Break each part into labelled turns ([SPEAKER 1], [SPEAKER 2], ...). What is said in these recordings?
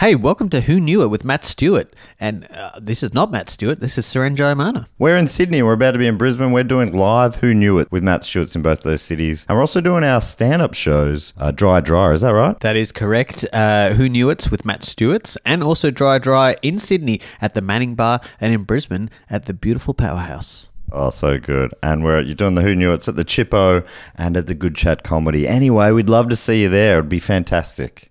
[SPEAKER 1] Hey, welcome to Who Knew It with Matt Stewart. And uh, this is not Matt Stewart, this is Seren Jayamana.
[SPEAKER 2] We're in Sydney. We're about to be in Brisbane. We're doing live Who Knew It with Matt Schultz in both those cities. And we're also doing our stand up shows, uh, Dry Dry. Is that right?
[SPEAKER 1] That is correct. Uh, Who Knew It's with Matt Stewart's and also Dry Dry in Sydney at the Manning Bar and in Brisbane at the beautiful Powerhouse.
[SPEAKER 2] Oh, so good. And we're you're doing the Who Knew It's at the Chippo and at the Good Chat Comedy. Anyway, we'd love to see you there. It'd be fantastic.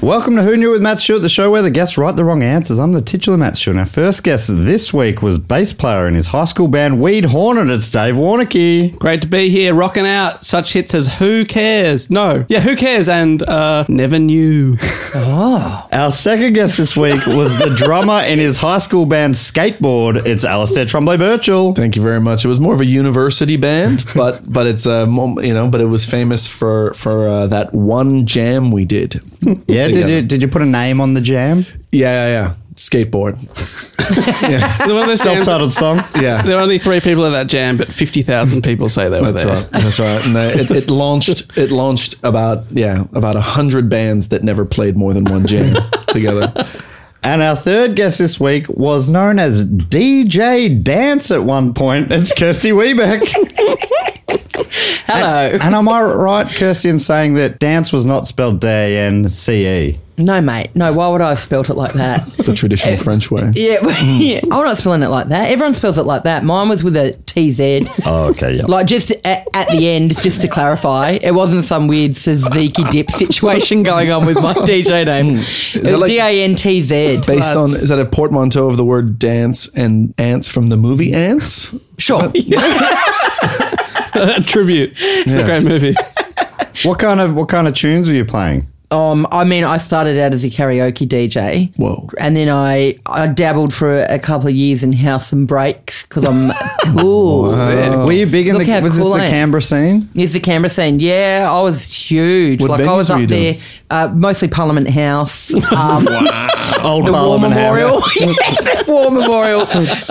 [SPEAKER 2] Welcome to Who Knew with Matt Stewart, the show where the guests write the wrong answers. I'm the titular Matt Stewart. And our first guest this week was bass player in his high school band Weed Hornet. It's Dave Warnicky.
[SPEAKER 3] Great to be here, rocking out such hits as Who Cares? No. Yeah, Who Cares? And uh, Never Knew.
[SPEAKER 2] Our second guest this week was the drummer in his high school band Skateboard. It's Alistair Tremblay Birchall.
[SPEAKER 4] Thank you very much. It was more of a university band, but but it's a mom- you know, but it was famous for for uh, that one jam we did. yeah,
[SPEAKER 2] Yeah, did you did you put a name on the jam?
[SPEAKER 4] yeah, yeah. Skateboard.
[SPEAKER 3] The one of those jams-
[SPEAKER 2] Self-titled song.
[SPEAKER 4] Yeah.
[SPEAKER 3] there were only three people at that jam, but 50,000 people say they were
[SPEAKER 4] That's
[SPEAKER 3] there.
[SPEAKER 4] right. That's right. And they, it, it launched. It launched about yeah about a hundred bands that never played more than one jam together.
[SPEAKER 2] And our third guest this week was known as DJ Dance at one point. It's Kirsty Wiebeck.
[SPEAKER 5] Hello.
[SPEAKER 2] And am I right, Kirsty, in saying that dance was not spelled D A N C E?
[SPEAKER 5] no, mate. No, why would I have spelt it like that?
[SPEAKER 4] The traditional French way.
[SPEAKER 5] yeah, well,
[SPEAKER 4] Hmm.
[SPEAKER 5] yeah, I'm not spelling it like that. Everyone spells it like that. Mine was with a TZ.
[SPEAKER 2] Oh, okay, yeah.
[SPEAKER 5] Like just at, at the end, just to clarify, it wasn't some weird Suzuki dip situation going on with my DJ name. It
[SPEAKER 4] Hmm. that
[SPEAKER 5] was
[SPEAKER 4] like-
[SPEAKER 5] D A N T Z.
[SPEAKER 4] Based on is that a portmanteau of the word dance and ants from the movie Ants?
[SPEAKER 5] sure,
[SPEAKER 3] A tribute. Great movie.
[SPEAKER 2] What kind of what kind of tunes were you playing?
[SPEAKER 5] Um, I mean, I started out as a karaoke DJ.
[SPEAKER 4] Whoa.
[SPEAKER 5] And then I, I dabbled for a couple of years in house and breaks because I'm cool.
[SPEAKER 2] Were you big in
[SPEAKER 5] Oh. Look
[SPEAKER 2] the
[SPEAKER 5] how
[SPEAKER 2] was
[SPEAKER 5] cool
[SPEAKER 2] this
[SPEAKER 5] I
[SPEAKER 2] the
[SPEAKER 5] am.
[SPEAKER 2] Canberra scene?
[SPEAKER 5] Here's the Canberra scene. Yeah, I was huge.
[SPEAKER 4] What
[SPEAKER 5] like I
[SPEAKER 4] venues
[SPEAKER 5] was
[SPEAKER 4] were
[SPEAKER 5] up
[SPEAKER 4] you
[SPEAKER 5] there,
[SPEAKER 4] doing?
[SPEAKER 5] uh, mostly Parliament House, um,
[SPEAKER 2] Old
[SPEAKER 5] the War
[SPEAKER 2] Parliament House.
[SPEAKER 5] Memorial, yeah, the War Memorial,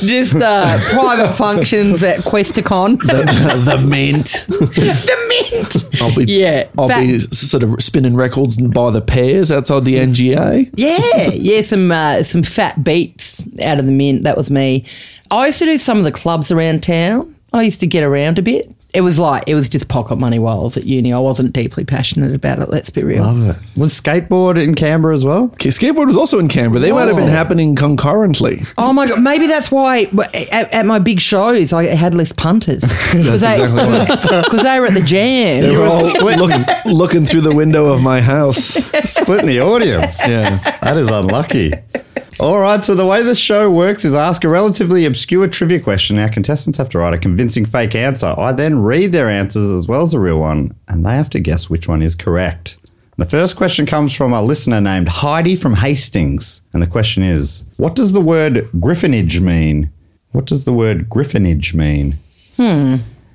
[SPEAKER 5] just uh, private functions at Questacon,
[SPEAKER 4] the mint.
[SPEAKER 5] the Mint.
[SPEAKER 4] I'll be
[SPEAKER 5] Yeah,
[SPEAKER 4] I'll
[SPEAKER 5] that-
[SPEAKER 4] be s- sort of spinning records by the pairs outside the NGA.
[SPEAKER 5] Yeah, yeah, some uh, some fat beats out of the Mint. That was me. I used to do some of the clubs around town. I used to get around a bit. It was like it was just pocket money while I was at uni. I wasn't deeply passionate about it. Let's be real.
[SPEAKER 2] Love it. Was skateboard in Canberra as well?
[SPEAKER 4] Okay, skateboard was also in Canberra. They might have been happening concurrently.
[SPEAKER 5] Oh my god! Maybe that's why w- at, at my big shows I had less punters because they, because they were at the jam.
[SPEAKER 4] They were all looking looking through the window of my house.
[SPEAKER 2] Splitting the audience.
[SPEAKER 4] Yeah.
[SPEAKER 2] That is unlucky. All right, so the way this show works is I ask a relatively obscure trivia question. Our contestants have to write a convincing fake answer. I then read their answers as well as the real one, and they have to guess which one is correct. The first question comes from a listener named Heidi from Hastings. And the question is What does the word griffinage mean? What does the word griffinage mean?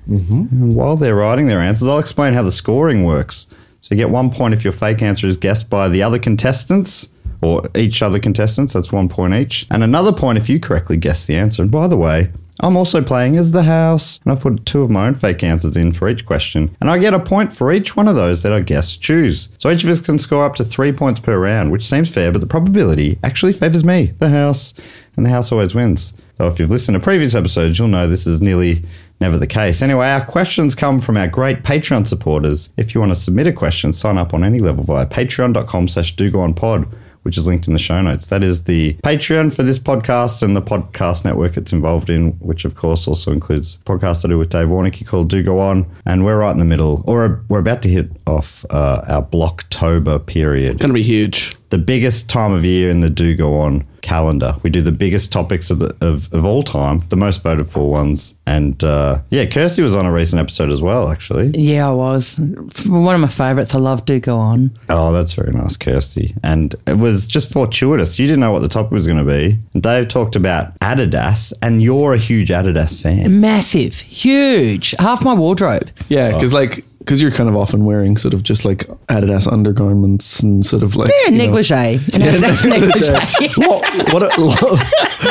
[SPEAKER 2] And while they're writing their answers, I'll explain how the scoring works. So you get one point if your fake answer is guessed by the other contestants or each other contestants. That's one point each. And another point if you correctly guess the answer. And by the way, I'm also playing as the house, and I've put two of my own fake answers in for each question. And I get a point for each one of those that our guests choose. So each of us can score up to three points per round, which seems fair, but the probability actually favours me, the house, and the house always wins. So if you've listened to previous episodes, you'll know this is nearly never the case. Anyway, our questions come from our great Patreon supporters. If you want to submit a question, sign up on any level via patreon.com slash pod, which is linked in the show notes. That is the Patreon for this podcast and the podcast network it's involved in, which of course also includes a podcast I do with Dave Warnicky called Do Go On. And we're right in the middle, or we're about to hit off uh, our Blocktober period.
[SPEAKER 3] Going to be huge.
[SPEAKER 2] the biggest time of year in the Do Go On calendar. We do the biggest topics of, the, of, of all time, the most voted for ones. And uh, yeah, Kirsty was on a recent episode as well, actually.
[SPEAKER 5] Yeah, I was. It's one of my favourites. I love Do Go On.
[SPEAKER 2] Oh, that's very nice, Kirsty. And it was just fortuitous. You didn't know what the topic was going to be. And Dave talked about Adidas, and you're a huge Adidas fan.
[SPEAKER 5] Massive, huge, half my wardrobe.
[SPEAKER 4] Yeah, because like because you're kind of often wearing sort of just like Adidas undergarments and sort of like you
[SPEAKER 5] Yeah,
[SPEAKER 4] know-
[SPEAKER 5] negligee. And that's negligee.
[SPEAKER 4] what what a, lo-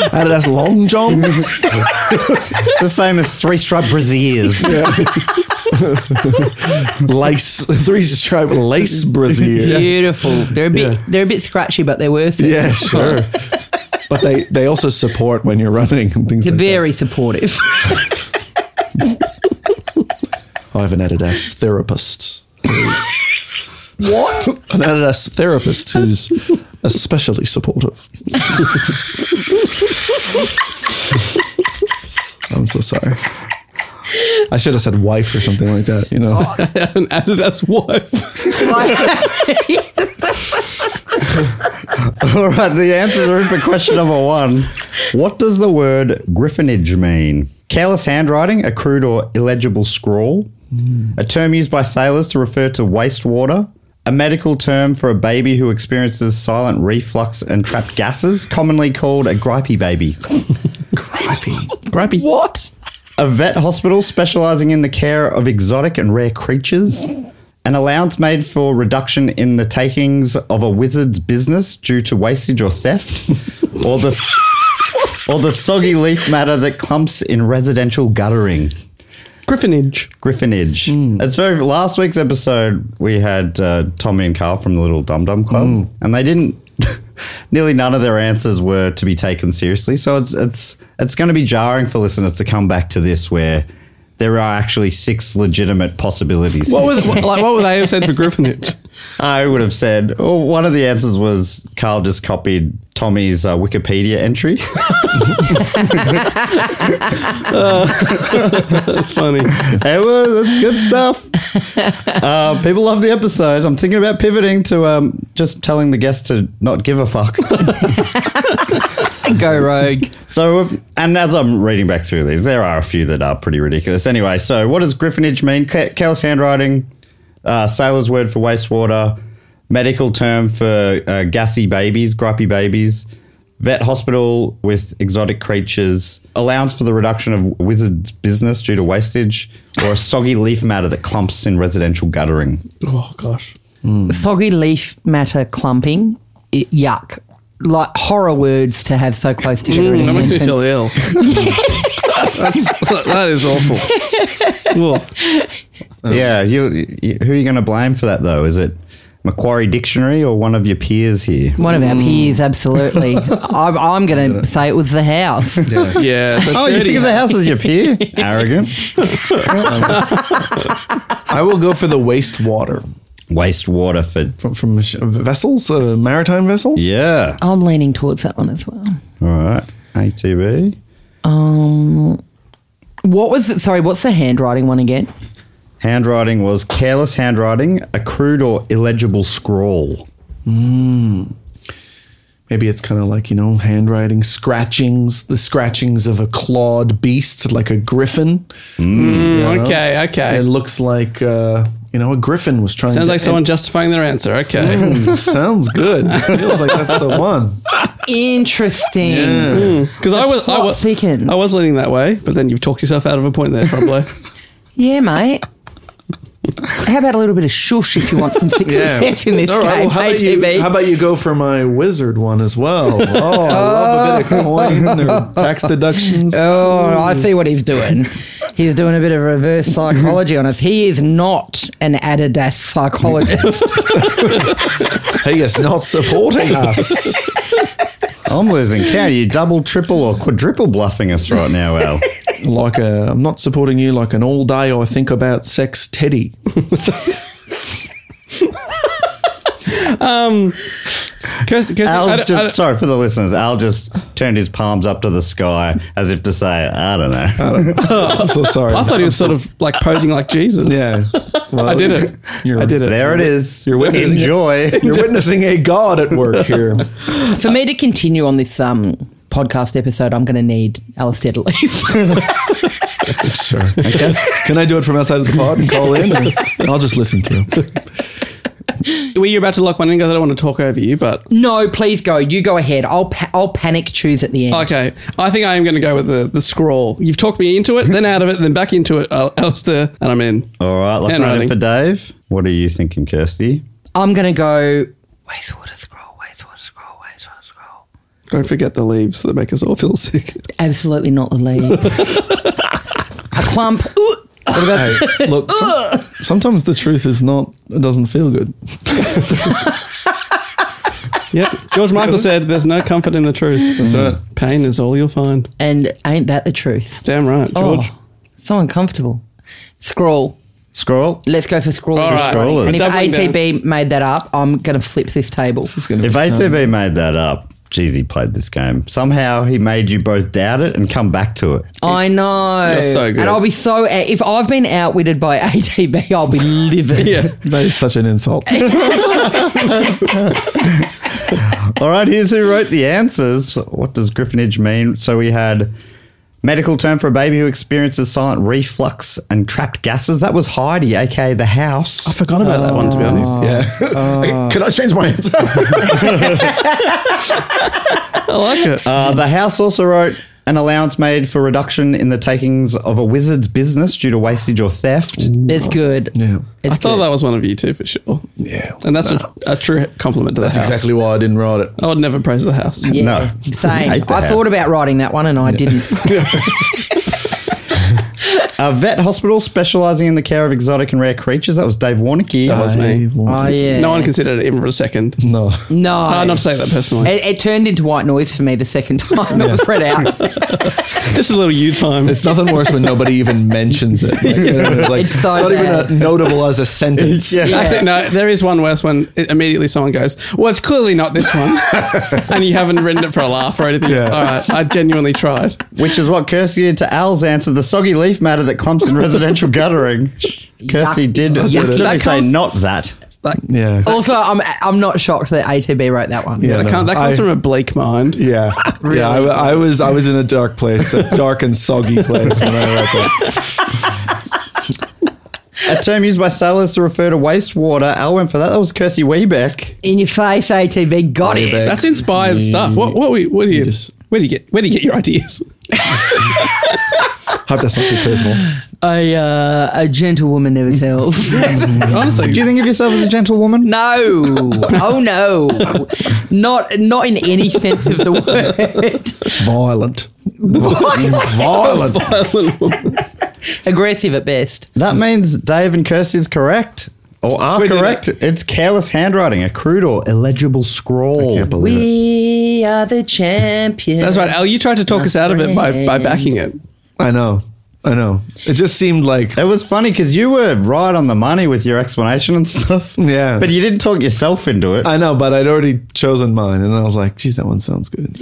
[SPEAKER 4] Adidas long johns.
[SPEAKER 2] the famous three stripe brassiers.
[SPEAKER 4] lace three stripe lace brassiere.
[SPEAKER 5] Beautiful. They're a bit. They're a bit scratchy, but they're worth it.
[SPEAKER 4] Yeah, sure. but they they also support when you're running and things
[SPEAKER 5] They're
[SPEAKER 4] like
[SPEAKER 5] very supportive.
[SPEAKER 4] that. I have an Adidas therapist. what? An Adidas therapist who's especially supportive. I'm so sorry. I should have said wife or something like that, you know.
[SPEAKER 3] An Adidas wife.
[SPEAKER 2] All right, the answers are in for question number one. What does the word griffinage mean? Careless handwriting, a crude or illegible scrawl, a term used by sailors to refer to wastewater, a medical term for a baby who experiences silent reflux and trapped gases, commonly called a gripey baby.
[SPEAKER 4] Gripey.
[SPEAKER 5] what?
[SPEAKER 2] A vet hospital specializing in the care of exotic and rare creatures. An allowance made for reduction in the takings of a wizard's business due to wastage or theft, or the or the soggy leaf matter that clumps in residential guttering.
[SPEAKER 3] Griffinage.
[SPEAKER 2] Griffinage.
[SPEAKER 3] Hmm.
[SPEAKER 2] It's very last week's episode. We had uh, Tommy and Carl from the Little Dum Dum Club,
[SPEAKER 3] Hmm.
[SPEAKER 2] and they didn't. nearly none of their answers were to be taken seriously. So it's it's it's going to be jarring for listeners to come back to this where there are actually six legitimate possibilities.
[SPEAKER 3] What was like? What would they have said for griffinage?
[SPEAKER 2] I would have said oh, one of the answers was Carl just copied Tommy's uh, Wikipedia entry.
[SPEAKER 3] That's funny.
[SPEAKER 2] it was it's good stuff. Uh, people love the episode. I'm thinking about pivoting to um, just telling the guests to not give a fuck.
[SPEAKER 5] Go rogue.
[SPEAKER 2] So, if- and as I'm reading back through these, there are a few that are pretty ridiculous. Anyway, so what does griffinage mean? Ca- Careless handwriting, uh, sailor's word for wastewater, medical term for uh, gassy babies, gripey babies, vet hospital with exotic creatures, allowance for the reduction of wizard's business due to wastage, or a soggy leaf matter that clumps in residential guttering.
[SPEAKER 3] Oh gosh.
[SPEAKER 5] Soggy leaf matter clumping. I yuck. Like horror words to have so close together. in a
[SPEAKER 3] that makes me
[SPEAKER 5] sentence.
[SPEAKER 3] feel ill. That's, that is awful. Well,
[SPEAKER 2] Yeah, you, you, who are you going to blame for that though? Is it Macquarie Dictionary or one of your peers here?
[SPEAKER 5] One of our peers, absolutely. I'm, I'm going to say it was the house.
[SPEAKER 3] yeah. the
[SPEAKER 2] Oh, you
[SPEAKER 3] 30
[SPEAKER 2] think of the house as your peer? Arrogant.
[SPEAKER 4] I will go for the wastewater
[SPEAKER 2] Wastewater for.
[SPEAKER 4] from, from sh- vessels, uh, maritime vessels.
[SPEAKER 2] Yeah.
[SPEAKER 5] I'm leaning towards that one as well.
[SPEAKER 2] All right. ATB.
[SPEAKER 5] Um, What was it? Sorry, what's the handwriting one again?
[SPEAKER 2] Handwriting was careless handwriting, a crude or illegible scrawl.
[SPEAKER 4] Maybe it's kind of like, you know, handwriting, scratchings, the scratchings of a clawed beast, like a griffin.
[SPEAKER 3] Okay.
[SPEAKER 4] It
[SPEAKER 3] Okay.
[SPEAKER 4] looks like, uh, you know, a griffin was trying
[SPEAKER 3] Sounds
[SPEAKER 4] to.
[SPEAKER 3] like someone justifying their answer. Okay.
[SPEAKER 4] Mm, sounds good. Feels like that's the one.
[SPEAKER 5] Interesting.
[SPEAKER 3] Because I was, I
[SPEAKER 5] plot
[SPEAKER 3] was,
[SPEAKER 5] thickens.
[SPEAKER 3] I was leaning that way, but then you've talked yourself out of a point there, probably.
[SPEAKER 5] Yeah, mate. How about a little bit of shush if you want some success in this
[SPEAKER 4] All right,
[SPEAKER 5] game,
[SPEAKER 4] well, how, about
[SPEAKER 5] ATB?
[SPEAKER 4] you, how about you go for my wizard one as well? Oh, I love a bit of coin or tax deductions.
[SPEAKER 5] Oh, I see what he's doing. He's doing a bit of reverse psychology on us. He is not an Adidas psychologist.
[SPEAKER 4] He is not supporting us.
[SPEAKER 2] I'm losing count. You double, triple, or quadruple bluffing us right now, Al.
[SPEAKER 4] like a, I'm not supporting you like an all day I think about sex teddy.
[SPEAKER 3] Kirsty, Kirsty, Um, I
[SPEAKER 2] Al's
[SPEAKER 3] don't- I
[SPEAKER 2] just, sorry for the listeners, Al just turned his palms up to the sky as if to say, I don't know.
[SPEAKER 4] I'm so sorry.
[SPEAKER 3] don't- I thought he was sort of like posing like Jesus.
[SPEAKER 4] yeah.
[SPEAKER 3] I did it. I did it.
[SPEAKER 2] There it is.
[SPEAKER 4] You're witnessing it.
[SPEAKER 2] Enjoy.
[SPEAKER 4] You're witnessing a god at work here.
[SPEAKER 5] For me to continue on this um, podcast episode, I'm going to need Alistair to leave.
[SPEAKER 4] sure. Okay. Can I do it from outside of the pod and call in? Or I'll just listen through.
[SPEAKER 3] Were you about to lock one in? Because I don't want to talk over you, but
[SPEAKER 5] no, please go. You go ahead. I'll pa- I'll panic choose at the end.
[SPEAKER 3] okay. I think I am going to go with the, the scroll. You've talked me into it, then out of it, then back into it, Al- Alistair, and I'm in.
[SPEAKER 2] All right, lock right
[SPEAKER 3] Handwriting.
[SPEAKER 2] in for Dave. What are you thinking, Kirsty?
[SPEAKER 5] I'm going to go wastewater scroll, wastewater scroll, wastewater scroll.
[SPEAKER 3] Don't forget the leaves that make us all feel sick.
[SPEAKER 5] Absolutely not the leaves. A clump. Ooh.
[SPEAKER 4] What about look? Some, sometimes the truth is not. It doesn't feel good.
[SPEAKER 3] Yep. George Michael said, "There's no comfort in the truth. That's right. Pain is all you'll find."
[SPEAKER 5] And ain't that the truth?
[SPEAKER 3] Damn right, George.
[SPEAKER 5] Oh, so uncomfortable. Scroll.
[SPEAKER 2] Scroll.
[SPEAKER 5] Let's go for scrollers.
[SPEAKER 3] All right.
[SPEAKER 2] Scrollers.
[SPEAKER 5] And if
[SPEAKER 3] Doubling down.
[SPEAKER 5] ATB made that up, I'm going to flip this table.
[SPEAKER 4] This is gonna
[SPEAKER 2] If
[SPEAKER 4] be sad.
[SPEAKER 2] ATB made that up, geez, he played this game. Somehow he made you both doubt it and come back to it.
[SPEAKER 5] I know.
[SPEAKER 3] You're so good.
[SPEAKER 5] And I'll be so. eh, If I've been outwitted by ATB, I'll be livid.
[SPEAKER 3] Yeah.
[SPEAKER 4] That is such an insult.
[SPEAKER 2] All right, here's who wrote the answers. What does griffinage mean? So we had medical term for a baby who experiences silent reflux and trapped gases. That was Heidi, aka the
[SPEAKER 4] I
[SPEAKER 2] house.
[SPEAKER 4] forgot about that one, to be honest. Uh, Yeah. Can I change my answer?
[SPEAKER 3] I like it.
[SPEAKER 2] Uh, the house also wrote an allowance made for reduction in the takings of a wizard's business due to wastage or theft.
[SPEAKER 5] It's good.
[SPEAKER 4] Yeah.
[SPEAKER 5] It's
[SPEAKER 3] I thought
[SPEAKER 5] good.
[SPEAKER 3] that was one of you two for sure.
[SPEAKER 4] Yeah.
[SPEAKER 3] And that's a, a true compliment to the
[SPEAKER 4] That's
[SPEAKER 3] house.
[SPEAKER 4] exactly why I didn't write it.
[SPEAKER 3] I would never praise the house.
[SPEAKER 5] yeah.
[SPEAKER 2] No.
[SPEAKER 5] Same. I
[SPEAKER 2] Hate the house.
[SPEAKER 5] thought about writing that one and I didn't.
[SPEAKER 2] A vet hospital specializing in the care of exotic and rare creatures. That was Dave Warnicky.
[SPEAKER 3] That was me.
[SPEAKER 5] Oh, yeah.
[SPEAKER 3] No one considered it even for a second.
[SPEAKER 4] No.
[SPEAKER 5] No.
[SPEAKER 3] Hard not to take that personally.
[SPEAKER 5] it, it turned into white noise for me the second time it was read out.
[SPEAKER 3] Just a little you time.
[SPEAKER 4] It's nothing worse when nobody even mentions it. Like, you know, it's like,
[SPEAKER 5] It's so
[SPEAKER 4] not even
[SPEAKER 5] bad.
[SPEAKER 4] a notable as a sentence.
[SPEAKER 2] Yeah.
[SPEAKER 3] Actually, no, there is one worse one. It- immediately someone goes, Well, it's clearly not this one. and you haven't written it for a laugh or anything.
[SPEAKER 4] Yeah.
[SPEAKER 3] All right. I genuinely tried.
[SPEAKER 2] Which is what Kirsty did to Al's answer, the soggy leaf matter that clumps in residential guttering. Kirsty did
[SPEAKER 5] That
[SPEAKER 2] instantly say
[SPEAKER 5] comes-
[SPEAKER 2] not that.
[SPEAKER 4] Yeah.
[SPEAKER 5] also, I'm I'm not shocked that ATB wrote that one.
[SPEAKER 4] Yeah,
[SPEAKER 3] That,
[SPEAKER 4] no,
[SPEAKER 3] can't- that comes
[SPEAKER 4] I-
[SPEAKER 3] from a bleak mind.
[SPEAKER 4] Yeah, yeah. I, I was I was in a dark place, a dark and soggy place when I read that.
[SPEAKER 2] A term used by sailors to refer to wastewater. Al went for that. That was Kirsty Wiebeck.
[SPEAKER 5] In your face, ATB
[SPEAKER 3] Oh,
[SPEAKER 5] got it.
[SPEAKER 4] Wiebeck.
[SPEAKER 3] That's inspired stuff. What what we what do you,
[SPEAKER 4] just-
[SPEAKER 3] where do you get where do you get your ideas?
[SPEAKER 4] Hope that's not too personal.
[SPEAKER 5] A uh, a gentlewoman never tells.
[SPEAKER 3] Honestly.
[SPEAKER 2] Do you think of yourself as a gentlewoman?
[SPEAKER 5] No. Oh no. Not not in any sense of the word.
[SPEAKER 4] Violent, violent.
[SPEAKER 5] Aggressive at best.
[SPEAKER 2] That means Dave and Kirsty's correct. Or are
[SPEAKER 3] We did
[SPEAKER 2] correct. It's careless handwriting, a crude or illegible scrawl.
[SPEAKER 5] We are the champions.
[SPEAKER 3] That's right. Al, you tried to talk us out of it by, by backing it.
[SPEAKER 4] I know, I know. It just seemed like
[SPEAKER 2] It was funny because you were right on the money with your explanation and stuff.
[SPEAKER 4] Yeah.
[SPEAKER 2] But you didn't talk yourself into it.
[SPEAKER 4] I know, but I'd already chosen mine, and I was like, "Geez, that one sounds good."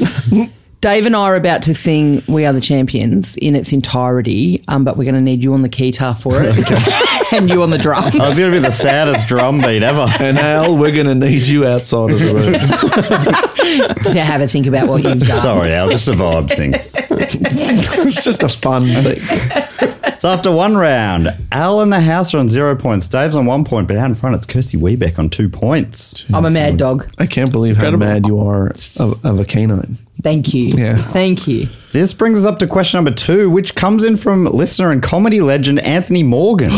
[SPEAKER 5] Dave and I are about to sing "We Are the Champions" in its entirety, um, but we're going to need you on the guitar for it, and you on the drum.
[SPEAKER 2] I was going to be the saddest drum beat ever.
[SPEAKER 4] And Al, we're gonna need you outside of the room.
[SPEAKER 5] to have a think about what you've done.
[SPEAKER 2] Sorry, Al, just a vibe thing.
[SPEAKER 4] it's just a fun thing.
[SPEAKER 2] So after one round, Al and the house are on zero points. Dave's on one point, but out in front, it's Kirsty Wiebeck on two points.
[SPEAKER 5] I'm a mad dog.
[SPEAKER 4] I can't believe how mad you are of, of a canine.
[SPEAKER 5] Thank you.
[SPEAKER 4] Yeah.
[SPEAKER 5] Thank you.
[SPEAKER 2] This brings us up to question number two, which comes in from listener and comedy legend Anthony Morgan.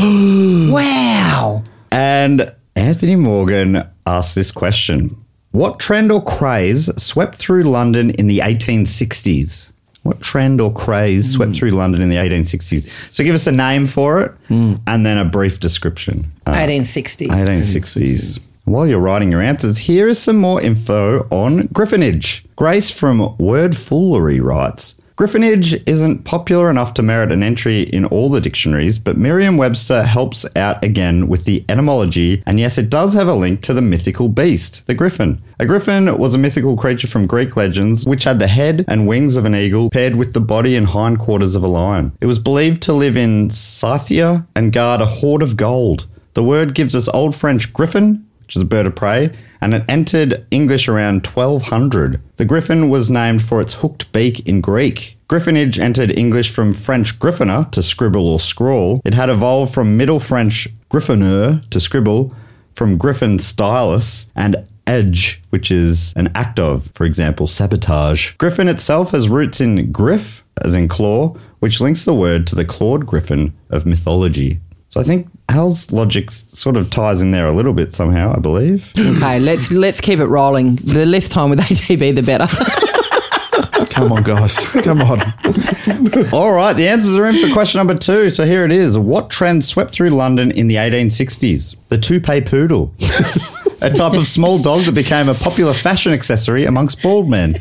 [SPEAKER 5] Wow.
[SPEAKER 2] and Anthony Morgan asks this question What trend or craze swept through London in the 1860s? What trend or craze swept through London in the 1860s? So give us a name for it and then a brief description. Uh,
[SPEAKER 5] 1860.
[SPEAKER 2] 1860s. While you're writing your answers, here is some more info on griffinage. Grace from Word Foolery writes Griffinage isn't popular enough to merit an entry in all the dictionaries, but Merriam Webster helps out again with the etymology, and yes, it does have a link to the mythical beast, the griffin. A griffin was a mythical creature from Greek legends which had the head and wings of an eagle paired with the body and hindquarters of a lion. It was believed to live in Scythia and guard a hoard of gold. The word gives us Old French griffin, which is a bird of prey, and it entered English around 1200. The griffin was named for its hooked beak in Greek. Griffinage entered English from French griffiner to scribble or scrawl. It had evolved from Middle French griffonneur to scribble, from griffin stylus, and edge, which is an act of, for example, sabotage. Griffin itself has roots in griff, as in claw, which links the word to the clawed griffin of mythology. So I think Hal's logic sort of ties in there a little bit somehow, I believe.
[SPEAKER 5] Okay, let's let's keep it rolling. The less time with ATB, the better.
[SPEAKER 4] Come on, guys. Come on.
[SPEAKER 2] All right, the answers are in for question number two. So here it is. What trend swept through London in the 1860s? The toupee poodle, a type of small dog that became a popular fashion accessory amongst bald men.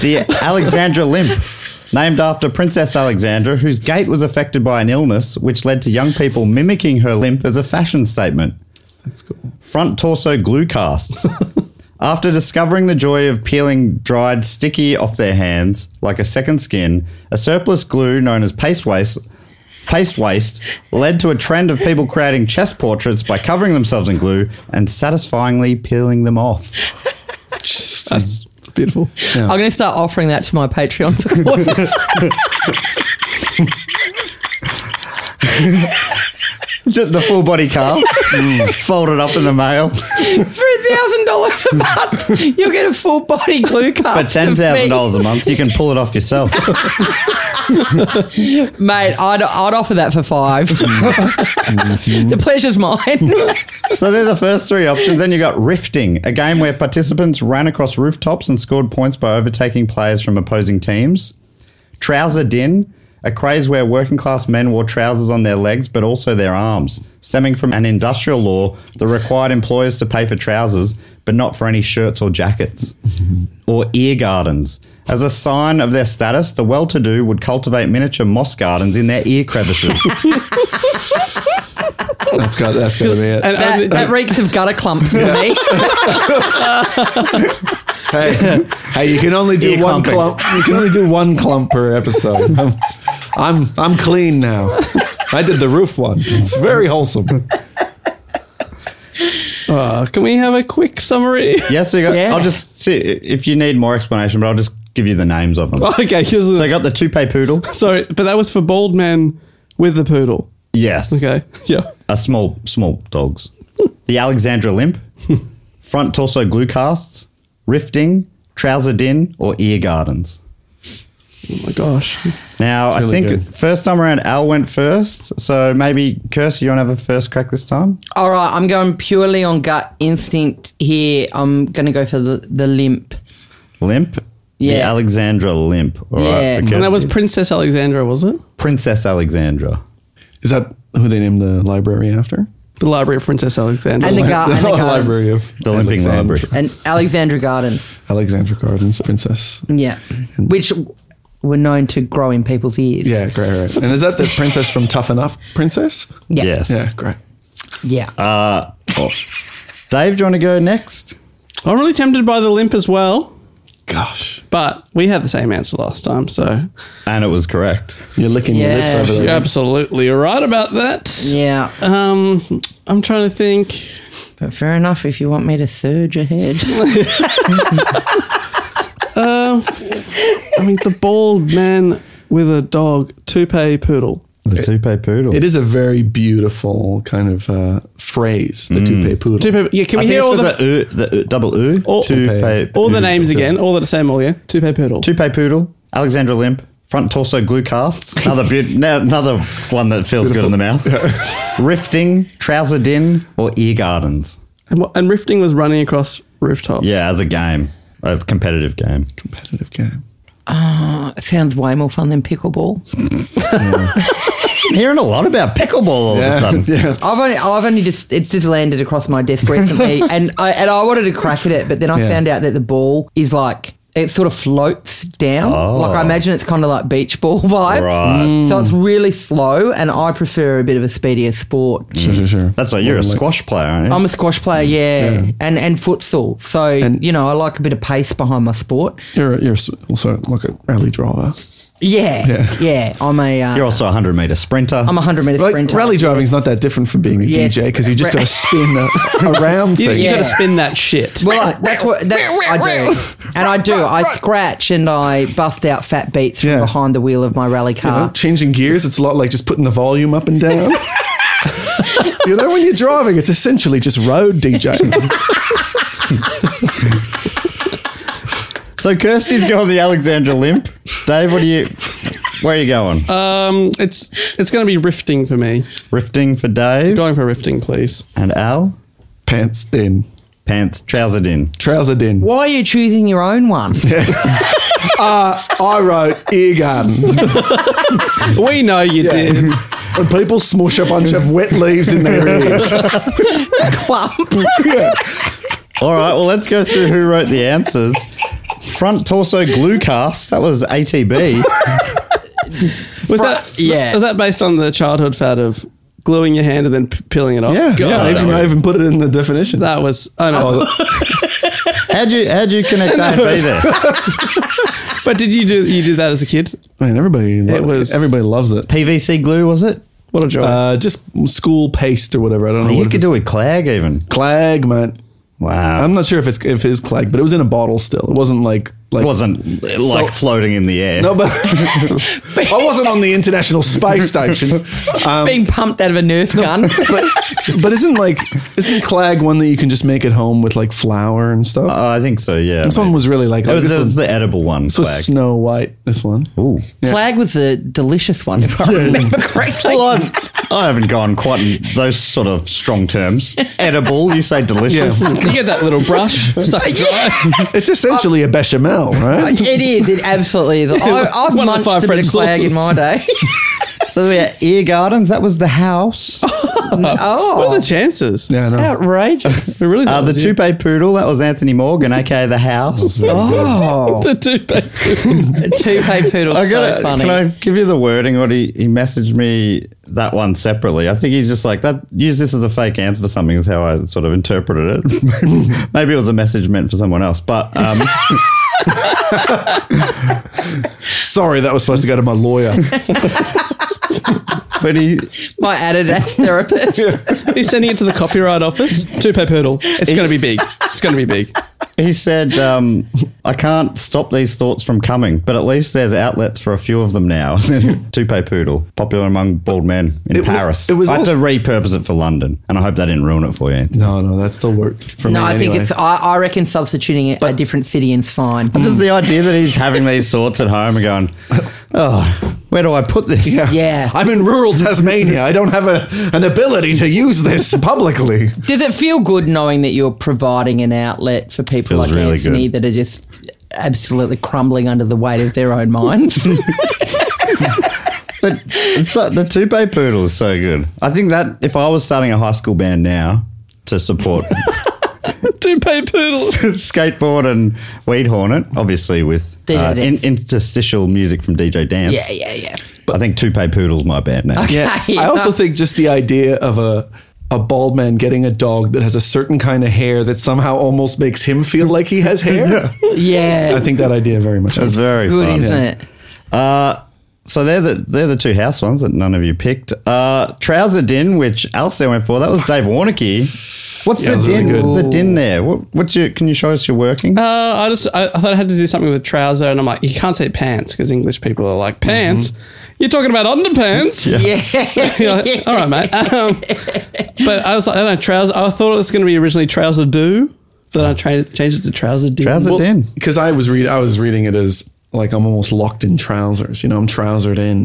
[SPEAKER 2] The Alexandra limp, named after Princess Alexandra, whose gait was affected by an illness which led to young people mimicking her limp as a fashion statement
[SPEAKER 4] That's cool.
[SPEAKER 2] front torso glue casts. After discovering the joy of peeling dried sticky off their hands like a second skin, a surplus glue known as paste waste, paste waste led to a trend of people creating chess portraits by covering themselves in glue and satisfyingly peeling them off.
[SPEAKER 4] That's beautiful.
[SPEAKER 5] I'm going to start offering that to my Patreon supporters.
[SPEAKER 2] Just the full body calf folded up in the mail
[SPEAKER 5] For a thousand dollars a month, you'll get a full body glue
[SPEAKER 2] for
[SPEAKER 5] cast.
[SPEAKER 2] ten
[SPEAKER 5] of me.
[SPEAKER 2] thousand dollars a month. You can pull it off yourself.
[SPEAKER 5] mate. I'd, I'd offer that for five.
[SPEAKER 2] Mm-hmm.
[SPEAKER 5] the pleasure's mine.
[SPEAKER 2] So they're the first three options. Then you got rifting, a game where participants ran across rooftops and scored points by overtaking players from opposing teams. Trouser din, a craze where working class men wore trousers on their legs but also their arms, stemming from an industrial law that required employers to pay for trousers but not for any shirts or jackets. or ear gardens. As a sign of their status, the well to do would cultivate miniature moss gardens in their ear crevices.
[SPEAKER 4] That's got, that's got to be it.
[SPEAKER 3] And
[SPEAKER 5] That,
[SPEAKER 3] only-
[SPEAKER 5] that reeks of gutter clumps to me.
[SPEAKER 4] hey, hey, you can only do
[SPEAKER 2] Ear
[SPEAKER 4] one
[SPEAKER 2] clumping.
[SPEAKER 4] clump. You can only do one clump per episode. I'm, I'm, I'm clean now. I did the roof one. It's very wholesome.
[SPEAKER 3] Oh, can we have a quick summary?
[SPEAKER 2] Yes, so you got,
[SPEAKER 5] Yeah.
[SPEAKER 2] I'll just see if you need more explanation, but I'll just give you the names of them.
[SPEAKER 3] okay, here's
[SPEAKER 2] So
[SPEAKER 3] the,
[SPEAKER 2] I got the toupee poodle.
[SPEAKER 3] sorry, but that was for bald men with the poodle.
[SPEAKER 2] Yes.
[SPEAKER 3] Okay, yeah.
[SPEAKER 2] A small, small dogs. the Alexandra limp. Front torso glue casts. Rifting. Trouser din or ear gardens.
[SPEAKER 3] Oh my gosh,
[SPEAKER 2] Now, I
[SPEAKER 4] really
[SPEAKER 2] think
[SPEAKER 4] good.
[SPEAKER 2] first time around, Al went first. So maybe, Kirsty, you want to have a first crack this time?
[SPEAKER 5] All right, I'm going purely on gut instinct here. I'm going to go for the, the limp.
[SPEAKER 2] Limp. The
[SPEAKER 5] Yeah.
[SPEAKER 2] Alexandra limp. All right.
[SPEAKER 5] Yeah.
[SPEAKER 2] for
[SPEAKER 3] and that
[SPEAKER 2] Kirsty.
[SPEAKER 3] was Princess Alexandra, was it?
[SPEAKER 2] Princess Alexandra.
[SPEAKER 4] Is that who they named the library after?
[SPEAKER 3] The Library of Princess Alexandra.
[SPEAKER 5] And the gar- and the gardens.
[SPEAKER 4] library of
[SPEAKER 2] The limping
[SPEAKER 4] Alexandra-
[SPEAKER 2] library.
[SPEAKER 5] And Alexandra Gardens.
[SPEAKER 4] Alexandra Gardens, Princess.
[SPEAKER 5] Yeah. Which were known to grow in people's ears.
[SPEAKER 4] Yeah, great, right. And is that the princess from Tough Enough Princess?
[SPEAKER 5] Yeah.
[SPEAKER 2] Yes.
[SPEAKER 4] Yeah, great.
[SPEAKER 5] Yeah.
[SPEAKER 2] Uh, oh. Dave, do you want to go next?
[SPEAKER 3] I'm really tempted by the limp as well,
[SPEAKER 4] Gosh,
[SPEAKER 3] but we had the same answer last time, so
[SPEAKER 2] And it was correct.
[SPEAKER 4] you're licking your lips
[SPEAKER 5] Yeah.
[SPEAKER 4] over there.
[SPEAKER 3] you're absolutely right about that.
[SPEAKER 5] yeah.
[SPEAKER 3] Um, I'm trying to think.
[SPEAKER 5] But fair enough if you want me to surge ahead.
[SPEAKER 3] I mean, the bald man with a dog, toupee poodle.
[SPEAKER 2] The toupee poodle.
[SPEAKER 4] It is a very beautiful kind of uh, phrase, the Mm. toupee poodle.
[SPEAKER 3] Toupee. Yeah, can
[SPEAKER 2] I
[SPEAKER 3] we
[SPEAKER 2] think
[SPEAKER 3] hear
[SPEAKER 2] it's
[SPEAKER 3] all
[SPEAKER 2] with the,
[SPEAKER 3] the,
[SPEAKER 2] oo- the oo- double oo.
[SPEAKER 3] All-
[SPEAKER 2] toupee,
[SPEAKER 3] all the
[SPEAKER 2] oo.
[SPEAKER 3] names again? All the same all yeah. Toupee poodle.
[SPEAKER 2] Toupee poodle, Alexandra limp, front torso glue casts. Another beau- no- another one that feels good in the mouth. Rifting, trouser din, or ear gardens.
[SPEAKER 3] And, what- and rifting was running across rooftop.
[SPEAKER 2] Yeah, as a game, a competitive game.
[SPEAKER 4] Competitive game.
[SPEAKER 5] It sounds way more fun than pickleball.
[SPEAKER 2] Hearing a lot about pickleball all of a sudden.
[SPEAKER 4] yeah.
[SPEAKER 5] I've only, oh, I've only just, it's just landed across my desk recently, and I and I wanted to crack at it, but then I
[SPEAKER 4] Yeah.
[SPEAKER 5] found out that the ball is like it sort of floats down. Like I imagine it's kind of like beach ball vibes.
[SPEAKER 2] Right.
[SPEAKER 5] So it's really slow, and I prefer a bit of a speedier sport.
[SPEAKER 4] Sure, sure, sure.
[SPEAKER 2] That's like you're a squash player, aren't you?
[SPEAKER 5] I'm a squash player, yeah, and and futsal. So you know, I like a bit of pace behind my sport.
[SPEAKER 4] You're, a- you're s- also like a rally driver.
[SPEAKER 5] Yeah, yeah. I'm a uh,
[SPEAKER 2] you're also a 100 meter sprinter.
[SPEAKER 5] I'm a hundred meter
[SPEAKER 4] Like,
[SPEAKER 5] sprinter.
[SPEAKER 4] rally driving's not that different from being a
[SPEAKER 5] Yes.
[SPEAKER 4] DJ because you just got to spin the, around
[SPEAKER 3] You,
[SPEAKER 4] things.
[SPEAKER 3] you got
[SPEAKER 5] Yeah.
[SPEAKER 3] to spin that shit.
[SPEAKER 5] Well, I- that's what that, I do, and I do. I scratch and I bust out fat beats from
[SPEAKER 4] Yeah.
[SPEAKER 5] behind the wheel of my rally
[SPEAKER 4] You know,
[SPEAKER 5] car.
[SPEAKER 4] changing gears, it's a lot like just putting the volume up and down. you know, when you're driving, it's essentially just road DJing.
[SPEAKER 2] so Kirsty's going the Alexandra Limp. Dave, what are you? Where are you going?
[SPEAKER 4] Uh,
[SPEAKER 3] Um, it's it's going to be rifting for me.
[SPEAKER 2] Rifting for Dave
[SPEAKER 3] Going for rifting, please.
[SPEAKER 2] and Al.
[SPEAKER 4] Pants thin,
[SPEAKER 2] Pants trousered in.
[SPEAKER 4] trousered in.
[SPEAKER 5] Why are you choosing your own one?
[SPEAKER 4] I wrote ear garden.
[SPEAKER 3] We know you did.
[SPEAKER 4] when people smush a bunch of wet leaves in their ears.
[SPEAKER 2] All right, well, let's go through who wrote the answers. Front torso glue cast. That was ATB.
[SPEAKER 3] Was that
[SPEAKER 5] yeah.
[SPEAKER 3] Was that based on the childhood fad of gluing your hand and then p- peeling it off?
[SPEAKER 4] Yeah,
[SPEAKER 3] God,
[SPEAKER 4] yeah. Oh. I
[SPEAKER 3] that
[SPEAKER 4] even,
[SPEAKER 3] was-
[SPEAKER 4] I even put it in the definition.
[SPEAKER 3] that was. I know.
[SPEAKER 2] How'd you, how'd you connect A and B there?
[SPEAKER 3] but did you do you did that as a kid?
[SPEAKER 4] Man, everybody, it
[SPEAKER 3] was-
[SPEAKER 4] was, everybody loves it.
[SPEAKER 2] PVC glue, was it?
[SPEAKER 3] What a joy!
[SPEAKER 4] Uh, just school paste or whatever. I don't know.
[SPEAKER 2] you
[SPEAKER 4] what
[SPEAKER 2] could
[SPEAKER 4] it
[SPEAKER 2] do it clag even.
[SPEAKER 4] is. Clag, man.
[SPEAKER 2] Wow.
[SPEAKER 4] I'm not sure if it's if it is clag, but it was in a bottle still. It wasn't like like
[SPEAKER 2] it wasn't like floating in the air.
[SPEAKER 4] No, but I wasn't on the International Space Station. Um,
[SPEAKER 5] Being pumped out of a Nerf gun.
[SPEAKER 4] but but isn't like isn't clag one that you can just make at home with like flour and stuff?
[SPEAKER 2] Oh, I think so, yeah.
[SPEAKER 4] this one
[SPEAKER 2] maybe.
[SPEAKER 4] Uh, was really like,
[SPEAKER 2] It was,
[SPEAKER 4] this,
[SPEAKER 2] it
[SPEAKER 4] one-
[SPEAKER 2] was the edible one.
[SPEAKER 4] this was
[SPEAKER 2] Clag.
[SPEAKER 4] Snow White. This one.
[SPEAKER 2] Ooh.
[SPEAKER 5] Flag was the delicious one, if I remember correctly.
[SPEAKER 2] Well, I'm, I haven't gone quite in those sort of strong terms. Edible, you say delicious.
[SPEAKER 3] you get that little brush stuck dry.
[SPEAKER 4] It's essentially a bechamel, right?
[SPEAKER 5] it is. It absolutely is. I, I've
[SPEAKER 3] One of the
[SPEAKER 5] munched
[SPEAKER 3] five
[SPEAKER 5] a bit
[SPEAKER 3] French
[SPEAKER 5] of flag
[SPEAKER 3] sauces.
[SPEAKER 5] in my day.
[SPEAKER 2] So yeah, Ear Gardens, that was the house.
[SPEAKER 3] what are
[SPEAKER 5] oh,
[SPEAKER 3] the chances?
[SPEAKER 4] Yeah, I know.
[SPEAKER 5] outrageous!
[SPEAKER 3] We really
[SPEAKER 2] Uh,
[SPEAKER 3] thought
[SPEAKER 2] the
[SPEAKER 3] it was you.
[SPEAKER 2] toupee poodle, that was Anthony Morgan, aka the house.
[SPEAKER 5] Oh,
[SPEAKER 3] the toupee.
[SPEAKER 5] two pay poodle.
[SPEAKER 2] I
[SPEAKER 5] So
[SPEAKER 2] gotta,
[SPEAKER 5] funny.
[SPEAKER 2] can I give you the wording? What he, he messaged me that one separately. I think he's just like that. Use this as a fake answer for something is how I sort of interpreted it. Maybe it was a message meant for someone else, but um,
[SPEAKER 4] Sorry, that was supposed to go to my lawyer.
[SPEAKER 2] but he
[SPEAKER 5] My Adidas therapist.
[SPEAKER 3] Are you sending it to the copyright office? Toupee poodle. It's going to be big. It's going to be big.
[SPEAKER 2] he said um, I can't stop these thoughts from coming, but at least there's outlets for a few of them now. Toupee poodle, popular among bald men in
[SPEAKER 4] It was-
[SPEAKER 2] Paris.
[SPEAKER 4] it was
[SPEAKER 2] I had to
[SPEAKER 4] also-
[SPEAKER 2] repurpose it for London, and I hope that didn't ruin it for you. Anthony.
[SPEAKER 4] no, no, that still worked for me.
[SPEAKER 5] No, I think
[SPEAKER 4] anyway.
[SPEAKER 5] it's. I, I reckon substituting it a different city in's fine.
[SPEAKER 2] Just the idea that he's having these thoughts at home and going, oh, where do I put this?
[SPEAKER 5] Yeah.
[SPEAKER 4] I'm in rural Tasmania. I don't have a, an ability to use this publicly.
[SPEAKER 5] Does it feel good knowing that you're providing an outlet for people
[SPEAKER 2] Feels
[SPEAKER 5] like
[SPEAKER 2] really
[SPEAKER 5] Anthony
[SPEAKER 2] good.
[SPEAKER 5] that are just absolutely crumbling under the weight of their own minds?
[SPEAKER 2] But it's so, the toupee poodle is so good. I think that if I was starting a high school band now to support
[SPEAKER 3] Toupee poodle.
[SPEAKER 2] skateboard and weed hornet, obviously with
[SPEAKER 5] DJ
[SPEAKER 2] uh, in,
[SPEAKER 5] Dance.
[SPEAKER 2] interstitial music from DJ Dance.
[SPEAKER 5] yeah, yeah, yeah.
[SPEAKER 2] I think toupee poodle's my band name.
[SPEAKER 4] Yeah.
[SPEAKER 5] Yeah.
[SPEAKER 4] I also think just the idea of a a bald man getting a dog that has a certain kind of hair that somehow almost makes him feel like he has hair.
[SPEAKER 5] Yeah.
[SPEAKER 4] I think that idea very much.
[SPEAKER 2] That's very
[SPEAKER 5] good,
[SPEAKER 2] fun.
[SPEAKER 5] isn't it?
[SPEAKER 2] Uh, so they're the they're the two house ones that none of you picked. Uh, Trouser Din, which Alistair went for, that was Dave Warnicky. What's the
[SPEAKER 4] that was really
[SPEAKER 2] din?
[SPEAKER 4] good.
[SPEAKER 2] the din there. What what's your? Can you show us your working?
[SPEAKER 3] Uh, I just I, I thought I had to do something with a trouser, and I'm like, you can't say pants because English people are like pants.
[SPEAKER 2] Mm-hmm.
[SPEAKER 3] You're talking about underpants. You're like, All right, mate. Um, but I was like, I don't know, trouser. I thought it was going to be originally trouser do. Then I tra- changed it to trouser do.
[SPEAKER 2] Trouser
[SPEAKER 3] Well,
[SPEAKER 2] Din.
[SPEAKER 4] Because I was read I was reading it as like I'm almost locked in trousers. You know, I'm trousered in.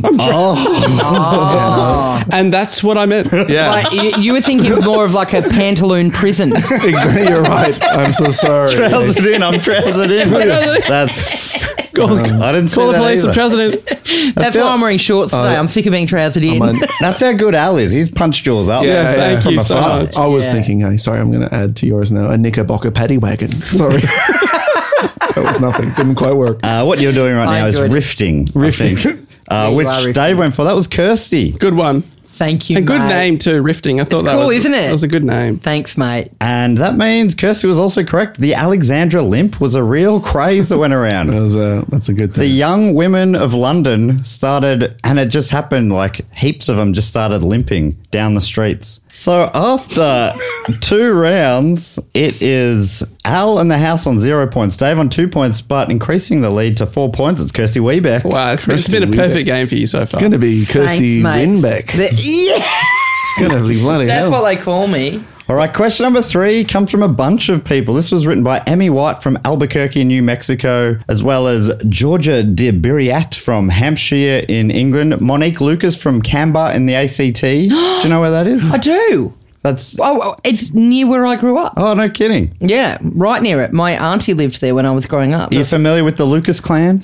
[SPEAKER 4] Oh.
[SPEAKER 3] And that's what I meant.
[SPEAKER 4] yeah.
[SPEAKER 5] Like, you, you were thinking more of like a pantaloon prison.
[SPEAKER 4] exactly. You're right. I'm so sorry.
[SPEAKER 2] Trousered in, I'm trousered in.
[SPEAKER 3] Trousered in.
[SPEAKER 2] That's.
[SPEAKER 3] Call,
[SPEAKER 2] I didn't see
[SPEAKER 3] call the
[SPEAKER 2] that
[SPEAKER 3] police.
[SPEAKER 2] either.
[SPEAKER 3] I'm trouser in.
[SPEAKER 5] That's
[SPEAKER 2] feel-
[SPEAKER 5] why I'm wearing shorts today. I'm sick of being trousered in.
[SPEAKER 4] on-
[SPEAKER 2] That's how good Al is. He's punched yours up.
[SPEAKER 4] Yeah, yeah.
[SPEAKER 3] Thank
[SPEAKER 2] From
[SPEAKER 3] you so
[SPEAKER 2] afar.
[SPEAKER 3] much.
[SPEAKER 4] I was thinking, hey, sorry, I'm going to add to yours now a knickerbocker paddy wagon. Sorry. That was nothing. Didn't quite work.
[SPEAKER 2] Uh, what you're doing right
[SPEAKER 5] I
[SPEAKER 2] now is
[SPEAKER 5] enjoyed it.
[SPEAKER 2] rifting. Rifting. Uh,
[SPEAKER 5] you
[SPEAKER 2] which
[SPEAKER 5] are rifting.
[SPEAKER 2] Dave went for. That was Kirsty.
[SPEAKER 3] Good one.
[SPEAKER 5] Thank you.
[SPEAKER 3] And good
[SPEAKER 5] mate.
[SPEAKER 3] name too, Rifting. I thought
[SPEAKER 5] It's
[SPEAKER 3] that
[SPEAKER 5] cool,
[SPEAKER 3] was
[SPEAKER 5] isn't it?
[SPEAKER 3] That was a good name.
[SPEAKER 5] Thanks, mate.
[SPEAKER 2] And that means Kirsty was also correct. The Alexandra limp was a real craze that went around.
[SPEAKER 4] That was a, that's a good
[SPEAKER 2] the
[SPEAKER 4] thing.
[SPEAKER 2] young women of London started, and it just happened like heaps of them just started limping down the streets. So after two rounds, it is Al and the house on zero points, Dave on two points, but increasing the lead to four points. It's Kirsty Wiebeck.
[SPEAKER 3] Wow, it's been, it's been a
[SPEAKER 4] Interesting,
[SPEAKER 3] perfect game for you so far.
[SPEAKER 4] It's going to be Kirsty
[SPEAKER 5] Thanks, mate.
[SPEAKER 4] Winbeck.
[SPEAKER 5] The- yeah,
[SPEAKER 4] It's going to be bloody
[SPEAKER 5] that's
[SPEAKER 4] hell.
[SPEAKER 5] what they call me.
[SPEAKER 2] All right, question number three comes from a bunch of people. This was written by Emmy White from Albuquerque, New Mexico, as well as Georgia de Biriat from Hampshire in England, Monique Lucas from Canberra in the ACT. Do you know where that is?
[SPEAKER 5] I do.
[SPEAKER 2] That's
[SPEAKER 5] Oh, oh, it's near where I grew up.
[SPEAKER 2] oh, no kidding.
[SPEAKER 5] Yeah, right near it. My auntie lived there when I was growing up.
[SPEAKER 2] You're familiar with the Lucas clan?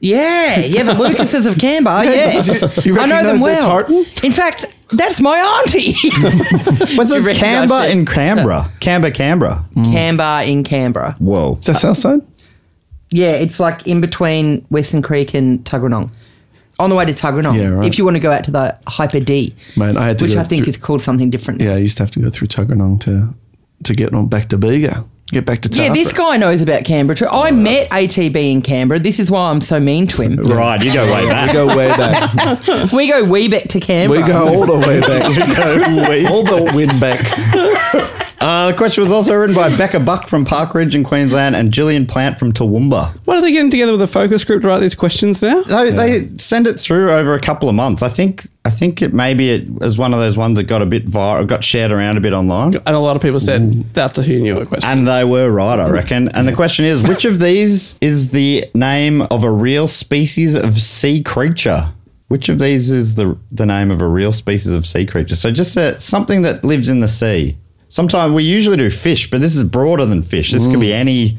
[SPEAKER 5] Yeah, yeah, the Lucases of Canberra. Yeah,
[SPEAKER 2] you
[SPEAKER 5] I know
[SPEAKER 2] recognise
[SPEAKER 5] them
[SPEAKER 2] their
[SPEAKER 5] well.
[SPEAKER 2] tartan?
[SPEAKER 5] In fact, that's my auntie.
[SPEAKER 2] What's it?
[SPEAKER 5] recognise
[SPEAKER 2] Canberra
[SPEAKER 5] it.
[SPEAKER 2] in Canberra. Canberra, Canberra.
[SPEAKER 5] Canberra in Canberra.
[SPEAKER 2] Whoa.
[SPEAKER 4] Is that Southside?
[SPEAKER 5] Yeah, it's like in between Western Creek and Tuggeranong. On the way to Tuggeranong,
[SPEAKER 4] Yeah, right.
[SPEAKER 5] if you want to go out to the Hyper D,
[SPEAKER 4] Man, I had to
[SPEAKER 5] which
[SPEAKER 4] go
[SPEAKER 5] I think
[SPEAKER 4] through-
[SPEAKER 5] is called something different.
[SPEAKER 4] Yeah, I used to have to go through Tuggeranong to to get on back to Bega, get back to
[SPEAKER 5] Yeah,
[SPEAKER 4] Tarpa.
[SPEAKER 5] this guy knows about Canberra. Too. I met ATB in Canberra. This is why I'm so mean to him.
[SPEAKER 2] Right, you go way
[SPEAKER 4] We
[SPEAKER 2] back.
[SPEAKER 4] go way back.
[SPEAKER 5] we go wee back to Canberra.
[SPEAKER 4] We go all the way back. we go way all the wind back.
[SPEAKER 2] Uh, the question was also written by Becca Buck from Park Ridge in Queensland and Gillian Plant from Toowoomba.
[SPEAKER 3] What are they getting together with a focus group to write these questions now?
[SPEAKER 2] No, they send it through over a couple of months. I think. I think it maybe it was one of those ones that got a bit viral, got shared around a bit online,
[SPEAKER 3] And a lot of people said
[SPEAKER 2] Mm.
[SPEAKER 3] that's a who knew it question.
[SPEAKER 2] and they were right, I reckon. And the question is, which of these is the name of a real species of sea creature? Which of these is the the name of a real species of sea creature? So just a, something that lives in the sea. Sometimes we usually do fish, but this is broader than fish. This could be any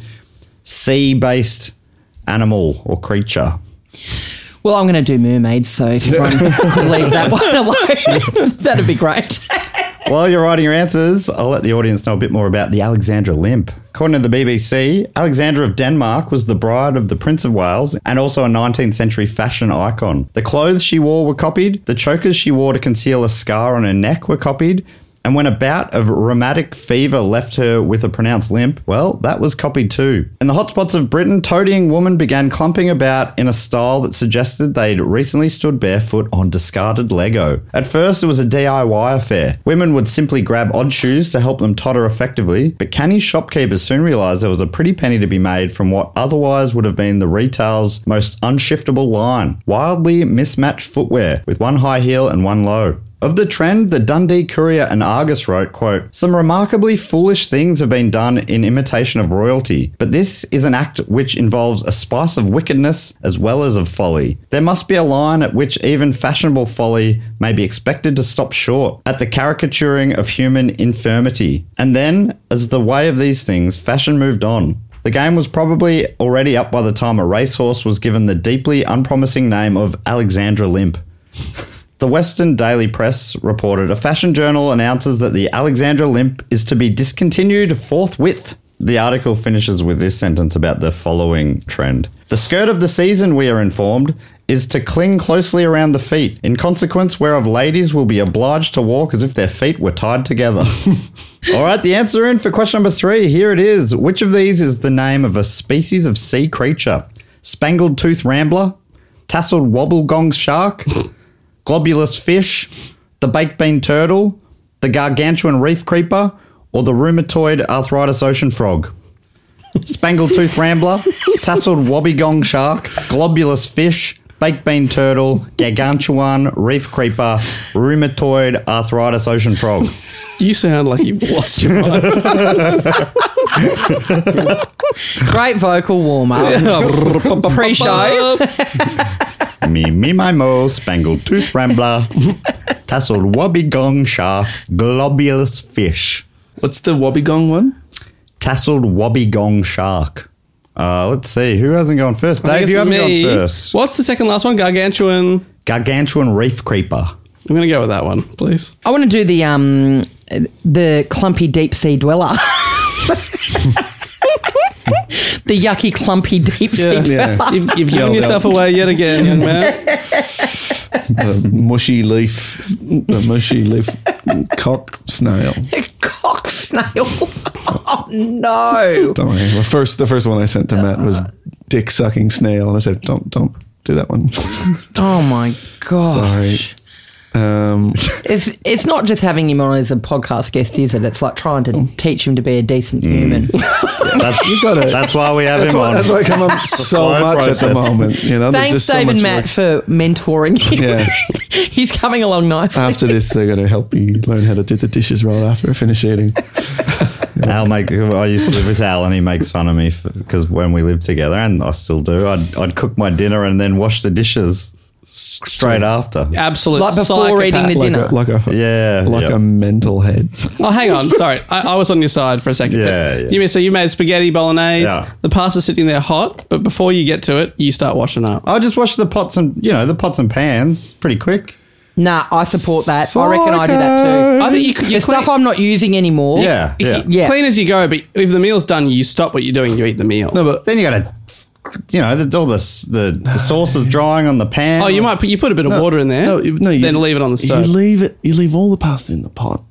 [SPEAKER 2] sea based animal or creature.
[SPEAKER 5] Well, I'm going to do mermaids, so if you want to leave that one alone, that'd be great.
[SPEAKER 2] While you're writing your answers, I'll let the audience know a bit more about the Alexandra Limp. According to the BBC, Alexandra of Denmark was the bride of the Prince of Wales and also a 19th century fashion icon. The clothes she wore were copied, the chokers she wore to conceal a scar on her neck were copied, and when a bout of rheumatic fever left her with a pronounced limp, well, that was copied too. In the hotspots of Britain, toadying women began clumping about in a style that suggested they'd recently stood barefoot on discarded Lego. At first, it was a DIY affair. Women would simply grab odd shoes to help them totter effectively, but canny shopkeepers soon realised there was a pretty penny to be made from what otherwise would have been the retail's most unshiftable line wildly mismatched footwear with one high heel and one low. Of the trend, the Dundee Courier and Argus wrote, quote, Some remarkably foolish things have been done in imitation of royalty, but this is an act which involves a spice of wickedness as well as of folly. There must be a line at which even fashionable folly may be expected to stop short at the caricaturing of human infirmity. And then, as the way of these things, fashion moved on. The game was probably already up by the time a racehorse was given the deeply unpromising name of Alexandra Limp. The Western Daily Press reported a fashion journal announces that the Alexandra limp is to be discontinued forthwith. The article finishes with this sentence about the following trend. The skirt of the season, we are informed, is to cling closely around the feet, in consequence whereof ladies will be obliged to walk as if their feet were tied together. All right, the answer in for question number three. Here it is. Which of these is the name of a species of sea creature? Spangled tooth rambler, tasseled wobblegong shark, globulous fish, the baked bean turtle, the gargantuan reef creeper, or the rheumatoid arthritis ocean frog? Spangled tooth rambler, tasseled wobbegong shark, globulous fish, baked bean turtle, gargantuan reef creeper, rheumatoid arthritis ocean frog.
[SPEAKER 3] You sound like you've lost your mind.
[SPEAKER 5] Great vocal warm up. Pre-show.
[SPEAKER 2] me, me, my mo, spangled tooth rambler, tasseled wobbegong shark, globulous fish,
[SPEAKER 4] What's the Wobbegong one?
[SPEAKER 2] tasseled wobbegong shark. Uh, let's see, who hasn't gone first?
[SPEAKER 3] I
[SPEAKER 2] Dave,
[SPEAKER 3] guess
[SPEAKER 2] you haven't
[SPEAKER 3] me.
[SPEAKER 2] gone first.
[SPEAKER 3] What's the second last one? Gargantuan.
[SPEAKER 2] Gargantuan reef creeper.
[SPEAKER 3] I'm going to go with that one, please.
[SPEAKER 5] I want to do the um the clumpy deep sea dweller. the yucky, clumpy deep sea
[SPEAKER 4] Yeah.
[SPEAKER 5] purple.
[SPEAKER 3] You've, you've given
[SPEAKER 4] Yo,
[SPEAKER 3] yourself
[SPEAKER 4] yo.
[SPEAKER 3] away yet again, young man.
[SPEAKER 4] the mushy leaf, the mushy leaf cock snail.
[SPEAKER 5] Cock snail. oh, no.
[SPEAKER 4] Don't worry. Well, first, the first one I sent to Matt was
[SPEAKER 5] Uh,
[SPEAKER 4] dick sucking snail, and I said, "Don't, don't do that one."
[SPEAKER 5] Oh, my
[SPEAKER 4] Sorry.
[SPEAKER 5] gosh.
[SPEAKER 4] Um,
[SPEAKER 5] It's it's not just having him on as a podcast guest, is it? It's like trying to teach him to be a decent
[SPEAKER 4] Mm.
[SPEAKER 5] human.
[SPEAKER 2] That's, you got it. That's why we have
[SPEAKER 4] that's,
[SPEAKER 2] him
[SPEAKER 4] why,
[SPEAKER 2] on.
[SPEAKER 4] that's why I come up so
[SPEAKER 2] slow
[SPEAKER 4] much at
[SPEAKER 2] process.
[SPEAKER 4] the moment. You know, there's
[SPEAKER 5] Thanks,
[SPEAKER 4] just so
[SPEAKER 5] Dave
[SPEAKER 4] much
[SPEAKER 5] and Matt,
[SPEAKER 4] work.
[SPEAKER 5] for mentoring him.
[SPEAKER 4] Yeah.
[SPEAKER 5] He's coming along nicely.
[SPEAKER 4] After this, they're going to help me learn how to do the dishes right after I finish eating.
[SPEAKER 2] Al make, I used to live with Al and he makes fun of me because when we lived together, and I still do, I'd, I'd cook my dinner and then wash the dishes s- straight after.
[SPEAKER 3] Absolute
[SPEAKER 5] Like before eating the
[SPEAKER 3] psychopath.
[SPEAKER 4] Like,
[SPEAKER 5] dinner.
[SPEAKER 4] a, like a
[SPEAKER 2] Yeah,
[SPEAKER 4] like um,
[SPEAKER 2] yeah.
[SPEAKER 4] a mental head.
[SPEAKER 3] Oh, hang on. Sorry, I, I was on your side for a second.
[SPEAKER 2] Yeah,
[SPEAKER 3] But
[SPEAKER 2] yeah.
[SPEAKER 3] You mean so you made spaghetti bolognese?
[SPEAKER 2] Yeah.
[SPEAKER 3] The pasta's sitting there hot, but before you get to it, you start washing up.
[SPEAKER 2] I just wash the pots and, you know, the pots and pans pretty quick.
[SPEAKER 5] nah, I support that. I reckon I do that too.
[SPEAKER 3] I think you, you
[SPEAKER 5] The stuff I'm not using anymore.
[SPEAKER 2] Yeah, yeah.
[SPEAKER 5] Yeah.
[SPEAKER 3] clean as you go, but if the meal's done, you stop what you're doing. You eat the meal.
[SPEAKER 4] No, but
[SPEAKER 2] Then you got to, you know, the, all the, s- the, the sauce is drying on the pan.
[SPEAKER 3] oh, you might put you put a bit of water in there.
[SPEAKER 4] No, you- no, you,
[SPEAKER 3] then leave it on the stove.
[SPEAKER 4] You leave it. You leave all the pasta in the pot,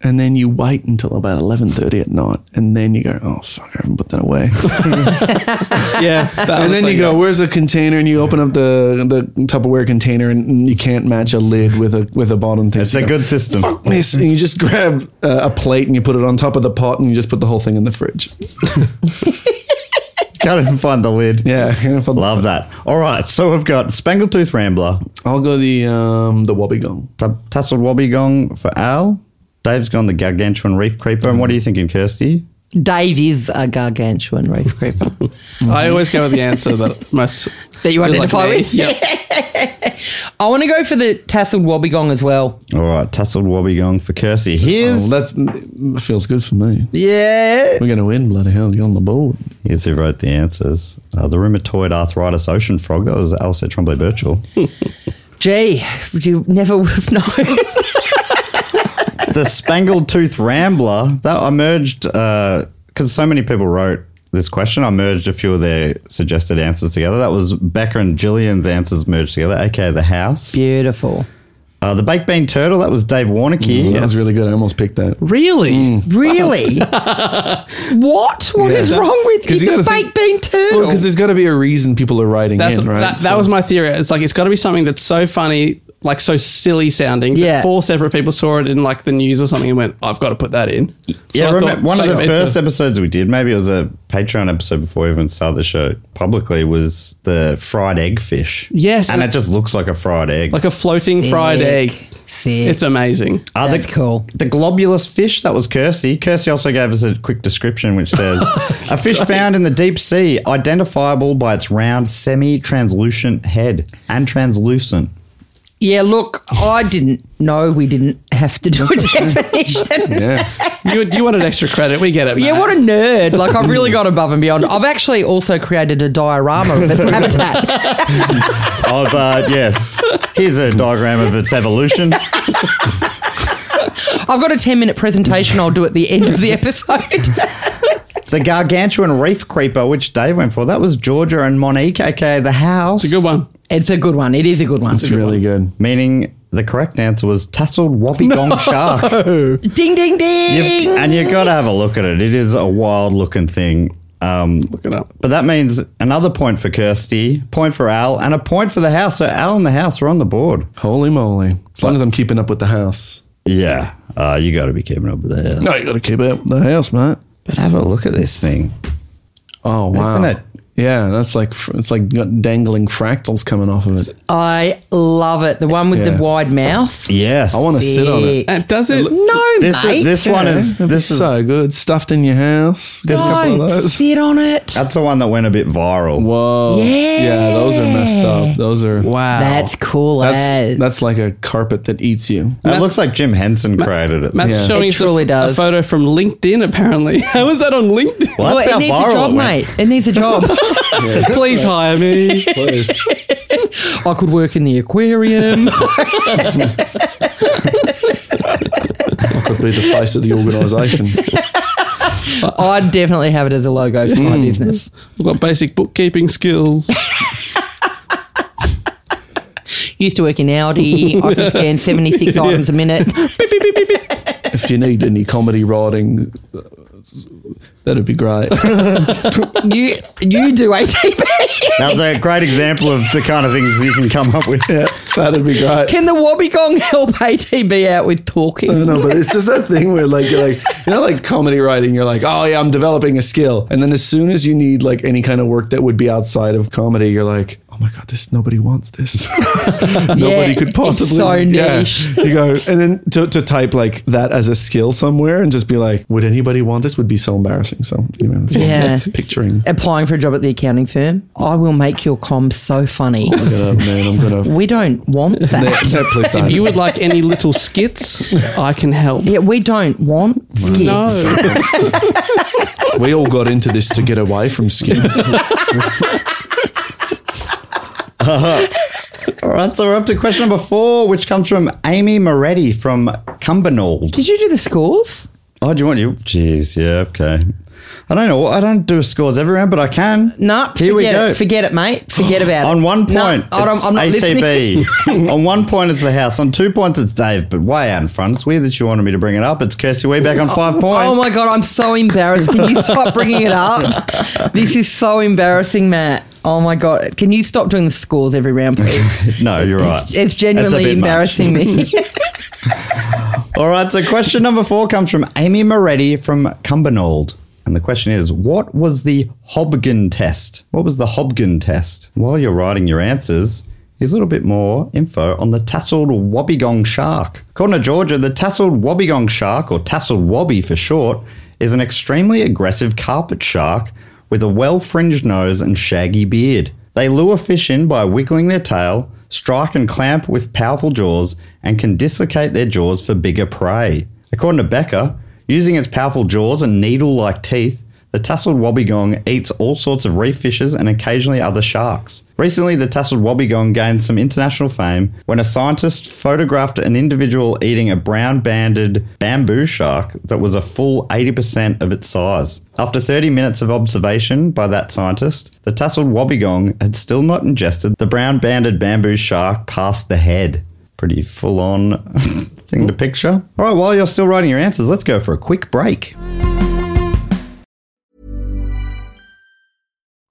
[SPEAKER 4] and then you wait until about eleven thirty at night, and then you go, "Oh fuck, I haven't put that away."
[SPEAKER 3] yeah, that
[SPEAKER 4] and
[SPEAKER 3] was
[SPEAKER 4] then
[SPEAKER 3] like-
[SPEAKER 4] you go, "Where's the container?" And you open up the the Tupperware container, and you can't match a lid with a with a bottom thing.
[SPEAKER 2] It's
[SPEAKER 4] So
[SPEAKER 2] a
[SPEAKER 4] you go,
[SPEAKER 2] good system.
[SPEAKER 4] "Fuck this," and you just grab uh, a plate and you put it on top of the pot, and you just put the whole thing in the fridge.
[SPEAKER 2] Got to find the lid.
[SPEAKER 4] Yeah, kind of
[SPEAKER 2] Love that. All right, so we've got Spangletooth Rambler,
[SPEAKER 4] I'll go the um the wobbegong.
[SPEAKER 2] t- Tussled Wobby Gong for Al. Dave's gone the Gargantuan Reef Creeper. And what are you thinking, Kirsty?
[SPEAKER 5] Dave is a gargantuan reef creeper.
[SPEAKER 3] I always go with the answer that most
[SPEAKER 5] That you
[SPEAKER 3] feels
[SPEAKER 5] identify
[SPEAKER 3] me.
[SPEAKER 5] with?
[SPEAKER 3] Yeah.
[SPEAKER 5] I want to go for the tasseled wobbegong as well.
[SPEAKER 2] All right, Tussled Wobby Gong for Kirsty.
[SPEAKER 4] Well,
[SPEAKER 2] Here's
[SPEAKER 4] that's feels good for me.
[SPEAKER 5] Yeah.
[SPEAKER 4] We're gonna win, bloody hell! You're on the board.
[SPEAKER 2] Here's who wrote the answers. Uh, the rheumatoid arthritis ocean frog. That was Alistair Trombley Birchall.
[SPEAKER 5] Gee, you never would have known.
[SPEAKER 2] the spangled tooth rambler. That I merged because so many people wrote this question. I merged a few of their suggested answers together. That was Becca and Gillian's answers merged together, aka the house.
[SPEAKER 5] Beautiful.
[SPEAKER 2] Uh, the baked bean turtle. That was Dave Warnicky.
[SPEAKER 4] Mm, That was really good. I almost picked that.
[SPEAKER 3] Really?
[SPEAKER 5] Mm, Really? what? What is wrong with you?
[SPEAKER 4] Because you
[SPEAKER 5] The
[SPEAKER 4] gotta think-
[SPEAKER 5] baked bean turtle.
[SPEAKER 4] Well, because there's got to be a reason people are writing
[SPEAKER 3] That's,
[SPEAKER 4] in, right?
[SPEAKER 3] that, that
[SPEAKER 4] So-
[SPEAKER 3] was my theory. It's like it's got to be something that's so funny, like so silly sounding. that
[SPEAKER 5] Yeah.
[SPEAKER 3] Four separate people saw it in like the news or something and went, "I've got to put that in." So
[SPEAKER 2] Yeah,
[SPEAKER 3] I
[SPEAKER 2] remem-
[SPEAKER 3] thought,
[SPEAKER 2] one of the
[SPEAKER 3] like,
[SPEAKER 2] first e-,
[SPEAKER 3] it's a-
[SPEAKER 2] episodes we did, maybe it was a Patreon episode before we even started the show publicly, was the fried egg fish.
[SPEAKER 3] Yes,
[SPEAKER 2] And
[SPEAKER 3] and-
[SPEAKER 2] it just looks like a fried egg.
[SPEAKER 3] like a floating fried egg.
[SPEAKER 5] Sick.
[SPEAKER 3] It's amazing.
[SPEAKER 2] Uh,
[SPEAKER 5] That's
[SPEAKER 2] the,
[SPEAKER 5] cool.
[SPEAKER 2] The globulous fish, that was Kirsty. Kirsty also gave us a quick description which says a fish found in the deep sea, identifiable by its round, semi translucent head and translucent.
[SPEAKER 5] yeah, look, I didn't know we didn't have to do a definition.
[SPEAKER 4] yeah.
[SPEAKER 3] You, you wanted extra credit. We get it.
[SPEAKER 5] Yeah,
[SPEAKER 3] Matt.
[SPEAKER 5] what a nerd. Like, I've really gone above and beyond. I've actually also created a diorama of its habitat.
[SPEAKER 2] Of, uh, yeah. Here's a diagram of its evolution.
[SPEAKER 5] I've got a 10 minute presentation I'll do at the end of the episode.
[SPEAKER 2] The gargantuan reef creeper, which Dave went for, that was Georgia and Monique, aka the house.
[SPEAKER 3] It's a good one.
[SPEAKER 5] it's a good one. It is a good one.
[SPEAKER 4] It's really good.
[SPEAKER 2] Meaning the correct answer was tasseled whoppy gong shark.
[SPEAKER 5] Ding, ding, ding.
[SPEAKER 2] You've- and you've got to have a look at it. It is a wild looking thing. Um, look
[SPEAKER 3] it up.
[SPEAKER 2] But that means another point for Kirsty, point for Al, and a point for the house. So Al and the house are on the board.
[SPEAKER 4] Holy moly. As long as I'm keeping up with the house.
[SPEAKER 2] Yeah. Uh, you got to be keeping up with the house.
[SPEAKER 4] No, you got to keep up with the house, mate.
[SPEAKER 2] But have a look at this thing.
[SPEAKER 4] Oh, wow.
[SPEAKER 2] Isn't it?
[SPEAKER 4] Yeah, that's like, fr- it's like got dangling fractals coming off of it.
[SPEAKER 5] I love it. The one with
[SPEAKER 4] Yeah.
[SPEAKER 5] the wide mouth.
[SPEAKER 2] Yes.
[SPEAKER 4] I want to sit on it.
[SPEAKER 3] And does it?
[SPEAKER 5] No,
[SPEAKER 2] This,
[SPEAKER 5] mate.
[SPEAKER 2] is, this one is.
[SPEAKER 4] It'd be
[SPEAKER 2] This is.
[SPEAKER 4] so good. Stuffed in your house. This
[SPEAKER 5] Don't sit on it.
[SPEAKER 2] That's the one that went a bit viral.
[SPEAKER 4] Whoa. Yeah, those are messed up. Those are.
[SPEAKER 3] Wow.
[SPEAKER 5] That's cool
[SPEAKER 4] That's,
[SPEAKER 5] as.
[SPEAKER 4] that's like a carpet that eats you.
[SPEAKER 2] It looks like Jim Henson created it.
[SPEAKER 3] Matt's
[SPEAKER 4] Yeah.
[SPEAKER 3] showing
[SPEAKER 5] It
[SPEAKER 3] us a,
[SPEAKER 5] truly
[SPEAKER 3] a
[SPEAKER 5] does.
[SPEAKER 3] photo from LinkedIn. Apparently, how is that on LinkedIn?
[SPEAKER 2] Well,
[SPEAKER 5] Well,
[SPEAKER 2] that's
[SPEAKER 5] it
[SPEAKER 2] how
[SPEAKER 5] needs a
[SPEAKER 2] viral
[SPEAKER 5] job,
[SPEAKER 2] it went.
[SPEAKER 5] mate. It needs a job.
[SPEAKER 3] Please hire me.
[SPEAKER 4] Please.
[SPEAKER 5] I could work in the aquarium.
[SPEAKER 4] I could be the face of the organisation.
[SPEAKER 5] I'd definitely have it as a logo for
[SPEAKER 2] Mm.
[SPEAKER 5] my business.
[SPEAKER 3] I've got basic bookkeeping skills.
[SPEAKER 5] Used to work in Audi. I can scan 76 items a minute.
[SPEAKER 4] if you need any comedy writing, uh, that'd be great.
[SPEAKER 5] You you do ATP.
[SPEAKER 2] That was a great example of the kind of things you can come up with.
[SPEAKER 4] yeah, that'd be great.
[SPEAKER 5] Can the Wobbegong help ATB out with talking?
[SPEAKER 4] No, but it's just that thing where like you're like you know like comedy writing, you're like, oh yeah, I'm developing a skill, and then as soon as you need like any kind of work that would be outside of comedy, you're like, oh my god, this nobody wants this. nobody
[SPEAKER 5] Yeah,
[SPEAKER 4] could
[SPEAKER 5] it's
[SPEAKER 4] possibly.
[SPEAKER 5] so
[SPEAKER 4] yeah.
[SPEAKER 5] niche.
[SPEAKER 4] You go and then to, to type like that as a skill somewhere and just be like, would anybody want this? Would be so embarrassing. So you know, it's all
[SPEAKER 5] Yeah.
[SPEAKER 4] picturing.
[SPEAKER 5] Applying for a job at the accounting firm. I will make your comms so funny.
[SPEAKER 4] I'm gonna, man, I'm gonna.
[SPEAKER 5] We don't want
[SPEAKER 4] No,
[SPEAKER 5] that.
[SPEAKER 4] no, please don't.
[SPEAKER 3] If you would like any little skits, I can help.
[SPEAKER 5] Yeah, we don't want skits.
[SPEAKER 4] we all got into this to get away from skins.
[SPEAKER 2] All right, so we're up to question number four, which comes from Amy Moretti from Cumbernauld.
[SPEAKER 5] Did you do the scores?
[SPEAKER 2] Oh, do you want you? Jeez, yeah, okay. I don't know. I don't do scores every round, but I can.
[SPEAKER 5] No,
[SPEAKER 2] here
[SPEAKER 5] forget
[SPEAKER 2] we go.
[SPEAKER 5] It. Forget it, mate. Forget about it.
[SPEAKER 2] On one
[SPEAKER 5] No,
[SPEAKER 2] point,
[SPEAKER 5] I don't-
[SPEAKER 2] it's
[SPEAKER 5] I'm not listening.
[SPEAKER 2] ATB. on one point, it's the house. On two points, it's Dave, but way out in front. It's weird that you wanted me to bring it up. It's Kirsty Wee back on five points.
[SPEAKER 5] Oh my god, I'm so embarrassed. Can you stop bringing it up? This is so embarrassing, Matt. Oh my god, can you stop doing the scores every round, please?
[SPEAKER 2] No, you're right.
[SPEAKER 5] It's
[SPEAKER 2] That's a
[SPEAKER 5] genuinely
[SPEAKER 2] bit much.
[SPEAKER 5] embarrassing me.
[SPEAKER 2] All right, so question number four comes from Amy Moretti from Cumbernauld. And the question is, what was the Hobgen test? What was the Hobgen test? While you're writing your answers, here's a little bit more info on the tasseled wobbegong shark. According to Georgia, the tasseled wobbegong shark, or tasseled wobby for short, is an extremely aggressive carpet shark with a well fringed nose and shaggy beard. They lure fish in by wiggling their tail, strike and clamp with powerful jaws, and can dislocate their jaws for bigger prey. According to Becker, using its powerful jaws and needle like teeth, the tasseled wobbegong eats all sorts of reef fishes and occasionally other sharks. Recently, the tasseled wobbegong gained some international fame when a scientist photographed an individual eating a brown banded bamboo shark that was a full 80% of its size. After 30 minutes of observation by that scientist, the tasseled wobbegong had still not ingested the brown banded bamboo shark past the head. Pretty full on thing to picture. All right, while you're still writing your answers, let's go for a quick break.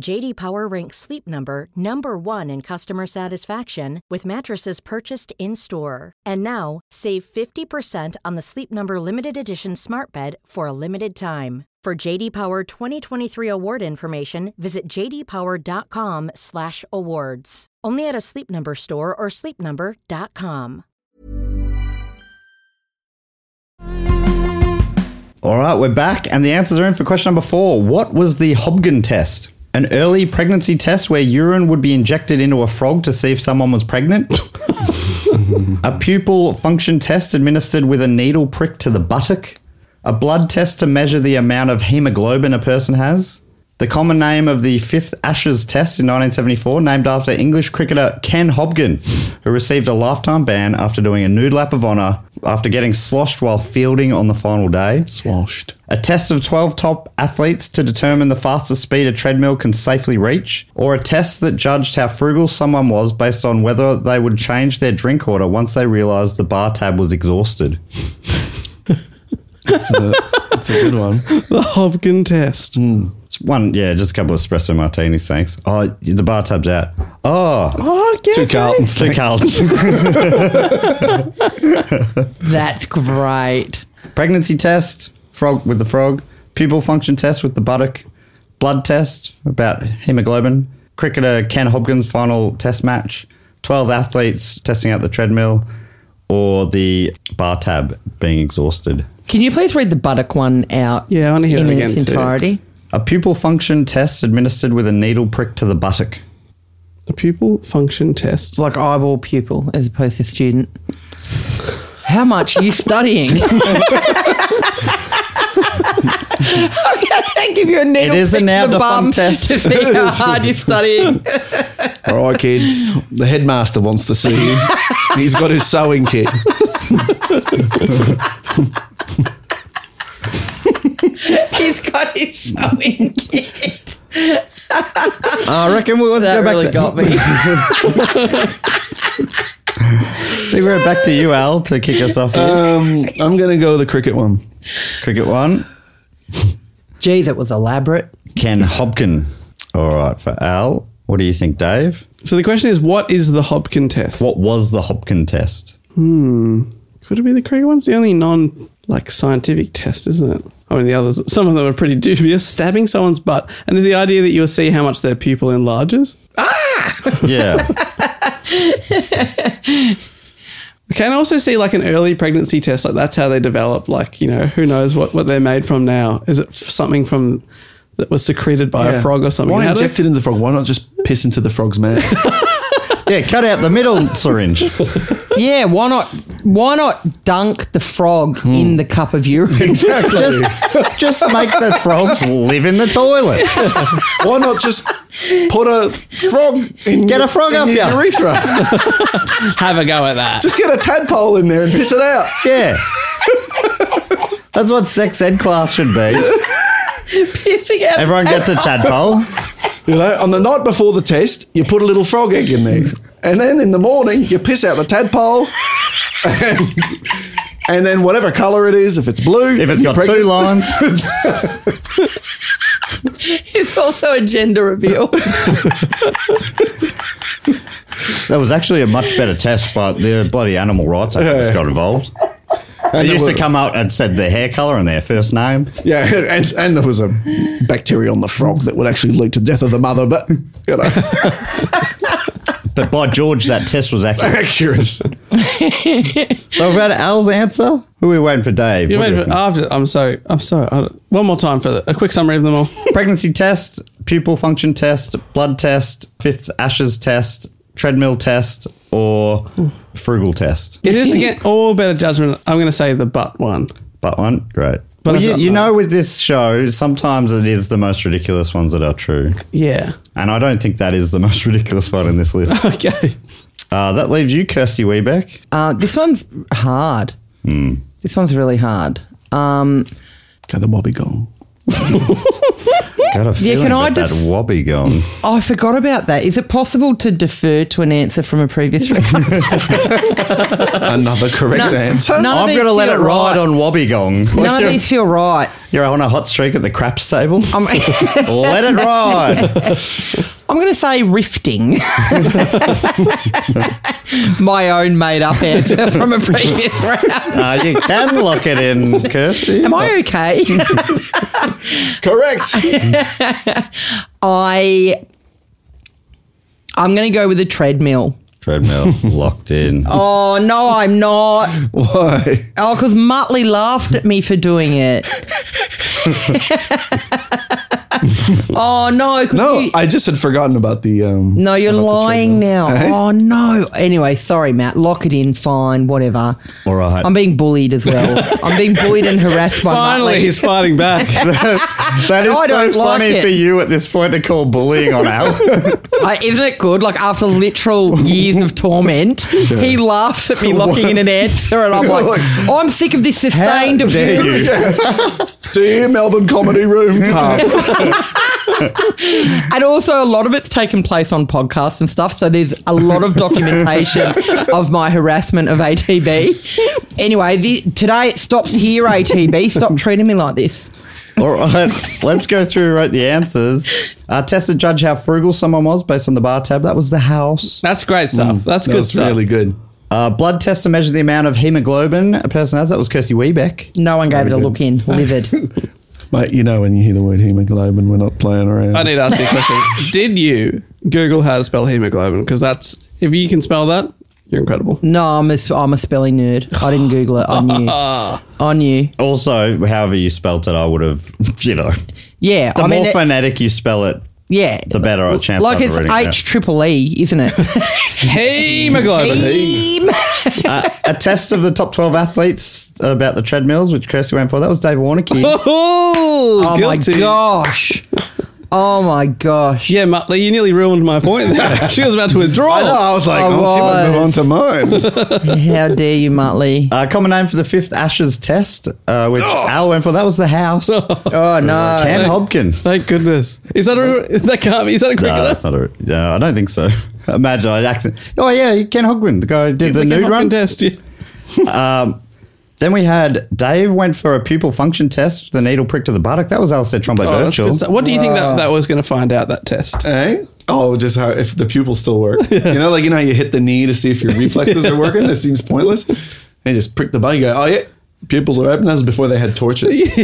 [SPEAKER 6] JD Power ranks Sleep Number number 1 in customer satisfaction with mattresses purchased in-store. And now, save 50% on the Sleep Number limited edition Smart Bed for a limited time. For JD Power 2023 award information, visit jdpower.com/awards. Only at a Sleep Number store or sleepnumber.com.
[SPEAKER 2] All right, we're back, and the answers are in for question number four. What was the Hobgen test? An early pregnancy test where urine would be injected into a frog to see if someone was pregnant. a pupil function test administered with a needle prick to the buttock. A blood test to measure the amount of hemoglobin a person has. The common name of the fifth Ashes Test in 1974, named after English cricketer Ken Hobgen, who received a lifetime ban after doing a nude lap of honour after getting sloshed while fielding on the final day.
[SPEAKER 4] Swashed.
[SPEAKER 2] A test of 12 top athletes to determine the fastest speed a treadmill can safely reach, or a test that judged how frugal someone was based on whether they would change their drink order once they realized the bar tab was exhausted.
[SPEAKER 4] That's a, that's a good one. Hmm,
[SPEAKER 3] The Hobkin test.
[SPEAKER 2] It's one, yeah, just a couple of espresso martinis, thanks. Oh, the bar tab's out. Oh,
[SPEAKER 3] Oh, yeah,
[SPEAKER 4] Two Carltons.
[SPEAKER 2] it's too cold.
[SPEAKER 5] That's great.
[SPEAKER 2] Pregnancy test, frog with the frog, pupil function test with the buttock, blood test about hemoglobin, cricketer Ken Hopkins' final test match, 12 athletes testing out the treadmill, or the bar tab being exhausted.
[SPEAKER 5] Can you please read the buttock one out?
[SPEAKER 3] Yeah, I wanna hear
[SPEAKER 5] in
[SPEAKER 3] it
[SPEAKER 5] its
[SPEAKER 3] again too.
[SPEAKER 5] entirety.
[SPEAKER 2] A pupil function test administered with a needle prick to the buttock.
[SPEAKER 3] A pupil function test.
[SPEAKER 5] Like eyeball pupil as opposed to student. How much are you studying? I'm gonna give you a needle.
[SPEAKER 2] is a
[SPEAKER 5] prick to
[SPEAKER 2] now
[SPEAKER 5] the
[SPEAKER 2] defunct
[SPEAKER 5] bum
[SPEAKER 2] test.
[SPEAKER 5] to see how hard you're studying.
[SPEAKER 4] All right, kids. The headmaster wants to see you. He's got his sewing kit.
[SPEAKER 5] He's got his sewing kit.
[SPEAKER 2] I reckon we'll let's go
[SPEAKER 5] That
[SPEAKER 2] back
[SPEAKER 5] really
[SPEAKER 2] to
[SPEAKER 5] got me.
[SPEAKER 2] I think we're back to you, Al, to kick us off. here.
[SPEAKER 4] Um, I'm going to go the cricket one.
[SPEAKER 2] Cricket one.
[SPEAKER 5] Geez, it was elaborate.
[SPEAKER 2] Ken Hobkin. All right, for Al. What do you think, Dave?
[SPEAKER 3] So the question is, what is the Hopkin test?
[SPEAKER 2] What was the Hopkin test?
[SPEAKER 3] Could it be the cricket one? It's the only non like scientific test, isn't it? I mean, the others, some of them are pretty dubious. Stabbing someone's butt, and is the idea that you'll see how much their pupil enlarges.
[SPEAKER 2] Yeah.
[SPEAKER 3] Can I also see like an early pregnancy test? Like that's how they develop. Like you know, who knows what what they're made from now? Is it f- something from that was secreted by a frog or something?
[SPEAKER 4] Why
[SPEAKER 3] How do-
[SPEAKER 4] inject it into the frog? Why not just piss into the frog's mouth?
[SPEAKER 2] yeah, cut out the middle syringe.
[SPEAKER 5] Yeah, why not? Why not dunk the frog
[SPEAKER 2] Hmm.
[SPEAKER 5] in the cup of urine?
[SPEAKER 2] Exactly. just, just make the frogs live in the toilet.
[SPEAKER 4] Why not just put a frog in
[SPEAKER 2] Get
[SPEAKER 4] your-
[SPEAKER 2] a frog
[SPEAKER 4] in
[SPEAKER 2] up
[SPEAKER 4] your
[SPEAKER 2] here.
[SPEAKER 4] urethra?
[SPEAKER 3] have a go at that.
[SPEAKER 4] just get a tadpole in there and piss it out.
[SPEAKER 2] Yeah. That's what sex ed class should be.
[SPEAKER 5] Pissing out.
[SPEAKER 2] Everyone gets a tadpole.
[SPEAKER 4] You know, on the night before the test, you put a little frog egg in there. And then in the morning, you piss out the tadpole. And, and then whatever color it is, if it's blue,
[SPEAKER 2] If it's got two lines,
[SPEAKER 5] It's also a gender reveal.
[SPEAKER 2] that was actually a much better test, but the bloody animal rights activists got involved. They used to come out and said their hair color and their first name.
[SPEAKER 4] Yeah, and, and there was a bacteria on the frog that would actually lead to death of the mother, but you know,
[SPEAKER 2] But by George, that test was accurate.
[SPEAKER 4] accurate.
[SPEAKER 2] So Oh, we've had Al's answer. Who are we waiting for, Dave?
[SPEAKER 3] You
[SPEAKER 2] What do
[SPEAKER 3] made
[SPEAKER 2] you
[SPEAKER 3] for,
[SPEAKER 2] reckon?
[SPEAKER 3] after, I'm sorry. I'm sorry. I don't- one more time for the, a quick summary of them all.
[SPEAKER 2] Pregnancy test, pupil function test, blood test, fifth ashes test, treadmill test, or frugal test.
[SPEAKER 3] It is again all better judgment. I'm going to say the butt one.
[SPEAKER 2] But one, great.
[SPEAKER 3] But
[SPEAKER 2] well,
[SPEAKER 3] I've
[SPEAKER 2] you,
[SPEAKER 3] got
[SPEAKER 2] you
[SPEAKER 3] that.
[SPEAKER 2] know, with this show, sometimes it is the most ridiculous ones that are true.
[SPEAKER 3] Yeah.
[SPEAKER 2] And I don't think that is the most ridiculous one in this list.
[SPEAKER 3] Okay.
[SPEAKER 2] Uh, that leaves you, Kirsty Wiebeck.
[SPEAKER 5] Uh, this one's hard. This one's really hard. Um,
[SPEAKER 4] Go the wobby gong.
[SPEAKER 2] Got a feeling
[SPEAKER 5] can I
[SPEAKER 2] about that
[SPEAKER 5] def-
[SPEAKER 2] wobby gone.
[SPEAKER 5] oh, I forgot about that. Is it possible to defer to an answer from a previous round?
[SPEAKER 4] Another correct answer.
[SPEAKER 5] none of
[SPEAKER 2] I'm
[SPEAKER 5] these
[SPEAKER 2] going to let it
[SPEAKER 5] feel
[SPEAKER 2] ride
[SPEAKER 5] right.
[SPEAKER 2] on wobby gong.
[SPEAKER 5] None of these feel right.
[SPEAKER 2] You're on a hot streak at the craps table.
[SPEAKER 5] I'm,
[SPEAKER 2] let it ride.
[SPEAKER 5] I'm going to say rifting. My own made up answer from a previous round.
[SPEAKER 2] Uh, you can lock it in, Kirsty.
[SPEAKER 5] Am I okay?
[SPEAKER 4] Correct.
[SPEAKER 5] I I'm going to go with a treadmill.
[SPEAKER 2] Treadmill locked in.
[SPEAKER 5] Oh no, I'm not.
[SPEAKER 4] Why?
[SPEAKER 5] Oh, because Muttley laughed at me for doing it. oh no, 'cause
[SPEAKER 4] No,
[SPEAKER 5] you-
[SPEAKER 4] I just had forgotten about the. Um,
[SPEAKER 5] no, you're
[SPEAKER 4] about the
[SPEAKER 5] lying
[SPEAKER 4] treadmill.
[SPEAKER 5] now.
[SPEAKER 4] Eh?
[SPEAKER 5] Oh no. Anyway, sorry, Matt. Lock it in. Fine, whatever.
[SPEAKER 2] All right.
[SPEAKER 5] I'm being bullied as well. I'm being bullied and harassed by
[SPEAKER 3] Finally,
[SPEAKER 5] Muttley.
[SPEAKER 3] he's fighting back.
[SPEAKER 2] that is
[SPEAKER 5] I
[SPEAKER 2] so
[SPEAKER 5] don't like
[SPEAKER 2] funny
[SPEAKER 5] it.
[SPEAKER 2] for you at this point to call bullying on Al.
[SPEAKER 5] I, isn't it good? Like after literal years of torment, he laughs at me locking in an answer, and I'm like, oh, I'm sick of this sustained
[SPEAKER 2] dare
[SPEAKER 5] abuse.
[SPEAKER 2] you?
[SPEAKER 4] Dear Melbourne Comedy Room. Club.
[SPEAKER 5] And also, a lot of it's taken place on podcasts and stuff. So there's a lot of documentation of my harassment of ATB. Anyway, the, today it stops here, ATB. Stop treating me like this.
[SPEAKER 2] All right, let's go through right the answers. Uh, test to judge how frugal someone was based on the bar tab. That was the house.
[SPEAKER 3] That's great stuff. That's
[SPEAKER 4] That
[SPEAKER 3] good
[SPEAKER 4] was
[SPEAKER 3] stuff.
[SPEAKER 4] Mm, really good.
[SPEAKER 2] Uh, blood test to measure the amount of hemoglobin a person has. That was Kirsty Wiebeck.
[SPEAKER 5] No one gave it a look in. Livid.
[SPEAKER 4] Mate, you know when you hear the word hemoglobin, we're not playing around.
[SPEAKER 3] I need to ask you a question. Did you Google how to spell hemoglobin? Because that's if you can spell that, you're incredible.
[SPEAKER 5] No, I'm a, I'm a spelling nerd. I didn't Google it. I knew. I knew.
[SPEAKER 2] Also, however you spelt it, I would have, you know,
[SPEAKER 5] Yeah.
[SPEAKER 2] the
[SPEAKER 5] I
[SPEAKER 2] more
[SPEAKER 5] mean, it-
[SPEAKER 2] phonetic you spell it,
[SPEAKER 5] Yeah.
[SPEAKER 2] the better a chance.
[SPEAKER 5] like
[SPEAKER 2] I've
[SPEAKER 5] it's
[SPEAKER 2] of reading
[SPEAKER 5] H
[SPEAKER 2] it.
[SPEAKER 5] triple E, isn't it?
[SPEAKER 3] Hemoglobin.
[SPEAKER 5] Beam.
[SPEAKER 2] A test of the top twelve athletes about the treadmills, which Kirsty went for. That was Dave Warnicky.
[SPEAKER 3] Oh,
[SPEAKER 5] Oh
[SPEAKER 3] guilty.
[SPEAKER 5] my gosh. Oh my gosh.
[SPEAKER 3] Yeah, Muttley, you nearly ruined my point there. she was about to
[SPEAKER 4] I know.
[SPEAKER 3] withdraw.
[SPEAKER 4] I was like,
[SPEAKER 5] I
[SPEAKER 4] oh, she might move on
[SPEAKER 5] was.
[SPEAKER 4] to mine.
[SPEAKER 5] How dare you, Muttley?
[SPEAKER 2] Uh, common name for the fifth Ashes test, uh, which Al went for. That was the house.
[SPEAKER 5] Oh no.
[SPEAKER 2] Cam Hobkin.
[SPEAKER 3] Thank goodness. Is that a that can't be, is that a
[SPEAKER 2] No,
[SPEAKER 3] cricketer?
[SPEAKER 2] that's not a. Yeah, I don't think so. Imagine I accent. Oh yeah, Ken Hogman, the guy who did the,
[SPEAKER 3] Like a
[SPEAKER 2] nude
[SPEAKER 3] fucking
[SPEAKER 2] run. Um,
[SPEAKER 3] test. Yeah.
[SPEAKER 2] Then we had Dave went for a pupil function test, the needle prick to the buttock. That was Alistair Trombley
[SPEAKER 3] Oh, that's
[SPEAKER 2] Birchall.
[SPEAKER 3] good stuff. what do you think that, that was going to find out that test?
[SPEAKER 4] Eh? Oh, just how if the pupils still work. You know, like you know how you hit the knee to see if your reflexes are working. This seems pointless. And you just prick the button. You go, oh yeah, pupils are open. That was before they had torches.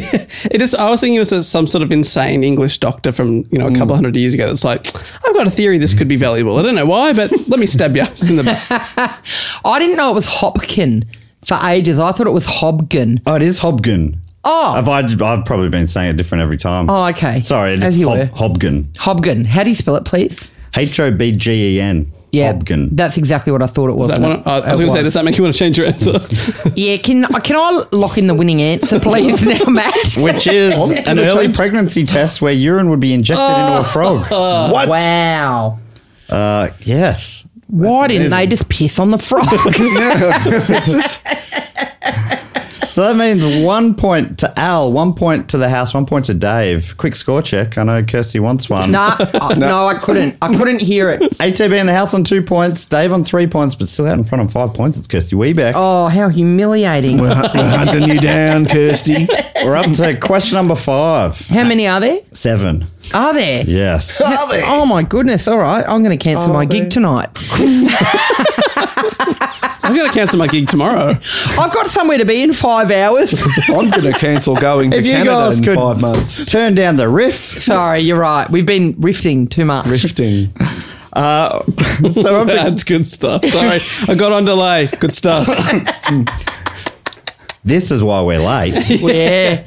[SPEAKER 3] It is. I was thinking it was a, some sort of insane English doctor from you know a
[SPEAKER 4] Mm.
[SPEAKER 3] couple hundred years ago. That's like, I've got a theory this could be valuable. I don't know why, but let me stab you in the back.
[SPEAKER 5] I didn't know it was Hopkin for ages. I thought it was Hobkin.
[SPEAKER 2] oh, it is Hobkin.
[SPEAKER 5] Oh.
[SPEAKER 2] I've, I'd- I've probably been saying it different every time.
[SPEAKER 5] Oh, okay.
[SPEAKER 2] Sorry, it
[SPEAKER 5] As
[SPEAKER 2] is
[SPEAKER 5] you
[SPEAKER 2] Hob- Hobgen.
[SPEAKER 5] Hobkin. How do you spell it, please?
[SPEAKER 2] H O B G E N.
[SPEAKER 5] Yeah,
[SPEAKER 2] Hobgen.
[SPEAKER 5] that's exactly what I thought it was.
[SPEAKER 3] That
[SPEAKER 5] wasn't
[SPEAKER 3] one,
[SPEAKER 5] it?
[SPEAKER 3] I, I was
[SPEAKER 5] It
[SPEAKER 3] going to say,
[SPEAKER 5] was.
[SPEAKER 3] does that make you want to change your answer?
[SPEAKER 5] Yeah, can can I lock in the winning answer, please, now, Matt?
[SPEAKER 2] which is an early pregnancy test where urine would be injected into
[SPEAKER 5] Oh.
[SPEAKER 2] a frog.
[SPEAKER 4] What?
[SPEAKER 5] Wow.
[SPEAKER 2] Uh, yes.
[SPEAKER 5] Why didn't they just piss on the frog?
[SPEAKER 2] So that means one point to Al, one point to the house, one point to Dave. Quick score check. I know Kirsty wants one.
[SPEAKER 5] nah, I- no, I couldn't. I couldn't hear it.
[SPEAKER 2] ATB in the house on two points, Dave on three points, but still out in front on five points. It's Kirsty Weebeck.
[SPEAKER 5] Oh, how humiliating.
[SPEAKER 4] We're hu- we're hunting you down, Kirsty.
[SPEAKER 2] We're up to question number five.
[SPEAKER 5] How many are there?
[SPEAKER 2] Seven.
[SPEAKER 5] Are there?
[SPEAKER 2] Yes.
[SPEAKER 5] Oh my goodness! All right, I'm going to cancel
[SPEAKER 3] Oh,
[SPEAKER 5] my gig tonight.
[SPEAKER 3] I'm going to cancel my gig tomorrow.
[SPEAKER 5] I've got somewhere to be in five hours.
[SPEAKER 4] I'm gonna cancel going to
[SPEAKER 2] If you
[SPEAKER 4] Canada
[SPEAKER 2] guys
[SPEAKER 4] in
[SPEAKER 2] could
[SPEAKER 4] five months.
[SPEAKER 2] turn down the riff.
[SPEAKER 5] Sorry, you're right. We've been rifting too much.
[SPEAKER 4] Drifting.
[SPEAKER 2] Uh, so we're up to-
[SPEAKER 3] That's good stuff. Sorry, I got on delay. Good stuff.
[SPEAKER 2] this is why we're late.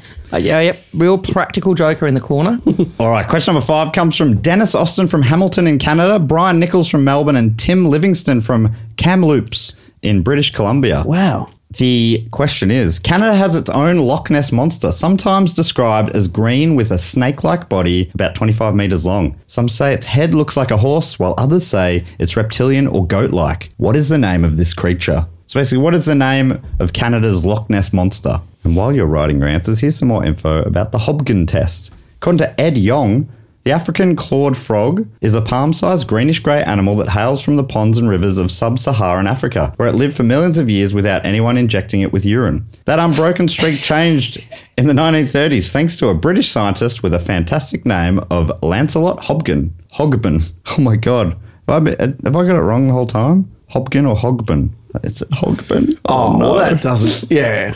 [SPEAKER 5] Yeah. Uh, yeah, yep. Real practical joker in the corner.
[SPEAKER 2] All right. Question number five comes from Dennis Austin from Hamilton in Canada, Brian Nichols from Melbourne, and Tim Livingston from Kamloops in British Columbia.
[SPEAKER 3] Wow.
[SPEAKER 2] The question is Canada has its own Loch Ness monster, sometimes described as green with a snake like body about 25 metres long. Some say its head looks like a horse, while others say it's reptilian or goat like. What is the name of this creature? So, basically, what is the name of Canada's Loch Ness monster? And while you're writing your answers, here's some more info about the Hobgen test. According to Ed Yong, the African clawed frog is a palm sized greenish grey animal that hails from the ponds and rivers of sub Saharan Africa, where it lived for millions of years without anyone injecting it with urine. That unbroken streak changed in the 1930s thanks to a British scientist with a fantastic name of Lancelot Hobgen. Hogben. Oh my God. Have I, been, have I got it wrong the whole time? Hobgen or Hogben? It's Hogben.
[SPEAKER 4] Oh, no, that doesn't. Yeah.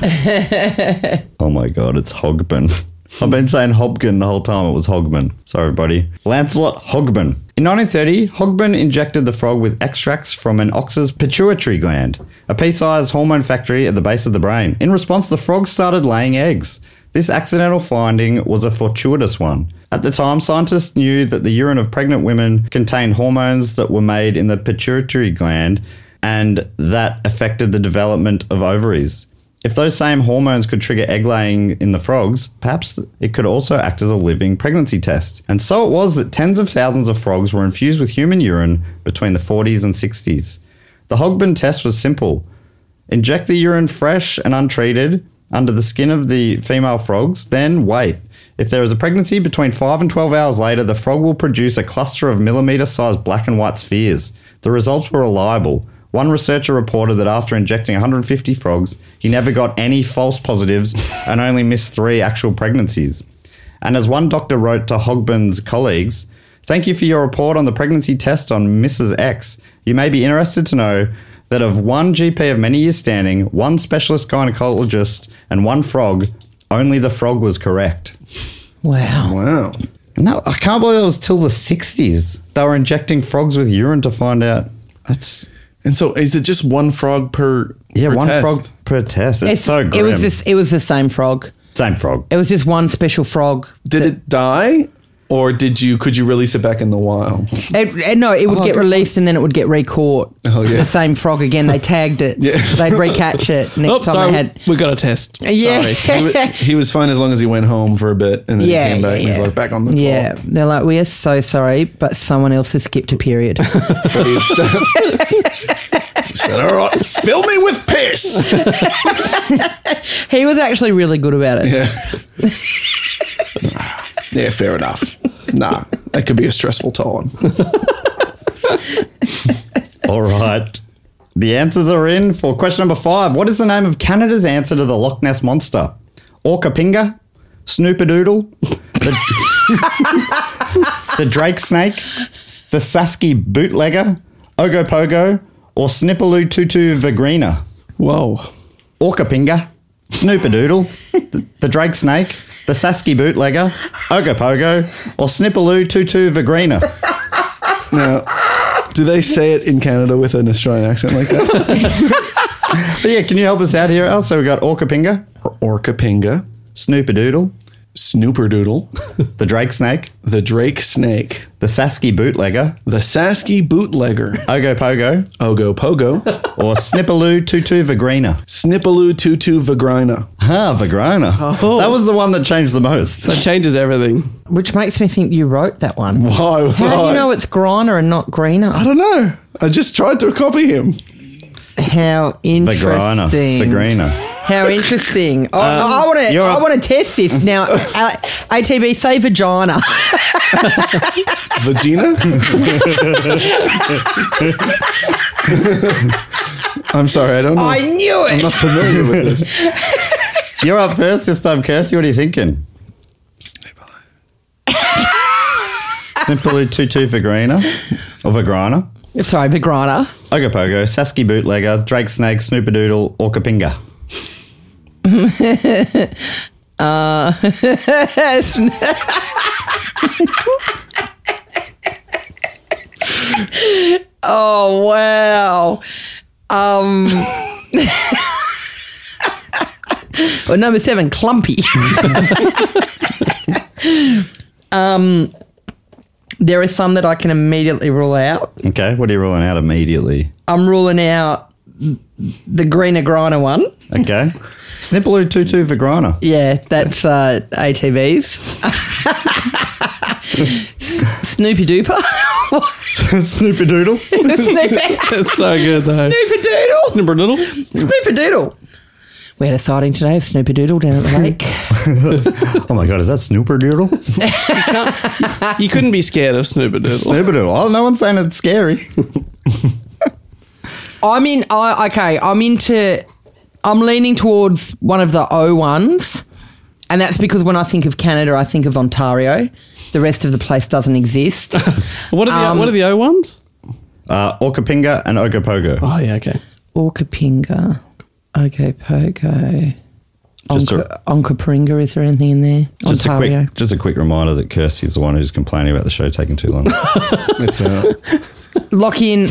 [SPEAKER 2] Oh my god, it's Hogben. I've been saying Hobgen the whole time. It was Hogman. Sorry, everybody. Lancelot Hogben. In 1930, Hogben injected the frog with extracts from an ox's pituitary gland, a pea-sized hormone factory at the base of the brain. In response, the frog started laying eggs. This accidental finding was a fortuitous one. At the time, scientists knew that the urine of pregnant women contained hormones that were made in the pituitary gland and that affected the development of ovaries. If those same hormones could trigger egg laying in the frogs, perhaps it could also act as a living pregnancy test. And so it was that tens of thousands of frogs were infused with human urine between the 40s and 60s. The Hogben test was simple inject the urine fresh and untreated under the skin of the female frogs, then wait. If there is a pregnancy between 5 and 12 hours later, the frog will produce a cluster of millimeter sized black and white spheres. The results were reliable. One researcher reported that after injecting 150 frogs, he never got any false positives and only missed three actual pregnancies. And as one doctor wrote to Hogben's colleagues, thank you for your report on the pregnancy test on Mrs. X. You may be interested to know that of one GP of many years standing, one specialist gynecologist, and one frog, only the frog was correct.
[SPEAKER 5] Wow.
[SPEAKER 4] Wow.
[SPEAKER 2] No, I can't believe it was till the 60s. They were injecting frogs with urine to find out. That's,
[SPEAKER 4] And so, is it just one frog per?
[SPEAKER 2] yeah,
[SPEAKER 4] per
[SPEAKER 2] one
[SPEAKER 4] test?
[SPEAKER 2] frog per test. It's, so grim.
[SPEAKER 5] It was this. It was the same frog.
[SPEAKER 2] Same frog.
[SPEAKER 5] It was just one special frog.
[SPEAKER 4] Did it die? or did you? Could you release it back in the wild?
[SPEAKER 5] It, it- no, it would get released and then it would get re-caught.
[SPEAKER 4] Oh, yeah.
[SPEAKER 5] The same frog again. They tagged it.
[SPEAKER 4] Yeah.
[SPEAKER 5] They'd recatch it next
[SPEAKER 3] Oh,
[SPEAKER 5] time
[SPEAKER 3] sorry,
[SPEAKER 5] they had.
[SPEAKER 3] we got a test.
[SPEAKER 5] Yeah.
[SPEAKER 4] He, wa- he was fine as long as he went home for a bit, and then
[SPEAKER 5] Yeah,
[SPEAKER 4] he came back
[SPEAKER 5] yeah,
[SPEAKER 4] and he's
[SPEAKER 5] yeah.
[SPEAKER 4] like back on the
[SPEAKER 5] Yeah,
[SPEAKER 4] call.
[SPEAKER 5] they're like, we are so sorry, but someone else has skipped a period.
[SPEAKER 4] But he had- he said, "All right, fill me with piss."
[SPEAKER 5] he was actually really good about it.
[SPEAKER 4] Yeah. yeah, fair enough. Nah, that could be a stressful time.
[SPEAKER 2] All right. The answers are in for question number five. What is the name of Canada's answer to the Loch Ness Monster? Orcapinga? Snoopadoodle? The, the Drake Snake? The Sasky Bootlegger? Ogopogo? Or Snippaloo Tutu Vagrina?
[SPEAKER 4] Whoa.
[SPEAKER 2] Orcapinga? Snoopadoodle? the, the Drake Snake? The Sasky Bootlegger? Ogopogo? Or Snippaloo Tutu Vagrina?
[SPEAKER 4] Now, do they say it in Canada with an Australian accent like that?
[SPEAKER 2] But yeah, can you help us out here, Al? So we got Orcapinga?
[SPEAKER 4] Orcapinga,
[SPEAKER 2] Snoopadoodle?
[SPEAKER 4] Snooperdoodle,
[SPEAKER 2] The Drake Snake?
[SPEAKER 4] the Drake Snake,
[SPEAKER 2] the Sasky bootlegger,
[SPEAKER 4] the Sasky Bootlegger,
[SPEAKER 2] Ogopogo,
[SPEAKER 4] Ogopogo,
[SPEAKER 2] or Snippaloo Tutu Vagrina.
[SPEAKER 4] Snippaloo Tutu Oh. Vagrina.
[SPEAKER 2] Ah, Vagrina. That was the one that changed the most.
[SPEAKER 3] That changes everything.
[SPEAKER 5] Which makes me think you wrote that one.
[SPEAKER 4] Why?
[SPEAKER 5] How do
[SPEAKER 4] why?
[SPEAKER 5] you know it's Griner and not Greener?
[SPEAKER 4] I don't know. I just tried to copy him.
[SPEAKER 5] How interesting.
[SPEAKER 2] Vagrina. Vagrina.
[SPEAKER 5] How interesting. Oh, I want to
[SPEAKER 2] you're
[SPEAKER 5] I
[SPEAKER 2] up.
[SPEAKER 5] want to test this now. Uh, ATB, say vagina.
[SPEAKER 4] Vagina? I'm sorry, I don't know.
[SPEAKER 5] I knew it.
[SPEAKER 4] familiar with this.
[SPEAKER 2] You're up first this time, Kirsty. What are you thinking? Snippaloo Tutu Vagrina, or Vagrina,
[SPEAKER 5] Sorry, Vagrana.
[SPEAKER 2] Ogopogo, Sasky bootlegger, Drake Snake, Snoopadoodle, Orcapinga.
[SPEAKER 5] Oh wow. Um Well, number seven, clumpy. um, Um, there are some that I can immediately rule out.
[SPEAKER 2] Okay, what are you ruling out immediately?
[SPEAKER 5] I'm ruling out the greener griner one.
[SPEAKER 2] Okay, Snippaloo Tutu Vagrina.
[SPEAKER 5] Yeah, that's uh, ATVs. S- Snoopy Dooper.
[SPEAKER 2] Snoopadoodle.
[SPEAKER 5] Snoopy
[SPEAKER 3] It's so good though.
[SPEAKER 5] Snoopy Doodle.
[SPEAKER 3] Number little.
[SPEAKER 5] Snoopy Doodle. We had a sighting today of Snoopy Doodle down at the lake.
[SPEAKER 2] Oh my god, is that Snoopadoodle?
[SPEAKER 3] You couldn't be scared of Snoopadoodle.
[SPEAKER 2] Snoopy-doodle. Oh, no one's saying it's scary.
[SPEAKER 5] I'm in. I okay. I'm into. I'm leaning towards one of the O ones, and that's because when I think of Canada, I think of Ontario. The rest of the place doesn't exist.
[SPEAKER 3] What are the
[SPEAKER 5] Um,
[SPEAKER 3] what are the O ones?
[SPEAKER 2] Uh, Orcapinga and Ogopogo.
[SPEAKER 3] Oh yeah, okay.
[SPEAKER 5] Orcapinga, Ogopogo,
[SPEAKER 2] Just a-
[SPEAKER 5] Onca- Oncaparinga. Is there anything in there?
[SPEAKER 2] just a
[SPEAKER 5] Ontario.
[SPEAKER 2] quick, just a quick reminder that Kirsty's the one who's complaining about the show taking too long.
[SPEAKER 4] It's uh,
[SPEAKER 5] Lock in.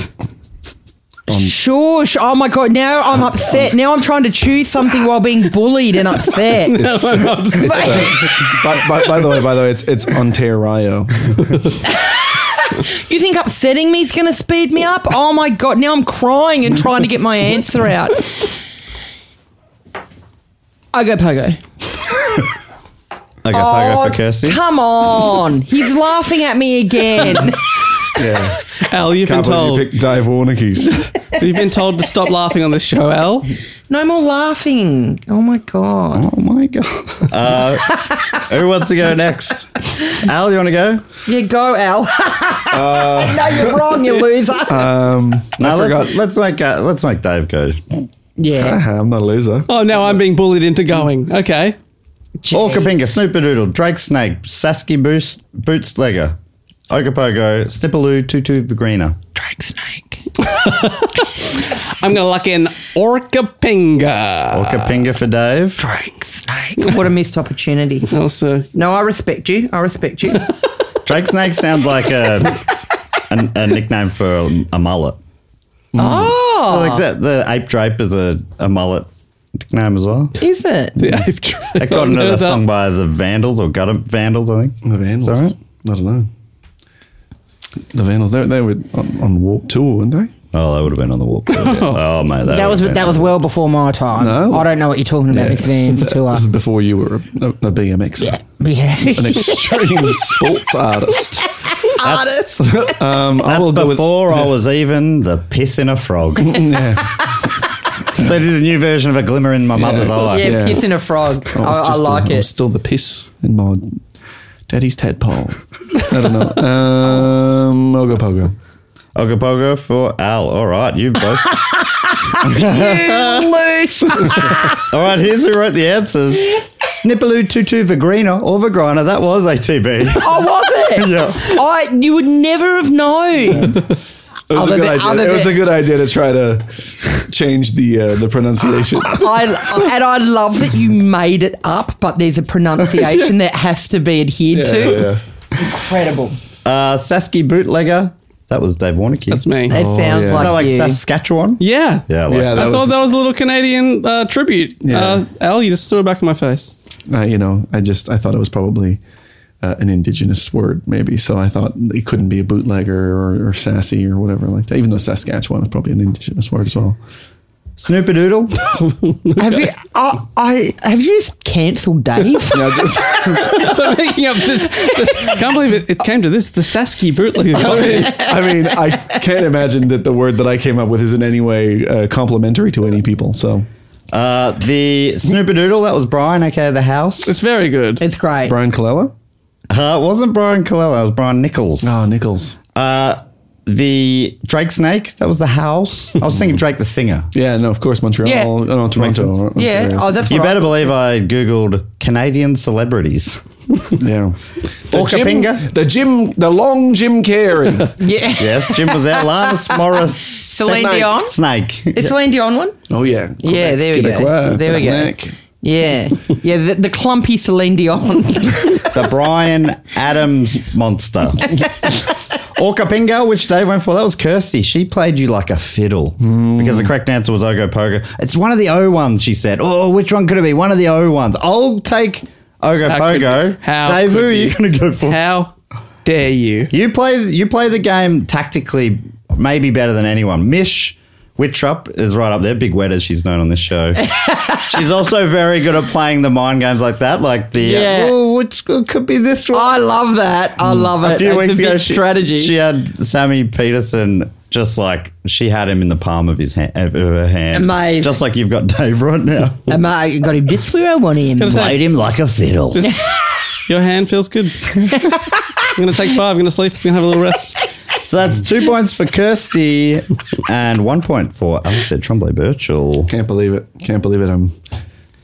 [SPEAKER 5] Sure, sure. Oh my god! Now I'm upset. Now I'm trying to choose something while being bullied and upset.
[SPEAKER 4] by, by, by the way, by the way, it's it's Ontario.
[SPEAKER 5] You think upsetting me is going to speed me up? Oh my god! Now I'm crying and trying to get my answer out. I go pogo.
[SPEAKER 2] Ogopogo
[SPEAKER 5] Oh,
[SPEAKER 2] for Kirsty.
[SPEAKER 5] come on! He's laughing at me again.
[SPEAKER 4] Yeah,
[SPEAKER 3] Al, you've
[SPEAKER 4] can't
[SPEAKER 3] been
[SPEAKER 4] believe
[SPEAKER 3] told.
[SPEAKER 4] you picked Dave Warnickies.
[SPEAKER 3] You've been told to stop laughing on this show, Al.
[SPEAKER 5] No more laughing. Oh my god!
[SPEAKER 2] Oh my god. Uh, who wants to go next? Al, you want to go?
[SPEAKER 5] Yeah, go Al. no, you're wrong. You loser.
[SPEAKER 4] Um,
[SPEAKER 2] No,
[SPEAKER 4] I forgot.
[SPEAKER 2] let's, let's make uh, let's make Dave go.
[SPEAKER 5] yeah.
[SPEAKER 4] I'm not a loser.
[SPEAKER 3] Oh, now I'm being bullied into going. Okay.
[SPEAKER 2] Orcapinga, Snoopadoodle, Drake Snake, Sasky Boost, Bootslegger, Ogopogo, Snippaloo, Tutu Vagrina.
[SPEAKER 5] Drake snake.
[SPEAKER 3] I'm gonna lock in Orcapinga.
[SPEAKER 2] Orcapinga for Dave.
[SPEAKER 3] Drake snake.
[SPEAKER 5] What a missed opportunity.
[SPEAKER 3] Oh, Also,
[SPEAKER 5] No, I respect you. I respect you.
[SPEAKER 2] Drake Snake sounds like a, a, a nickname for a, a mullet.
[SPEAKER 5] oh,
[SPEAKER 2] Like that, the ape drape is a, a mullet nickname as well.
[SPEAKER 5] is it?
[SPEAKER 3] the ape
[SPEAKER 2] They got into that song by the Vandals or Gutter Vandals, I think.
[SPEAKER 4] The Vandals.
[SPEAKER 2] It's all right.
[SPEAKER 4] I don't know. The Vandals, they, they were on, on Warp Tour, weren't they?
[SPEAKER 2] Oh, that would have been on the walk. oh, mate. That,
[SPEAKER 5] That was
[SPEAKER 2] would've
[SPEAKER 5] that was
[SPEAKER 2] been-
[SPEAKER 5] well before my time.
[SPEAKER 4] No.
[SPEAKER 5] I don't know what you're talking about. This Vans tour.
[SPEAKER 4] This is before you were a, a, a BMXer.
[SPEAKER 5] yeah, yeah.
[SPEAKER 4] An extreme sports artist.
[SPEAKER 5] Artist.
[SPEAKER 4] Um, I
[SPEAKER 2] That's
[SPEAKER 4] will go with
[SPEAKER 2] before I was even the piss in a frog. they did a new version of a glimmer in my mother's eye.
[SPEAKER 5] Yeah,
[SPEAKER 4] Yeah.
[SPEAKER 5] pissing a frog. I,
[SPEAKER 4] was
[SPEAKER 5] I
[SPEAKER 4] just the-
[SPEAKER 5] like
[SPEAKER 4] I was
[SPEAKER 5] it.
[SPEAKER 4] Still the piss in my daddy's tadpole. I don't know. Um, Ogo Pogo.
[SPEAKER 2] Ogopogo for Al. All right, you both.
[SPEAKER 5] Loose.
[SPEAKER 2] All right, here's who wrote the answers. Snippaloo Tutu Vagrina or Vagrina. That was ATB.
[SPEAKER 5] I Oh, was it. I you would never have known.
[SPEAKER 4] It was,
[SPEAKER 5] Other
[SPEAKER 4] a good
[SPEAKER 5] than-
[SPEAKER 4] idea.
[SPEAKER 5] other
[SPEAKER 4] it was
[SPEAKER 5] than-
[SPEAKER 4] a good idea to try to change the uh, the pronunciation.
[SPEAKER 5] I and I love that you made it up, but there's a pronunciation that has to be adhered
[SPEAKER 4] Yeah,
[SPEAKER 5] to.
[SPEAKER 4] yeah.
[SPEAKER 5] Incredible.
[SPEAKER 2] Uh, Sasky Bootlegger. That was Dave Warnicky.
[SPEAKER 3] That's me.
[SPEAKER 5] It sounds
[SPEAKER 4] yeah.
[SPEAKER 2] Is that
[SPEAKER 5] like,
[SPEAKER 2] like
[SPEAKER 5] you.
[SPEAKER 2] Saskatchewan?
[SPEAKER 3] Yeah.
[SPEAKER 2] Yeah, like
[SPEAKER 4] Yeah,
[SPEAKER 3] I
[SPEAKER 4] that
[SPEAKER 3] thought
[SPEAKER 4] was-
[SPEAKER 3] that was a little Canadian uh, tribute. Uh, Al, you just threw it back in my face.
[SPEAKER 4] Uh, you know, I just I thought it was probably uh, an indigenous word, maybe. So I thought it couldn't be a bootlegger or, or sassy or whatever like that. Even though Saskatchewan is probably an indigenous word as well.
[SPEAKER 2] Snoopadoodle.
[SPEAKER 5] Have you? I, I have you just cancelled Dave?
[SPEAKER 4] Yeah, just,
[SPEAKER 3] But making up this, this- can't believe it, it came to this. The Sasky bootleg.
[SPEAKER 4] I mean, I mean, I can't imagine that the word that I came up with is in any way uh, complimentary to any people. So
[SPEAKER 2] Uh, the Snoopadoodle. That was Brian, aka the House.
[SPEAKER 3] It's very good.
[SPEAKER 5] It's great.
[SPEAKER 4] Brian Colella,
[SPEAKER 2] Uh, it wasn't Brian Colella. It was Brian Nichols.
[SPEAKER 3] Ah,
[SPEAKER 4] oh Nichols,
[SPEAKER 2] Uh, the Drake Snake. That was the House. I was thinking Drake the singer.
[SPEAKER 4] yeah, no, of course Montreal,
[SPEAKER 3] uh,
[SPEAKER 5] Yeah.
[SPEAKER 4] oh, no, Toronto,
[SPEAKER 2] sense.
[SPEAKER 4] or- or-
[SPEAKER 5] yeah. Oh, that's
[SPEAKER 2] You
[SPEAKER 5] what
[SPEAKER 2] better
[SPEAKER 5] I,
[SPEAKER 2] believe I googled Canadian celebrities.
[SPEAKER 4] yeah. The
[SPEAKER 2] Orca
[SPEAKER 4] Jim,
[SPEAKER 2] Pinga.
[SPEAKER 4] the Jim, the long Jim Carrey.
[SPEAKER 5] Yeah.
[SPEAKER 2] Yes, Jim was out. Lannis Morris.
[SPEAKER 5] Celine
[SPEAKER 2] Snake.
[SPEAKER 5] Dion?
[SPEAKER 2] Snake.
[SPEAKER 5] It's Celine Dion one.
[SPEAKER 4] oh yeah,
[SPEAKER 5] Yeah, there we go.
[SPEAKER 4] Quebecois,
[SPEAKER 5] There we go.
[SPEAKER 4] Quebec.
[SPEAKER 5] Yeah, yeah. The, the clumpy Celine Dion.
[SPEAKER 2] The Brian Adams monster. Orcapinga, which Dave went for, that was Kirsty. She played you like a fiddle because the correct answer was Ogopogo. It's one of the O ones, she said. Oh, which one could it be? One of the O ones. I'll take Ogopogo.
[SPEAKER 3] could- how
[SPEAKER 2] Dave, who
[SPEAKER 3] could
[SPEAKER 2] are you
[SPEAKER 3] you?
[SPEAKER 2] going to go for?
[SPEAKER 3] How dare you?
[SPEAKER 2] You play you play the game tactically maybe better than anyone. Mish Wittrup is right up there, big wet as she's known on this show. she's also very good at playing the mind games like that, like the uh,
[SPEAKER 5] Yeah.
[SPEAKER 2] oh, which it could be this one.
[SPEAKER 5] I love that. I love it.
[SPEAKER 2] Mm. a few
[SPEAKER 5] It's
[SPEAKER 2] weeks
[SPEAKER 5] big
[SPEAKER 2] ago, she,
[SPEAKER 5] strategy.
[SPEAKER 2] she had Sammy Peterson just like she had him in the palm of his hand, of her hand,
[SPEAKER 5] Amazing.
[SPEAKER 2] just like you've got Dave right now.
[SPEAKER 5] Am I got him just where I want him?
[SPEAKER 3] Gotta say-
[SPEAKER 2] Played him like a fiddle.
[SPEAKER 3] Your hand feels good. I'm gonna take five. I'm gonna sleep. I'm gonna have a little rest.
[SPEAKER 2] so that's two points for Kirsty and one point for Alistair Tremblay Birchall.
[SPEAKER 4] Can't believe it. Can't believe it. I'm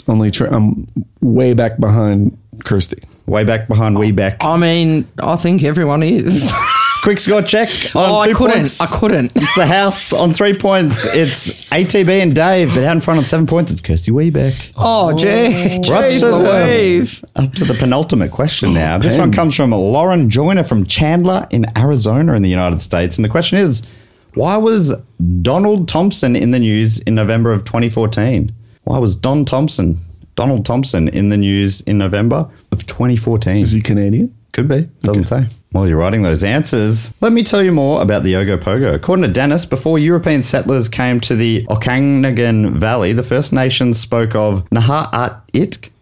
[SPEAKER 4] only. Tra- I'm way back behind Kirsty. Oh.
[SPEAKER 2] Way back behind, way back.
[SPEAKER 5] I mean, I think everyone is.
[SPEAKER 2] Quick score check on
[SPEAKER 5] oh, I
[SPEAKER 2] two
[SPEAKER 5] couldn't.
[SPEAKER 2] points.
[SPEAKER 5] I couldn't.
[SPEAKER 2] It's the house on three points. It's ATB and Dave, but out in front on seven points, it's Kirsty Weebeck.
[SPEAKER 5] Oh, gee,
[SPEAKER 2] We're up,
[SPEAKER 5] gee,
[SPEAKER 2] to
[SPEAKER 5] Louise.
[SPEAKER 2] the, up to the penultimate question
[SPEAKER 4] Oh,
[SPEAKER 2] now. This one comes from Lauren Joyner from Chandler in Arizona in the United States. And the question is why was Donald Thompson in the news in November of 2014? Why was Don Thompson, Donald Thompson, in the news in November of 2014?
[SPEAKER 4] Is he Canadian?
[SPEAKER 2] Could be. Doesn't say. While you're writing those answers, let me tell you more about the Ogopogo. According to Dennis, before European settlers came to the Okanagan Valley, the First Nations spoke of Naha'at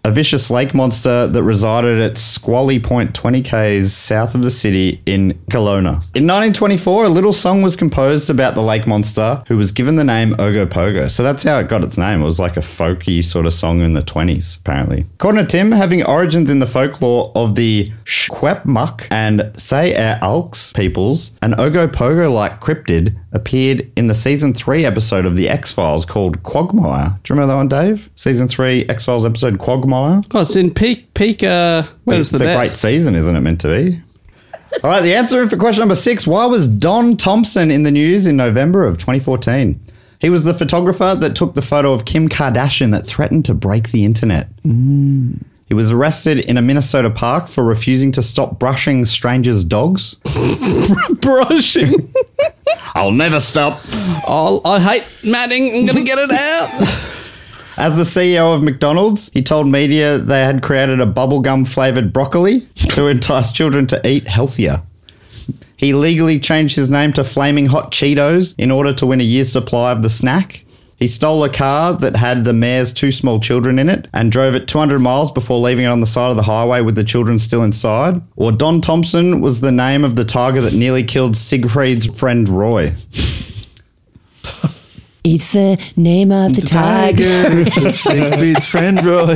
[SPEAKER 2] a vicious lake monster that resided at Squally Point, 20 k's south of the city in Kelowna. In 1924, a little song was composed about the lake monster, who was given the name Ogopogo. So that's how it got its name. It was like a folky sort of song in the 20s, apparently. According to Tim, having origins in the folklore of the Shquepmuk and Say Alks peoples, an Ogopogo like cryptid appeared in the season three episode of The X Files called Quagmire. Do you remember that one, Dave? Season three X Files episode Quagmire?
[SPEAKER 3] Oh, it's in peak peak. Uh, when it's the
[SPEAKER 2] a great
[SPEAKER 3] best.
[SPEAKER 2] season, isn't it meant to be? All right, the answer for question number six Why was Don Thompson in the news in November of 2014? He was the photographer that took the photo of Kim Kardashian that threatened to break the internet.
[SPEAKER 3] Mm.
[SPEAKER 2] He was arrested in a Minnesota park for refusing to stop brushing strangers' dogs.
[SPEAKER 3] Brushing.
[SPEAKER 2] I'll never stop.
[SPEAKER 3] Oh, I hate matting. I'm gonna get it out.
[SPEAKER 2] As the CEO of McDonald's, he told media they had created a bubblegum flavored broccoli to entice children to eat healthier. He legally changed his name to Flaming Hot Cheetos in order to win a year's supply of the snack. He stole a car that had the mayor's two small children in it and drove it 200 miles before leaving it on the side of the highway with the children still inside. Or Don Thompson was the name of the tiger that nearly killed Siegfried's friend Roy.
[SPEAKER 5] It's the name of the, tiger.
[SPEAKER 4] Siegfried's friend Roy.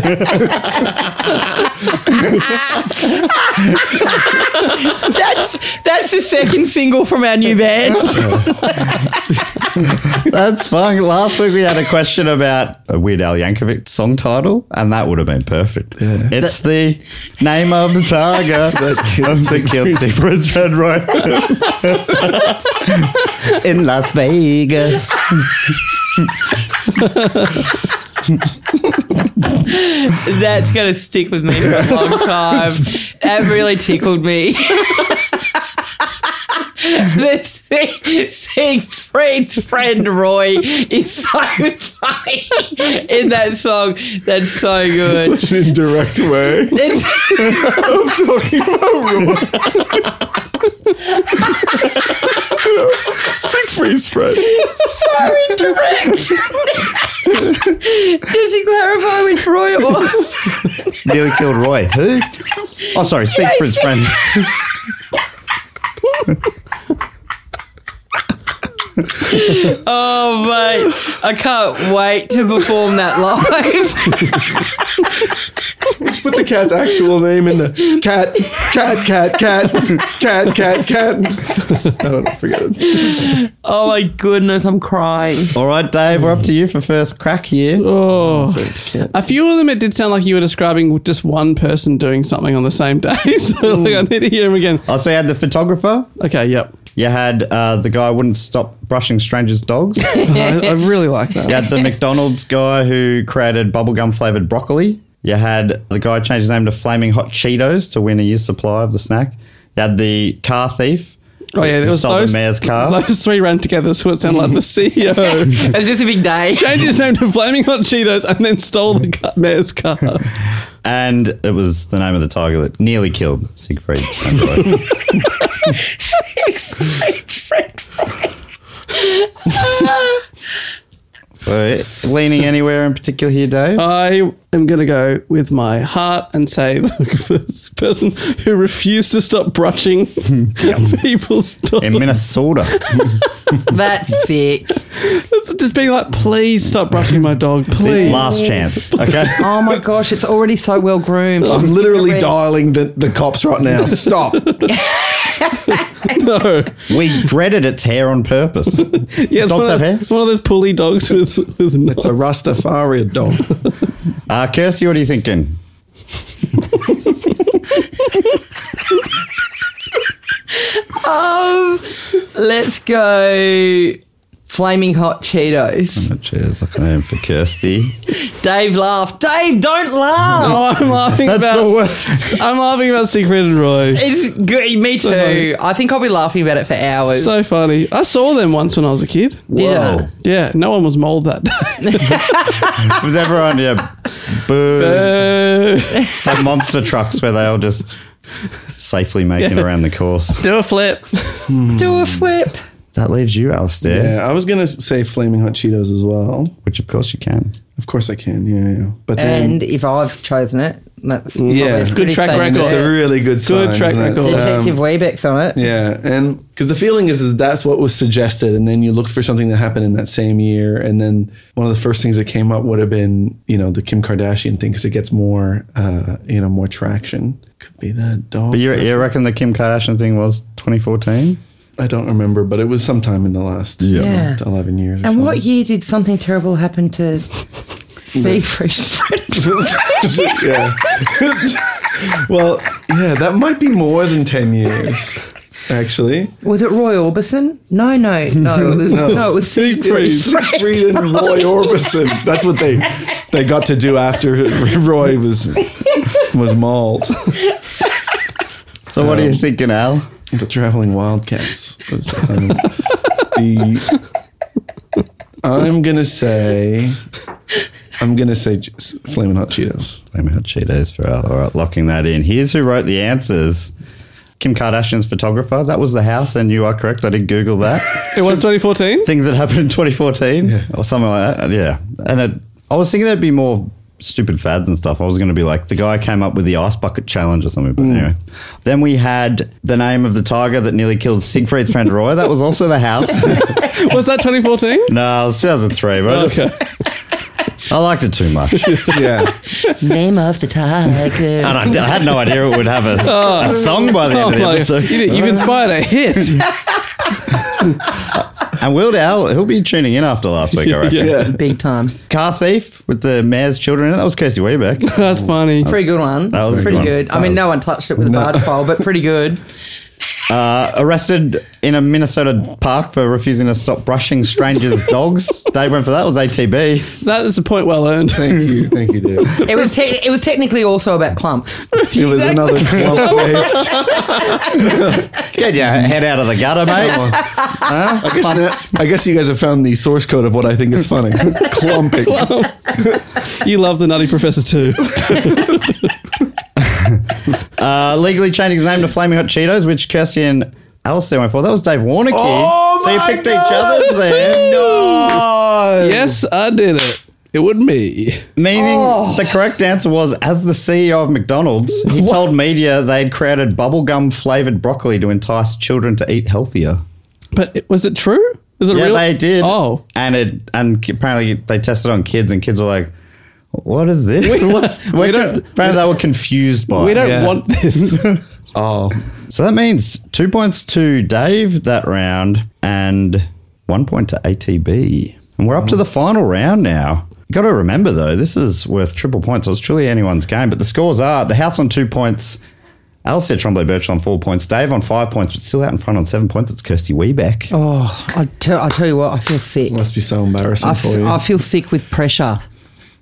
[SPEAKER 5] That's that's the second single from our new band.
[SPEAKER 2] That's fun. Last week we had a question about a Weird Al Yankovic song title, and that would have been perfect. It's the name of the tiger that kills the guilty Prince Red Roy in Las Vegas.
[SPEAKER 5] That's gonna stick with me for a long time. That really tickled me. the thing, seeing Fred's friend Roy is so funny in that song. That's so good.
[SPEAKER 4] Such an indirect way.
[SPEAKER 5] It's-
[SPEAKER 4] I'm talking about Roy. Siegfried's friend.
[SPEAKER 5] so indirect. Does he clarify which Roy it was?
[SPEAKER 2] Nearly killed Roy. Who? Oh, sorry, Siegfried's friend.
[SPEAKER 5] Oh mate, I can't wait to perform that live.
[SPEAKER 4] Just put the cat's actual name in the cat, cat, cat, cat, cat, cat, cat. I don't forget it.
[SPEAKER 5] oh my goodness, I'm crying.
[SPEAKER 2] All right, Dave, we're up to you for first crack here.
[SPEAKER 3] Oh.
[SPEAKER 2] Oh.
[SPEAKER 3] A few of them, it did sound like you were describing just one person doing something on the same day. So like, I need to hear them again.
[SPEAKER 2] Oh, so you had the photographer.
[SPEAKER 3] Okay, yep.
[SPEAKER 2] You had uh, the guy who wouldn't stop brushing strangers' dogs.
[SPEAKER 3] I, I really like that.
[SPEAKER 2] You had the McDonald's guy who created bubblegum flavored broccoli. You had the guy changed his name to Flaming Hot Cheetos to win a year's supply of the snack. You had the car thief.
[SPEAKER 3] Oh yeah,
[SPEAKER 2] who
[SPEAKER 3] it was
[SPEAKER 2] stole
[SPEAKER 3] those,
[SPEAKER 2] the mayor's car.
[SPEAKER 3] Those three ran together, so it sounded like the E CEO
[SPEAKER 5] It was just a big day.
[SPEAKER 3] changed his name to Flaming Hot Cheetos and then stole the car, mayor's car.
[SPEAKER 2] and it was the name of the tiger that nearly killed Siegfried. Roy. so, leaning anywhere in particular here,
[SPEAKER 3] Uh,
[SPEAKER 2] Dave?
[SPEAKER 3] I am going to go with my heart and say the person who refused to stop brushing people's dogs.
[SPEAKER 2] in Minnesota.
[SPEAKER 5] That's sick.
[SPEAKER 3] Just being like, please stop brushing my dog, please.
[SPEAKER 2] Last chance. Okay.
[SPEAKER 5] Oh my gosh, it's already so well groomed.
[SPEAKER 4] I'm literally dialing the, the cops right now. Stop.
[SPEAKER 3] No.
[SPEAKER 2] We dreaded its hair on purpose.
[SPEAKER 3] Yeah, it's
[SPEAKER 2] Dogs
[SPEAKER 3] one of
[SPEAKER 2] have
[SPEAKER 3] those-
[SPEAKER 2] hair?
[SPEAKER 3] It's one of those pulley dogs with, with
[SPEAKER 4] It's a Rastafarian dog.
[SPEAKER 2] Uh, Kirsty, what are you thinking?
[SPEAKER 5] Um, let's go flaming hot Cheetos.
[SPEAKER 2] Oh, Cheers, looking at him for Kirsty.
[SPEAKER 5] Dave laughed. Dave, don't laugh.
[SPEAKER 3] Oh, I'm laughing
[SPEAKER 2] That's
[SPEAKER 3] about.
[SPEAKER 2] the worst.
[SPEAKER 3] I'm laughing about Siegfried and Roy.
[SPEAKER 5] It's good. Me too. I think I'll be laughing about it for hours.
[SPEAKER 3] So funny. I saw them once when I was a kid.
[SPEAKER 5] Yeah.
[SPEAKER 3] Yeah, no one was mauled that day.
[SPEAKER 2] Was everyone, yeah, boo.
[SPEAKER 3] Uh,
[SPEAKER 2] It's like monster trucks where they all just safely making around the course.
[SPEAKER 3] do a flip.
[SPEAKER 5] Do a flip.
[SPEAKER 2] That leaves you, Alistair,
[SPEAKER 4] Yeah, I was going to say Flaming Hot Cheetos as well.
[SPEAKER 2] which of course you can.
[SPEAKER 4] Of course I can. Yeah, yeah. But then
[SPEAKER 5] And if I've chosen it, that's
[SPEAKER 4] Yeah.
[SPEAKER 5] probably a
[SPEAKER 4] Good
[SPEAKER 5] pretty
[SPEAKER 3] track
[SPEAKER 5] safe
[SPEAKER 3] record.
[SPEAKER 4] it's
[SPEAKER 5] bet.
[SPEAKER 4] a really good sign,
[SPEAKER 3] track
[SPEAKER 4] isn't it?
[SPEAKER 3] record.
[SPEAKER 5] Detective Weebeck's on it.
[SPEAKER 4] Yeah, and because the feeling is that that's what was suggested, and then you looked for something that happened in that same year, and then one of the first things that came up would have been you know the Kim Kardashian thing because it gets more uh, you know more traction. Could be that dog.
[SPEAKER 2] But you, you reckon the Kim Kardashian thing was 2014?
[SPEAKER 4] I don't remember, but it was sometime in the last
[SPEAKER 5] Yeah.
[SPEAKER 4] eleven years. Or
[SPEAKER 5] And
[SPEAKER 4] so.
[SPEAKER 5] what year did something terrible happen to Seafresh?
[SPEAKER 4] yeah. well, yeah, that might be more than ten years, actually.
[SPEAKER 5] Was it Roy Orbison? No, no, no. It was, no. it was Siegfried.
[SPEAKER 4] Siegfried and Roy Orbison. That's what they they got to do after Roy was was mauled.
[SPEAKER 2] So what are you thinking, Al?
[SPEAKER 4] The traveling wildcats. Was, um, the I'm gonna say I'm going to say j- s- Flamin' Hot Cheetos.
[SPEAKER 2] Flaming Hot Cheetos for all right, locking that in. Here's who wrote the answers. Kim Kardashian's photographer. That was the house, and you are correct. I did Google that.
[SPEAKER 3] It was 2014.
[SPEAKER 2] Things that happened in 2014 or something like that. Yeah, and it, I was thinking there'd be more stupid fads and stuff. I was going to be like the guy came up with the ice bucket challenge or something. But
[SPEAKER 3] Mm.
[SPEAKER 2] anyway, then we had the name of the tiger that nearly killed Siegfried's friend Roy. That was also the house.
[SPEAKER 3] Was that 2014?
[SPEAKER 2] no, it was 2003. But I, just-
[SPEAKER 3] Okay.
[SPEAKER 2] I liked it too much.
[SPEAKER 4] Yeah.
[SPEAKER 5] Name of the tiger.
[SPEAKER 2] And I, I had no idea it would have a, a song by the end
[SPEAKER 3] Oh,
[SPEAKER 2] of the
[SPEAKER 3] my-
[SPEAKER 2] episode.
[SPEAKER 3] you, you've inspired a hit.
[SPEAKER 2] And Will Dowell, he'll be tuning in after last week, I reckon.
[SPEAKER 4] Yeah.
[SPEAKER 5] Big time.
[SPEAKER 2] Car Thief with the mayor's children in it. That was Kirsty Wayback.
[SPEAKER 3] That's funny.
[SPEAKER 5] Pretty good one.
[SPEAKER 2] That was a
[SPEAKER 5] pretty
[SPEAKER 2] good one.
[SPEAKER 5] good. I mean, no one touched it with a barge pole, but pretty good.
[SPEAKER 2] Uh, arrested in a Minnesota park for refusing to stop brushing strangers' dogs. Dave went for that. It was ATB.
[SPEAKER 3] That is a point well earned.
[SPEAKER 4] Thank you. Thank you, Dave.
[SPEAKER 5] It was te- it was technically also about clumps.
[SPEAKER 4] It was another clump face.
[SPEAKER 2] Get your head out of the gutter, mate.
[SPEAKER 4] I guess, I guess you guys have found the source code of what I think is funny. Clumping.
[SPEAKER 3] You love the Nutty Professor too.
[SPEAKER 2] Uh, legally changing his name to Flaming Hot Cheetos, which Kirsty and Alistair went for. That was Dave Warnock.
[SPEAKER 4] Oh
[SPEAKER 2] so you
[SPEAKER 4] my
[SPEAKER 2] picked each
[SPEAKER 4] God.
[SPEAKER 2] other's there.
[SPEAKER 3] yes, I did it. It would me.
[SPEAKER 2] Meaning
[SPEAKER 4] Oh.
[SPEAKER 2] the correct answer was as the CEO of McDonald's, he told media they'd created bubblegum flavored broccoli to entice children to eat healthier.
[SPEAKER 3] But it, was it true? Is it
[SPEAKER 2] Yeah,
[SPEAKER 3] real?
[SPEAKER 2] they did.
[SPEAKER 3] Oh,
[SPEAKER 2] and it and apparently they tested on kids, and kids were like, "What is this?" What's, we
[SPEAKER 3] don't-
[SPEAKER 2] apparently, they were confused by.
[SPEAKER 3] we
[SPEAKER 2] it.
[SPEAKER 3] don't
[SPEAKER 4] yeah.
[SPEAKER 3] want this.
[SPEAKER 4] Oh.
[SPEAKER 2] So that means two points to Dave that round, and one point to ATB, and we're up to the final round now. Got to remember though, this is worth triple points. So it's truly anyone's game. But the scores are: the house on two points. Alistair Trombley Birchall on four points, Dave on five points, but still out in front on seven points. It's Kirsty Wiebeck.
[SPEAKER 5] Oh, I tell I tell you what, I feel sick.
[SPEAKER 4] Must be so embarrassing
[SPEAKER 5] I, f-
[SPEAKER 4] for you.
[SPEAKER 5] I feel sick with pressure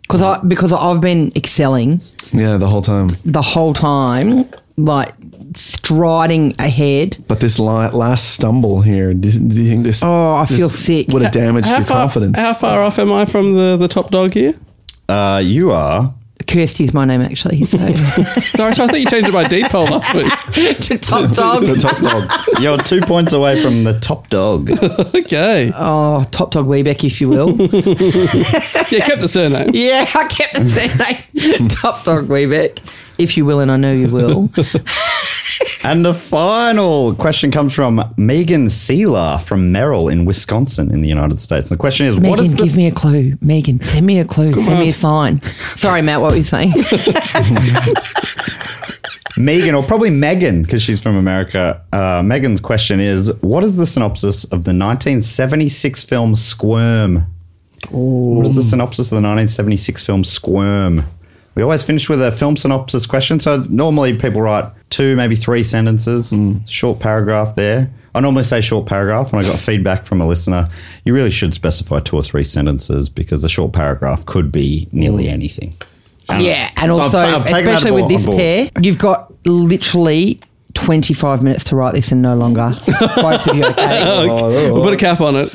[SPEAKER 5] because I because I've been excelling
[SPEAKER 4] yeah, the whole time.
[SPEAKER 5] the whole time, like striding ahead.
[SPEAKER 4] But this li- last stumble here, do, do you think this?
[SPEAKER 5] Oh, I feel
[SPEAKER 4] this
[SPEAKER 5] sick.
[SPEAKER 4] Would have damaged
[SPEAKER 3] how
[SPEAKER 4] your
[SPEAKER 3] far,
[SPEAKER 4] confidence.
[SPEAKER 3] How far off am I from the, the top dog here?
[SPEAKER 2] Uh, you are
[SPEAKER 5] Kirsty's my name actually. So.
[SPEAKER 3] Sorry, so I think you changed it by deep poll last week.
[SPEAKER 5] to top dog.
[SPEAKER 4] The top dog.
[SPEAKER 2] You're two points away from the top dog.
[SPEAKER 3] Okay.
[SPEAKER 5] Oh, top dog Weebeck, if you will.
[SPEAKER 3] Yeah, kept the surname.
[SPEAKER 5] yeah, I kept it saying top dog Weebeck, if you will, and I know you will.
[SPEAKER 2] And the final question comes from Megan Seeler from Merrill in Wisconsin in the United States. And the question is, what
[SPEAKER 5] Megan,
[SPEAKER 2] is
[SPEAKER 5] give
[SPEAKER 2] this?
[SPEAKER 5] me a clue. Megan, send me a clue. send me a sign. Sorry, Matt, what were you saying?
[SPEAKER 2] Megan, or probably Megan, because she's from America. Uh, Megan's question is, what is the synopsis of the 1976 film Squirm? What is the synopsis of the 1976 film Squirm? We always finish with a film synopsis question. So normally people write two, maybe three sentences, short paragraph there. I normally say short paragraph, and I got feedback from a listener. You really should specify two or three sentences because a short paragraph could be nearly anything.
[SPEAKER 5] yeah, and
[SPEAKER 2] So I've-
[SPEAKER 5] also,
[SPEAKER 2] I've taken that
[SPEAKER 5] especially
[SPEAKER 2] on
[SPEAKER 5] with this
[SPEAKER 2] board.
[SPEAKER 5] pair, you've got literally 25 minutes to write this and no longer. Both of you, okay?
[SPEAKER 4] Oh,
[SPEAKER 3] We'll put a cap on it.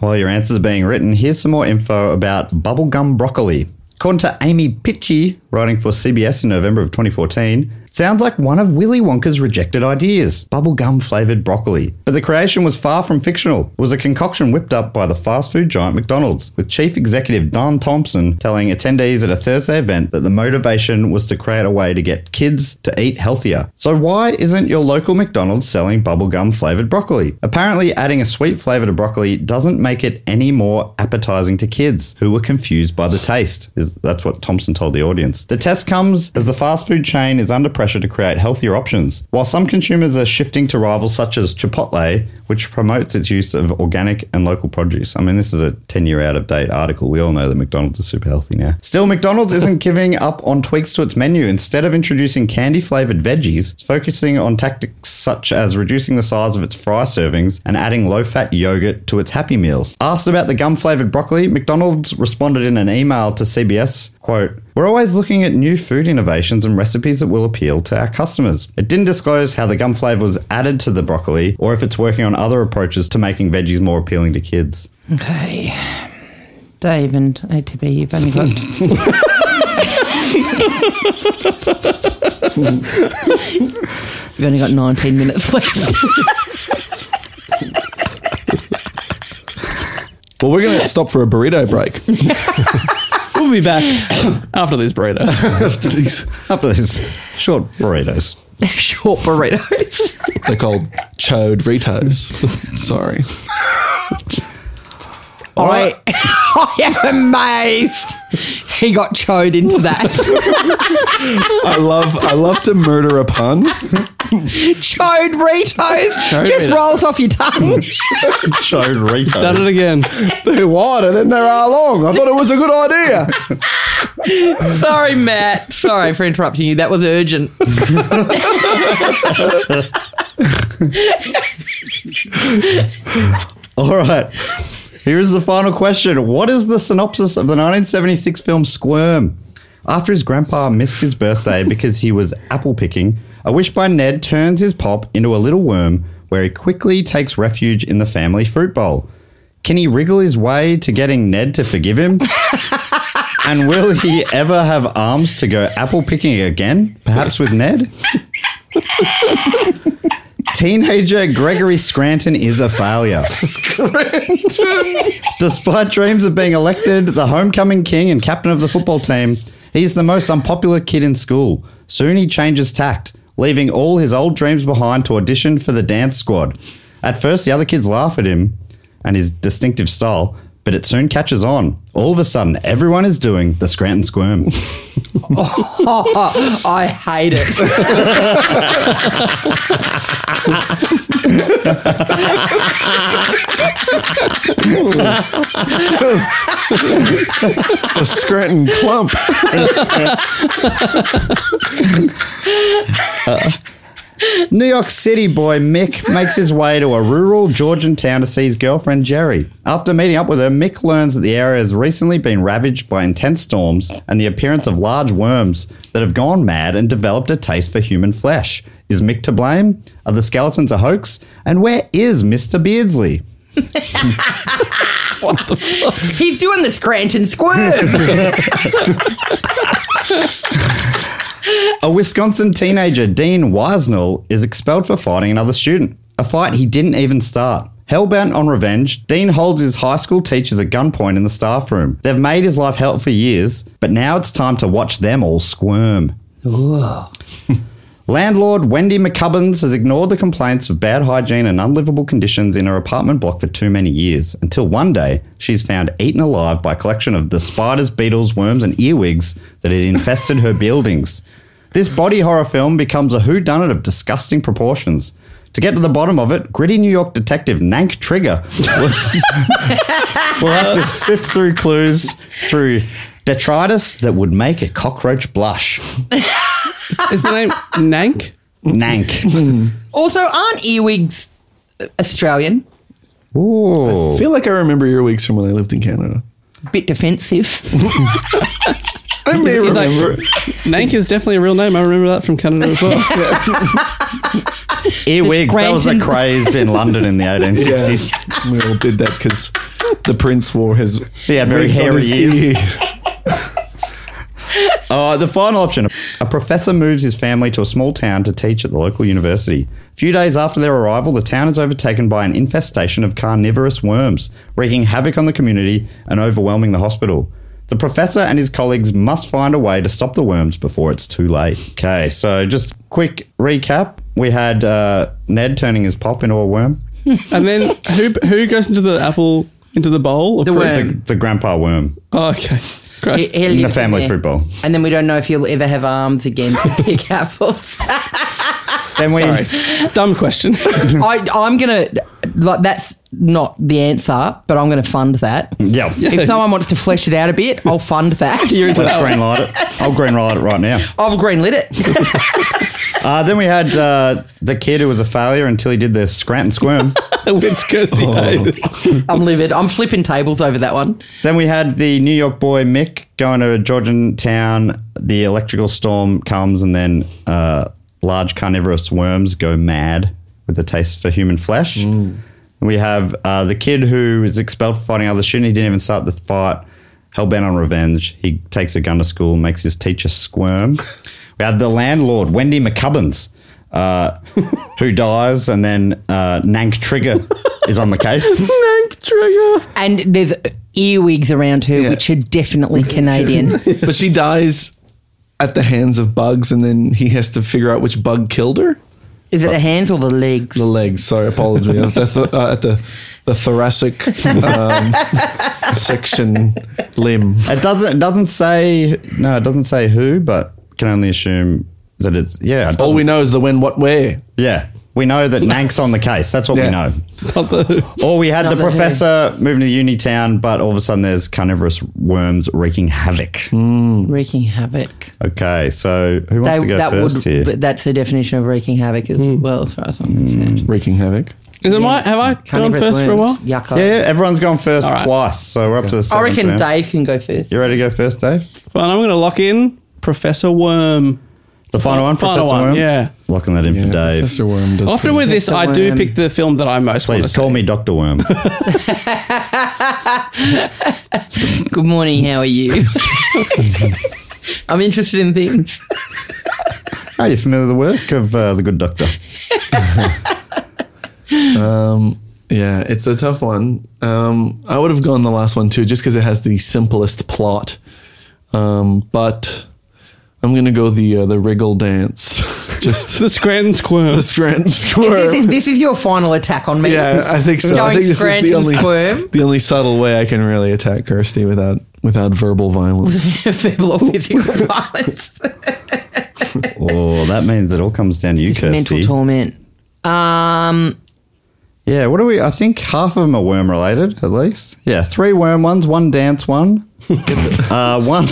[SPEAKER 2] While your answers are being written, here's some more info about bubblegum broccoli. According to Amy Pitchy, writing for CBS in November of 2014, it sounds like one of Willy Wonka's rejected ideas bubblegum flavored broccoli. But the creation was far from fictional. It was a concoction whipped up by the fast food giant McDonald's, with chief executive Don Thompson telling attendees at a Thursday event that the motivation was to create a way to get kids to eat healthier. So why isn't your local McDonald's selling bubblegum flavored broccoli? Apparently adding a sweet flavor to broccoli doesn't make it any more appetizing to kids who were confused by the taste. Is that's what Thompson told the audience. The test comes as the fast food chain is under pressure to create healthier options. While some consumers are shifting to rivals such as Chipotle, which promotes its use of organic and local produce. I mean, this is a 10 year out of date article. We all know that McDonald's is super healthy now. Still, McDonald's isn't giving up on tweaks to its menu. Instead of introducing candy flavored veggies, it's focusing on tactics such as reducing the size of its fry servings and adding low fat yogurt to its Happy Meals. Asked about the gum flavored broccoli, McDonald's responded in an email to CBS, quote, we're always looking at new food innovations and recipes that will appeal to our customers. It didn't disclose how the gum flavor was added to the broccoli or if it's working on other approaches to making veggies more appealing to kids.
[SPEAKER 5] okay. Don't even ATB. You've only got. You've only got 19 minutes left.
[SPEAKER 4] Well, we're going to stop for a burrito break.
[SPEAKER 3] We'll be back after these burritos.
[SPEAKER 4] After these,
[SPEAKER 2] After these short burritos.
[SPEAKER 5] Short burritos.
[SPEAKER 4] they're called chode ritos. Sorry. All right.
[SPEAKER 5] I, I am amazed. He got chode into that.
[SPEAKER 4] I love I love to murder a pun.
[SPEAKER 5] chode burritos just
[SPEAKER 4] burritos.
[SPEAKER 5] rolls off your tongue.
[SPEAKER 2] Showed Rico.
[SPEAKER 3] Done it again.
[SPEAKER 4] They're wider than there are long. I thought it was a good idea.
[SPEAKER 5] Sorry, Matt. Sorry for interrupting you. That was urgent.
[SPEAKER 2] All right. Here is the final question. What is the synopsis of the 1976 film Squirm? After his grandpa missed his birthday because he was apple picking, A Wish by Ned turns his pop into a little worm where he quickly takes refuge in the family fruit bowl. Can he wriggle his way to getting Ned to forgive him? and will he ever have arms to go apple picking again? Perhaps with Ned? Teenager Gregory Scranton is a failure. Despite dreams of being elected the homecoming king and captain of the football team, he's the most unpopular kid in school. Soon he changes tact, leaving all his old dreams behind to audition for the dance squad. At first, the other kids laugh at him and his distinctive style, but it soon catches on. All of a sudden, everyone is doing the Scranton squirm.
[SPEAKER 5] I hate it.
[SPEAKER 4] A Scranton clump.
[SPEAKER 2] New York City boy Mick makes his way to a rural Georgian town to see his girlfriend Jerry. After meeting up with her, Mick learns that the area has recently been ravaged by intense storms and the appearance of large worms that have gone mad and developed a taste for human flesh. Is Mick to blame? Are the skeletons a hoax? And where is Mr. Beardsley?
[SPEAKER 5] He's doing the Scranton squirm.
[SPEAKER 2] A Wisconsin teenager, Dean Wisnell, is expelled for fighting another student, a fight he didn't even start. Hellbent on revenge, Dean holds his high school teachers at gunpoint in the staff room. They've made his life hell for years, but now it's time to watch them all squirm. Landlord Wendy McCubbins has ignored the complaints of bad hygiene and unlivable conditions in her apartment block for too many years, until one day she's found eaten alive by a collection of the spiders, beetles, worms, and earwigs that had infested her buildings. This body horror film becomes a whodunit of disgusting proportions. To get to the bottom of it, gritty New York detective Nank Trigger We'll have to sift through clues through detritus that would make a cockroach blush.
[SPEAKER 3] Is the name Nank?
[SPEAKER 2] Nank.
[SPEAKER 5] also, aren't earwigs Australian?
[SPEAKER 2] Ooh.
[SPEAKER 4] I feel like I remember earwigs from when I lived in Canada.
[SPEAKER 5] Bit defensive.
[SPEAKER 4] I may
[SPEAKER 3] He's like-
[SPEAKER 4] remember.
[SPEAKER 3] Nank is definitely a real name. I remember that from Canada as well.
[SPEAKER 2] Earwigs. That was a
[SPEAKER 5] Granton-
[SPEAKER 2] craze in London in the
[SPEAKER 4] yeah,
[SPEAKER 2] 1860s.
[SPEAKER 4] we all did that because the prince wore his
[SPEAKER 2] Yeah, very
[SPEAKER 4] wigs on
[SPEAKER 2] hairy
[SPEAKER 4] his
[SPEAKER 2] ears. Uh, the final option. A professor moves his family to a small town to teach at the local university. A few days after their arrival, the town is overtaken by an infestation of carnivorous worms, wreaking havoc on the community and overwhelming the hospital. The professor and his colleagues must find a way to stop the worms before it's too late. Okay, so just quick recap. We had uh, Ned turning his pop into a worm.
[SPEAKER 3] And then who who goes into the apple into the bowl? Of
[SPEAKER 5] The
[SPEAKER 3] fruit?
[SPEAKER 5] worm.
[SPEAKER 2] The, the grandpa worm.
[SPEAKER 3] Oh, okay,
[SPEAKER 5] He-
[SPEAKER 3] great.
[SPEAKER 5] he
[SPEAKER 2] In the
[SPEAKER 5] lives in
[SPEAKER 2] family
[SPEAKER 5] there.
[SPEAKER 2] fruit bowl.
[SPEAKER 5] And then we don't know if he'll ever have arms again to pick apples.
[SPEAKER 2] Then we
[SPEAKER 3] Sorry, dumb question.
[SPEAKER 5] I, I'm gonna like that's not the answer, but I'm gonna fund that.
[SPEAKER 2] Yeah.
[SPEAKER 5] If someone wants to flesh it out a bit, I'll fund that.
[SPEAKER 3] You're into
[SPEAKER 2] Let's
[SPEAKER 3] that.
[SPEAKER 2] green light it. I'll green light it right now.
[SPEAKER 5] I've greenlit it.
[SPEAKER 2] Uh, then we had uh, the kid who was a failure until he did the Scranton squirm.
[SPEAKER 3] one, Which Kirsty
[SPEAKER 4] Oh.
[SPEAKER 3] hated.
[SPEAKER 5] I'm livid. I'm flipping tables over that one.
[SPEAKER 2] then we had the New York boy Mick going to a Georgian town. The electrical storm comes, and then uh, large carnivorous worms go mad with the taste for human flesh. We have uh, the kid who is expelled for fighting other student. He didn't even start the fight. Hellbent on revenge. He takes a gun to school, makes his teacher squirm. we have the landlord, Wendy McCubbins, uh, who dies, and then uh, Nank Trigger is on the case.
[SPEAKER 5] And there's earwigs around her, which are definitely Canadian.
[SPEAKER 4] but she dies at the hands of bugs, and then he has to figure out which bug killed her.
[SPEAKER 5] Is it the hands or the legs?
[SPEAKER 4] The legs. Sorry, apology. at the, th- uh, at the, the thoracic um, section limb.
[SPEAKER 2] It doesn't. It doesn't say. No, it doesn't say who, but can only assume that it's. Yeah. It
[SPEAKER 4] All we
[SPEAKER 2] doesn't-
[SPEAKER 4] know is the when, what, where.
[SPEAKER 2] Yeah. We know that Nank's on the case. That's what we
[SPEAKER 4] Yeah.
[SPEAKER 2] know.
[SPEAKER 3] Not the-
[SPEAKER 2] Or we had the
[SPEAKER 5] the who.
[SPEAKER 2] professor moving to uni town, but all of a sudden there's carnivorous worms wreaking havoc.
[SPEAKER 5] wreaking havoc.
[SPEAKER 2] Okay, so who wants
[SPEAKER 5] They-
[SPEAKER 2] to go
[SPEAKER 5] that
[SPEAKER 2] first
[SPEAKER 5] would,
[SPEAKER 2] here?
[SPEAKER 5] but that's the definition of wreaking havoc as well, as far as I'm concerned.
[SPEAKER 4] Wreaking havoc.
[SPEAKER 3] Is it my, have I gone
[SPEAKER 5] Carnivorous
[SPEAKER 3] first for a
[SPEAKER 5] worms,
[SPEAKER 3] while?
[SPEAKER 5] Yucco.
[SPEAKER 2] yeah, yeah, everyone's gone first
[SPEAKER 3] right.
[SPEAKER 2] twice, so we're up to the.
[SPEAKER 5] I
[SPEAKER 2] Seventh
[SPEAKER 5] reckon
[SPEAKER 2] now.
[SPEAKER 5] Dave can go first.
[SPEAKER 2] You ready to go first, Dave?
[SPEAKER 3] Well, I'm going to lock in Professor Worm.
[SPEAKER 2] The final one,
[SPEAKER 3] Final
[SPEAKER 2] Professor
[SPEAKER 3] one,
[SPEAKER 2] Worm?
[SPEAKER 3] yeah.
[SPEAKER 2] Locking that in for Dave.
[SPEAKER 4] Professor Worm does.
[SPEAKER 3] Often with this, I do pick the film that I most want
[SPEAKER 2] Please
[SPEAKER 3] to
[SPEAKER 2] call me Doctor Worm.
[SPEAKER 5] Good morning. How are you? I'm interested in things.
[SPEAKER 2] Are you familiar with the work of uh, the good doctor?
[SPEAKER 4] Um, yeah, it's a tough one. Um, I would have gone the last one too, just because it has the simplest plot. Um, but I'm gonna go the uh, the wriggle dance. just
[SPEAKER 3] The Scranton Squirm.
[SPEAKER 4] the scran
[SPEAKER 5] This is,
[SPEAKER 4] squirm.
[SPEAKER 5] this is your final attack on me.
[SPEAKER 4] Yeah, I think so. I
[SPEAKER 5] Going
[SPEAKER 4] think this is
[SPEAKER 5] scran
[SPEAKER 4] the
[SPEAKER 5] and
[SPEAKER 4] only
[SPEAKER 5] squirm.
[SPEAKER 4] the only subtle way I can really attack Kirsty without without verbal violence.
[SPEAKER 5] Verbal or physical violence.
[SPEAKER 2] Oh, that means it all comes down to you,
[SPEAKER 5] Just mental
[SPEAKER 2] Kirsty.
[SPEAKER 5] torment. Um,
[SPEAKER 2] Yeah, what do we? I think half of them are worm related, at least. Yeah, three worm ones, one dance one, uh, one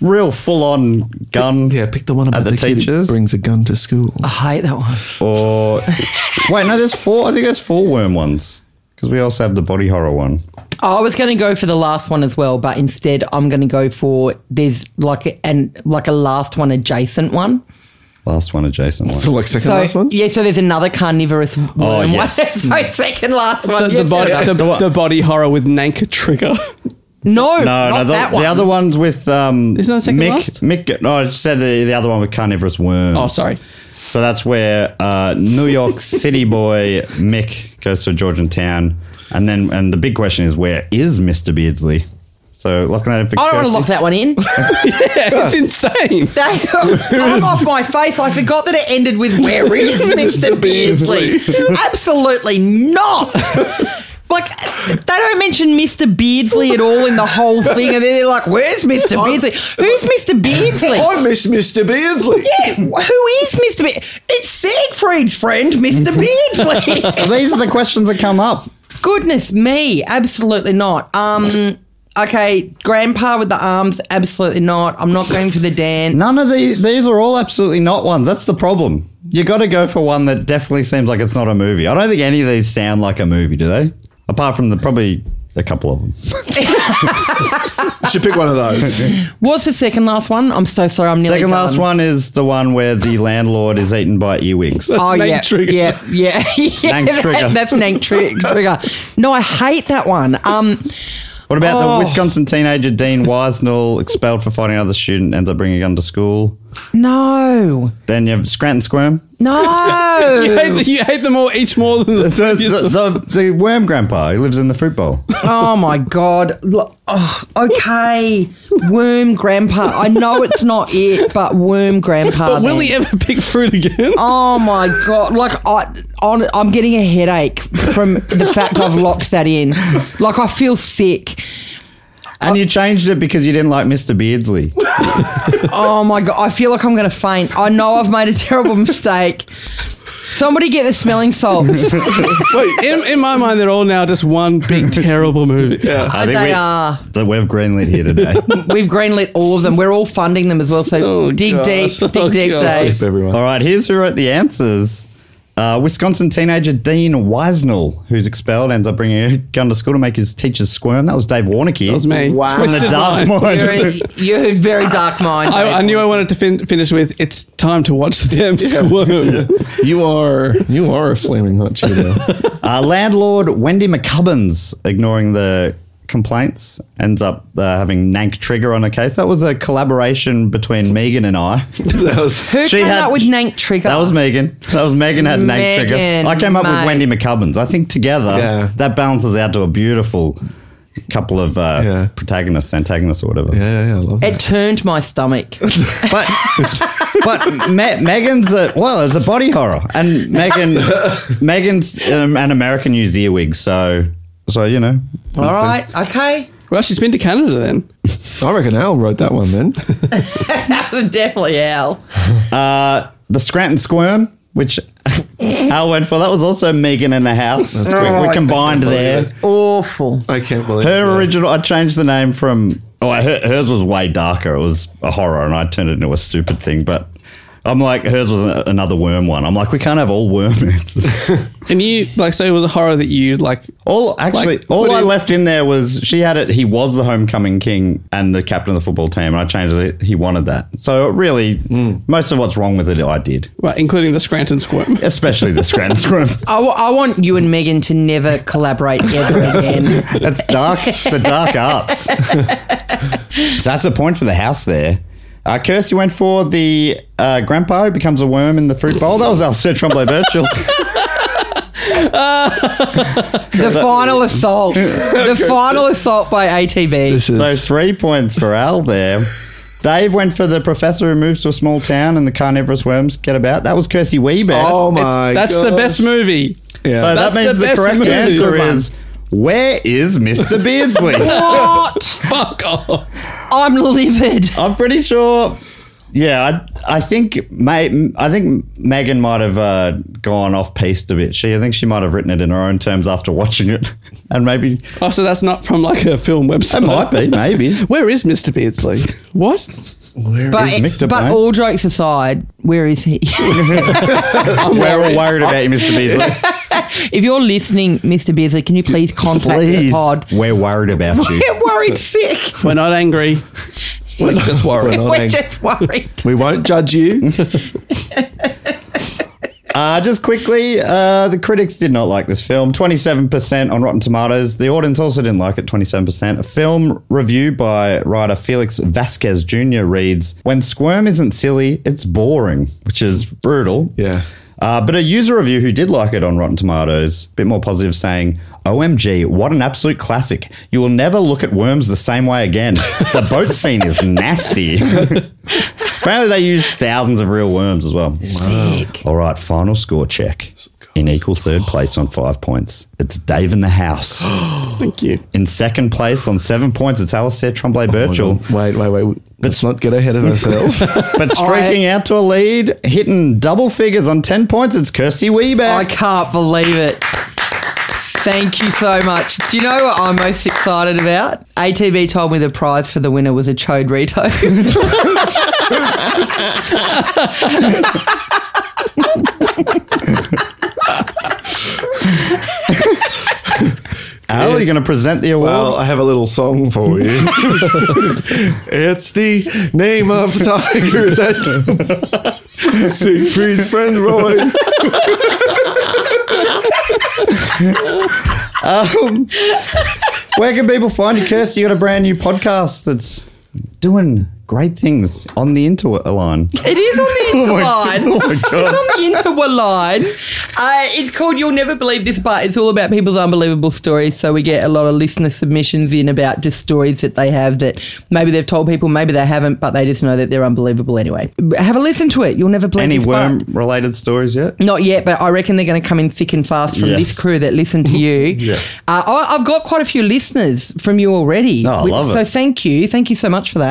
[SPEAKER 2] real full on gun.
[SPEAKER 4] yeah, pick the one about
[SPEAKER 2] At the
[SPEAKER 4] the, kid who
[SPEAKER 2] teachers?
[SPEAKER 4] brings a gun to school.
[SPEAKER 5] I hate that one.
[SPEAKER 2] Or wait, no, there's four. I think there's four worm ones because we also have the body horror one.
[SPEAKER 5] Oh, I was going to go for the last one as well, but instead I'm going to go for there's like a, and like a last one adjacent one.
[SPEAKER 2] Last one adjacent
[SPEAKER 4] So
[SPEAKER 2] one.
[SPEAKER 4] like second
[SPEAKER 5] So
[SPEAKER 4] last one.
[SPEAKER 5] yeah, so there's another carnivorous worm.
[SPEAKER 2] Oh,
[SPEAKER 5] one.
[SPEAKER 2] yes.
[SPEAKER 5] so second last one.
[SPEAKER 3] the,
[SPEAKER 5] Yeah,
[SPEAKER 3] the,
[SPEAKER 5] fair
[SPEAKER 3] body,
[SPEAKER 5] enough.
[SPEAKER 3] the, the body horror with Nanka Trigger.
[SPEAKER 5] no,
[SPEAKER 2] No,
[SPEAKER 5] not
[SPEAKER 2] no, the,
[SPEAKER 5] that one.
[SPEAKER 2] the other one's with um,
[SPEAKER 3] Isn't that second
[SPEAKER 2] Mick.
[SPEAKER 3] last?
[SPEAKER 2] Mick, no, I just said the, the other one with carnivorous worms.
[SPEAKER 3] oh, sorry.
[SPEAKER 2] So that's where uh, New York City boy Mick goes to Georgian town, and then and the big question is where is Mister Beardsley? So locking that in for
[SPEAKER 5] I don't want to lock that one in.
[SPEAKER 3] Yeah, it's insane.
[SPEAKER 5] I'm off my face. I forgot that it ended with "Where is Mr. Beardsley?" Absolutely not. Like they don't mention Mr. Beardsley at all in the whole thing, and then they're like, "Where's Mr. Beardsley? Who's Mr. Beardsley?"
[SPEAKER 4] I miss Mr. Beardsley.
[SPEAKER 5] Yeah, who is Mr. Beardsley? It's Siegfried's friend, Mr. Beardsley.
[SPEAKER 2] So these are the questions that come up.
[SPEAKER 5] Goodness me, absolutely not. Um, okay, Grandpa with the arms, absolutely not. I'm not going for the dance.
[SPEAKER 2] None of these these are all absolutely not ones. That's the problem. You got to go for one that definitely seems like it's not a movie. I don't think any of these sound like a movie, do they? Apart from the probably a couple of them.
[SPEAKER 4] You should pick one of those.
[SPEAKER 5] What's the second last one? I'm so sorry. I'm nearly
[SPEAKER 2] Second last
[SPEAKER 5] done.
[SPEAKER 2] one is the one where the landlord is eaten by earwigs.
[SPEAKER 5] Oh
[SPEAKER 3] Nank
[SPEAKER 5] yeah,
[SPEAKER 3] Trigger.
[SPEAKER 5] yeah, yeah, yeah.
[SPEAKER 2] Nank
[SPEAKER 5] that-
[SPEAKER 2] Trigger.
[SPEAKER 5] that's Nank tri- Trigger. No, I hate that one. Um,
[SPEAKER 2] What about
[SPEAKER 5] Oh.
[SPEAKER 2] the Wisconsin teenager Dean Wisnall expelled for fighting another student ends up bringing a gun to school?
[SPEAKER 5] no,
[SPEAKER 2] Then you have Scranton Squirm.
[SPEAKER 5] no.
[SPEAKER 3] You hate, the- you hate them all, each more than
[SPEAKER 2] The,
[SPEAKER 3] the
[SPEAKER 2] the, the, the worm grandpa who lives in the fruit bowl.
[SPEAKER 5] Oh my god. Look, oh, okay, Worm Grandpa. I know it's not it, but Worm Grandpa.
[SPEAKER 3] But will
[SPEAKER 5] then.
[SPEAKER 3] he ever pick fruit again?
[SPEAKER 5] Oh my god! Like I, on, I'm getting a headache from the fact I've locked that in. Like I feel sick.
[SPEAKER 2] And you changed it because you didn't like Mr. Beardsley.
[SPEAKER 5] Oh my god, I feel like I'm gonna faint. I know I've made a terrible mistake. Somebody get the smelling salts.
[SPEAKER 4] Wait,
[SPEAKER 3] In, in my mind, they're all now just one big terrible movie. Yeah.
[SPEAKER 2] I
[SPEAKER 5] they
[SPEAKER 2] we,
[SPEAKER 5] are.
[SPEAKER 2] that we've greenlit here today.
[SPEAKER 5] We've greenlit all of them. We're all funding them as well. So dig
[SPEAKER 3] gosh.
[SPEAKER 5] deep, dig
[SPEAKER 3] Oh,
[SPEAKER 5] deep,
[SPEAKER 3] gosh.
[SPEAKER 5] Dave.
[SPEAKER 4] everyone.
[SPEAKER 2] All right, here's who wrote the answers. Uh, Wisconsin teenager Dean Wisnall, who's expelled, ends up bringing a gun to school to make his teachers squirm. That was Dave Warnicky. That
[SPEAKER 3] was me. Wow.
[SPEAKER 2] From the
[SPEAKER 3] Twisted
[SPEAKER 2] dark
[SPEAKER 3] mind.
[SPEAKER 2] mind.
[SPEAKER 5] You're a, you're a very dark mind.
[SPEAKER 3] I,
[SPEAKER 5] Dave.
[SPEAKER 3] I knew I wanted to fin- finish with it's time to watch them squirm.
[SPEAKER 4] You are you are a flaming hot Cheeto.
[SPEAKER 2] Uh, landlord Wendy McCubbins, ignoring the complaints, ends up uh, having Nank Trigger on a case. That was a collaboration between Megan and I.
[SPEAKER 4] That was-
[SPEAKER 5] Who came up with Nank Trigger?
[SPEAKER 2] That was Megan. That was Megan had Nank
[SPEAKER 5] Megan,
[SPEAKER 2] Trigger. I came up with
[SPEAKER 5] mate.
[SPEAKER 2] Wendy McCubbins. I think together
[SPEAKER 4] Yeah.
[SPEAKER 2] that balances out to a beautiful couple of uh,
[SPEAKER 4] Yeah.
[SPEAKER 2] protagonists, antagonists, or whatever.
[SPEAKER 4] yeah, yeah, yeah, I love that.
[SPEAKER 5] It turned my stomach.
[SPEAKER 2] But but Me- Megan's a, well, it's a body horror, and Megan Megan's um, an American New Zeawig, so so you know.
[SPEAKER 5] All right, okay.
[SPEAKER 3] Well, she's been to Canada then.
[SPEAKER 4] I reckon Al wrote that one then.
[SPEAKER 5] That was definitely Al.
[SPEAKER 2] Uh, the Scranton Squirm, which Al went for, that was also Megan in the house. we, we combined there.
[SPEAKER 5] Awful.
[SPEAKER 4] I can't believe
[SPEAKER 2] Her
[SPEAKER 4] that.
[SPEAKER 2] original, I changed the name from. Oh, her, hers was way darker. It was a horror, and I turned it into a stupid thing. But I'm like, hers was a, another worm one. I'm like, we can't have all worm answers.
[SPEAKER 3] And you like so it was a horror that you like.
[SPEAKER 2] all actually,
[SPEAKER 3] Like,
[SPEAKER 2] all
[SPEAKER 3] what
[SPEAKER 2] I
[SPEAKER 3] do you-
[SPEAKER 2] left in there was she had it. He was the homecoming king and the captain of the football team, and I changed it. He wanted that. So really, most of what's wrong with it, I did.
[SPEAKER 3] Right, including the Scranton squirm.
[SPEAKER 2] Especially the Scranton Squirm.
[SPEAKER 5] I, w- I want you and Megan to never collaborate ever again.
[SPEAKER 2] That's dark. the dark arts. so that's a point for the house there. Uh, Kirsty went for the uh, grandpa who becomes a worm in the fruit bowl. That was our Sir Tremblay Birchall.
[SPEAKER 5] The final assault. The final assault by ATB.
[SPEAKER 4] This is
[SPEAKER 2] so three points for Al there. Dave went for the professor who moves to a small town and the carnivorous worms get about. That was Kirsty Weber.
[SPEAKER 4] Oh my
[SPEAKER 3] That's the
[SPEAKER 4] God.
[SPEAKER 3] best movie.
[SPEAKER 4] Yeah.
[SPEAKER 2] so that
[SPEAKER 3] that's
[SPEAKER 2] means
[SPEAKER 3] the
[SPEAKER 2] the,
[SPEAKER 3] best
[SPEAKER 2] correct
[SPEAKER 3] movie.
[SPEAKER 2] answer
[SPEAKER 3] Good one.
[SPEAKER 2] is where is Mr. Beardsley?
[SPEAKER 5] What?
[SPEAKER 3] Fuck off.
[SPEAKER 5] I'm livid.
[SPEAKER 2] I'm pretty sure. Yeah, I, I think Ma- I think Megan might have uh, gone off piste a bit. She I think she might have written it in her own terms after watching it, and maybe
[SPEAKER 3] Oh, so that's not from like a film website.
[SPEAKER 2] it might be maybe.
[SPEAKER 3] Where is Mr. Beardsley? What?
[SPEAKER 2] Mick
[SPEAKER 5] But,
[SPEAKER 2] to
[SPEAKER 5] but
[SPEAKER 2] blame?
[SPEAKER 5] all jokes aside, where is he?
[SPEAKER 2] We're all worried about you, Mr. Beasley.
[SPEAKER 5] if you're listening, Mr. Beasley, can you please contact the
[SPEAKER 2] Please,
[SPEAKER 5] pod?
[SPEAKER 2] we're worried about you.
[SPEAKER 5] We're worried sick.
[SPEAKER 3] We're not angry. We're just worried.
[SPEAKER 4] not
[SPEAKER 5] We're
[SPEAKER 4] angry.
[SPEAKER 5] just worried.
[SPEAKER 4] we won't judge you.
[SPEAKER 2] Uh, just quickly, uh, the critics did not like this film. 27% on Rotten Tomatoes. The audience also didn't like it, 27%. A film review by writer Felix Vasquez Jr. reads When Squirm isn't silly, it's boring, which is brutal.
[SPEAKER 4] Yeah.
[SPEAKER 2] Uh, but a user review who did like it on Rotten Tomatoes, a bit more positive, saying, OMG, what an absolute classic. You will never look at worms the same way again. The boat scene is nasty. Apparently, they used thousands of real worms as well. All right, final score check. In equal third place on five points, it's Dave in the house.
[SPEAKER 3] Thank you. Oh
[SPEAKER 2] In second place on seven points, it's Alistair Tremblay Birchall.
[SPEAKER 4] Wait, wait, wait. Let's not get ahead of ourselves.
[SPEAKER 2] but streaking out to a lead, hitting double figures on 10 points, it's Kirsty
[SPEAKER 5] Oh, I
[SPEAKER 2] Weeback.
[SPEAKER 5] can't believe it. Thank you so much. Do you know what I'm most excited about? ATB told me the prize for the winner was a chode rito.
[SPEAKER 2] Al, are you going to present the award?
[SPEAKER 4] Well, I have a little song for you. it's the name of the tiger that Siegfried's friend Roy.
[SPEAKER 2] Um, Where can people find you, Kirsty? You got a brand new podcast that's doing great things on the interline.
[SPEAKER 5] it is on the interline.
[SPEAKER 2] Oh God.
[SPEAKER 5] It's on the interline. Uh, it's called You'll Never Believe This, but it's all about people's unbelievable stories. So we get a lot of listener submissions in about just stories that they have that maybe they've told people, maybe they haven't, but they just know that they're unbelievable anyway. Have a listen to it. You'll never believe
[SPEAKER 2] Any
[SPEAKER 5] this, but-
[SPEAKER 2] worm related stories yet?
[SPEAKER 5] Not yet, but I reckon they're going to come in thick and fast from
[SPEAKER 2] Yes.
[SPEAKER 5] this crew that listen to you. uh, I, I've got quite a few listeners from you already.
[SPEAKER 2] Oh, I
[SPEAKER 5] which-
[SPEAKER 2] love it.
[SPEAKER 5] So thank you. Thank you so much for that.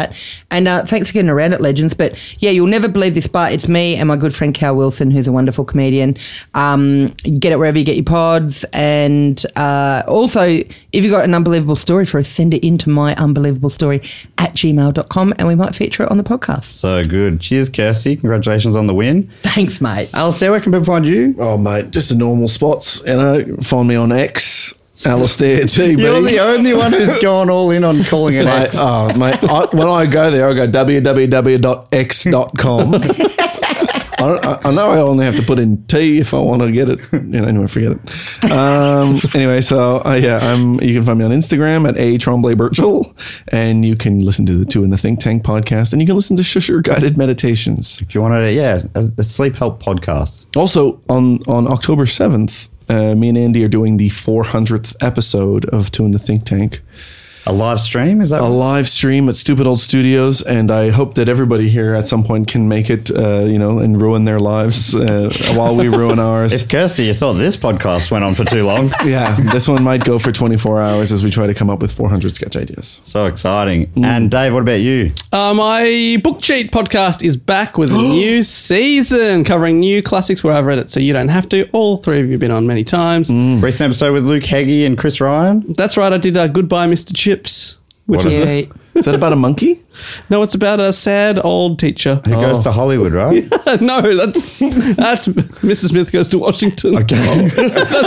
[SPEAKER 5] And uh, thanks for getting around it, Legends. But yeah, you'll never believe this, but it's me and my good friend Cal Wilson, who's a wonderful comedian. Um, get it wherever you get your pods. And uh, also, if you've got an unbelievable story for us, send it in to my unbelievable story at gmail.com and we might feature it on the podcast.
[SPEAKER 2] So good. Cheers, Kirsty. Congratulations on the win.
[SPEAKER 5] Thanks, mate.
[SPEAKER 2] Alistair, where can people find you?
[SPEAKER 4] Oh, mate, just the normal spots. You know, find me on X, Alistair TB.
[SPEAKER 2] You're the only one who's gone all in on calling it
[SPEAKER 4] Mate,
[SPEAKER 2] X.
[SPEAKER 3] uh,
[SPEAKER 4] oh, mate, I, when I go there, I go www.x.com.
[SPEAKER 3] I, don't, I, I know I only have to put in T if I want to get it. You know, anyway, forget it. Um, anyway, so uh, yeah, I'm, you can find me on Instagram at a Tremblay Birchall, and you can listen to the Two in the Think Tank podcast, and you can listen to Shush Your Guided Meditations.
[SPEAKER 2] If you wanted to, yeah, a, a sleep help podcast.
[SPEAKER 3] Also, on on October seventh, uh, me and Andy are doing the 400th episode of Two in the Think Tank.
[SPEAKER 2] A live stream? Is that
[SPEAKER 3] a live stream at Stupid Old Studios, and I hope that everybody here at some point can make it, uh, you know, and ruin their lives uh, while we ruin ours.
[SPEAKER 2] If Kirsty, you thought this podcast went on for too long.
[SPEAKER 3] yeah, this one might go for 24 hours as we try to come up with 400 sketch ideas.
[SPEAKER 2] so exciting. And Dave, what about you?
[SPEAKER 7] Uh, my book cheat podcast is back with a new season covering new classics where I've read it, so you don't have to. All three of you have been on many times.
[SPEAKER 3] Mm.
[SPEAKER 2] Recent episode with Luke Heggie and Chris Ryan.
[SPEAKER 7] That's right, I did uh, Goodbye, Mr. Chips. Which was a,
[SPEAKER 5] Great.
[SPEAKER 3] Is that about a monkey?
[SPEAKER 7] no, it's about a sad old teacher.
[SPEAKER 2] Who goes to Hollywood, right?
[SPEAKER 7] no, that's that's Mr. Smith goes to Washington.
[SPEAKER 2] Okay.
[SPEAKER 7] that's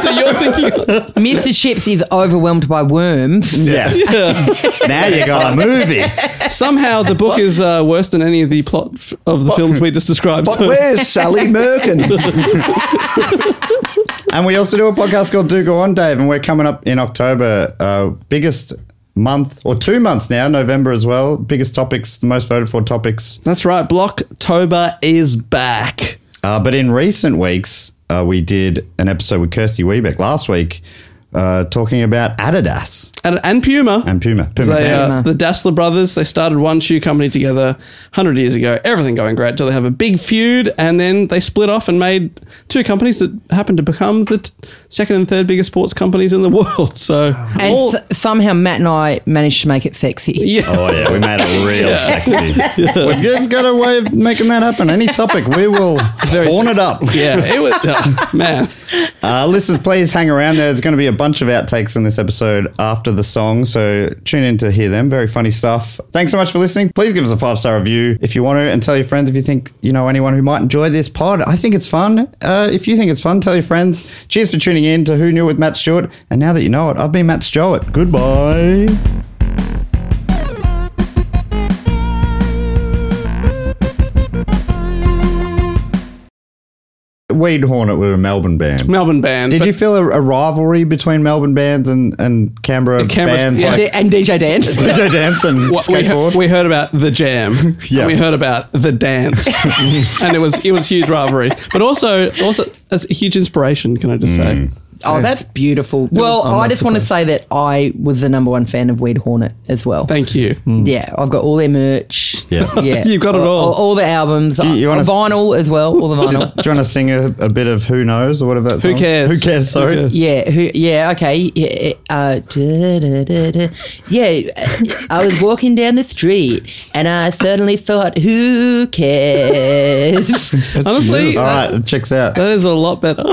[SPEAKER 7] what you're thinking. of.
[SPEAKER 5] Mr. Chips is overwhelmed by worms.
[SPEAKER 2] Yes. now you got a movie.
[SPEAKER 7] Somehow the book is uh, worse than any of the plot f- of the films we just described.
[SPEAKER 3] But
[SPEAKER 7] so-
[SPEAKER 3] where's Sally Merkin?
[SPEAKER 2] And we also do a podcast called Do Go On, Dave. And we're coming up in October, uh, biggest month or two months now, November as well. Biggest topics, the most voted for topics.
[SPEAKER 7] That's right. Blocktober is back.
[SPEAKER 2] Uh, but in recent weeks, uh, we did an episode with Kirsty Wiebeck last week uh, talking about Adidas
[SPEAKER 7] And, and Puma.
[SPEAKER 2] and Puma. Puma
[SPEAKER 7] they,
[SPEAKER 2] pants.
[SPEAKER 7] uh, the Dassler brothers, they started one shoe company together 100 years ago. Everything going great till they have a big feud and then they split off and made two companies that happened to become the t- second and third biggest sports companies in the world. So,
[SPEAKER 5] And
[SPEAKER 7] all-
[SPEAKER 5] s- somehow Matt and I managed to make it sexy.
[SPEAKER 7] yeah.
[SPEAKER 2] Oh yeah, we made it real sexy. We've just got a way of making that happen. Any topic, we will horn it up.
[SPEAKER 7] Yeah, it was oh, man.
[SPEAKER 2] Uh, listeners, please hang around. There's going to be a bunch of outtakes in this episode after the song, so tune in to hear them. Very funny stuff. Thanks so much for listening. Please give us a five star review if you want to, and tell your friends if you think you know anyone who might enjoy this pod. I think it's fun. Uh, if you think it's fun, tell your friends. Cheers for tuning in to Who Knew with Matt Stewart. And now that you know it, I've been Matt Stewart. Goodbye. Weed Hornet were a Melbourne band.
[SPEAKER 7] Melbourne band.
[SPEAKER 2] Did
[SPEAKER 7] but
[SPEAKER 2] you feel a, a rivalry between Melbourne bands and, and Canberra
[SPEAKER 7] Canberra's-
[SPEAKER 2] bands
[SPEAKER 7] yeah.
[SPEAKER 2] like
[SPEAKER 5] And, D- and DJ Dance.
[SPEAKER 2] DJ Dance and
[SPEAKER 7] what we,
[SPEAKER 2] Skateboard?
[SPEAKER 7] heard, we heard about the jam.
[SPEAKER 2] Yeah.
[SPEAKER 7] And we heard about the dance. and it was it was huge rivalry. But also also that's a huge inspiration, can I just say?
[SPEAKER 5] Oh, that's beautiful. Well,
[SPEAKER 7] I'm
[SPEAKER 5] I
[SPEAKER 7] not
[SPEAKER 5] just want to
[SPEAKER 7] surprised.
[SPEAKER 5] say that I was the number one fan of Weed Hornet as well.
[SPEAKER 7] Thank you.
[SPEAKER 5] yeah, I've got all their merch.
[SPEAKER 2] Yeah.
[SPEAKER 5] yeah.
[SPEAKER 7] You've got it all.
[SPEAKER 5] All, the albums. Uh,
[SPEAKER 2] you wanna-
[SPEAKER 5] vinyl as well. All the
[SPEAKER 2] do you
[SPEAKER 5] vinyl.
[SPEAKER 2] want to sing a, a bit of Who Knows or whatever that
[SPEAKER 7] Who
[SPEAKER 2] song-
[SPEAKER 7] cares?
[SPEAKER 2] Who Cares, sorry.
[SPEAKER 7] Who cares?
[SPEAKER 5] Yeah, who, yeah, okay. Yeah, uh, da, da, da, da. yeah, uh, I was walking down the street and I suddenly thought, who cares?
[SPEAKER 7] Honestly,
[SPEAKER 2] All
[SPEAKER 7] that-
[SPEAKER 2] right, it checks out.
[SPEAKER 7] that is a lot better.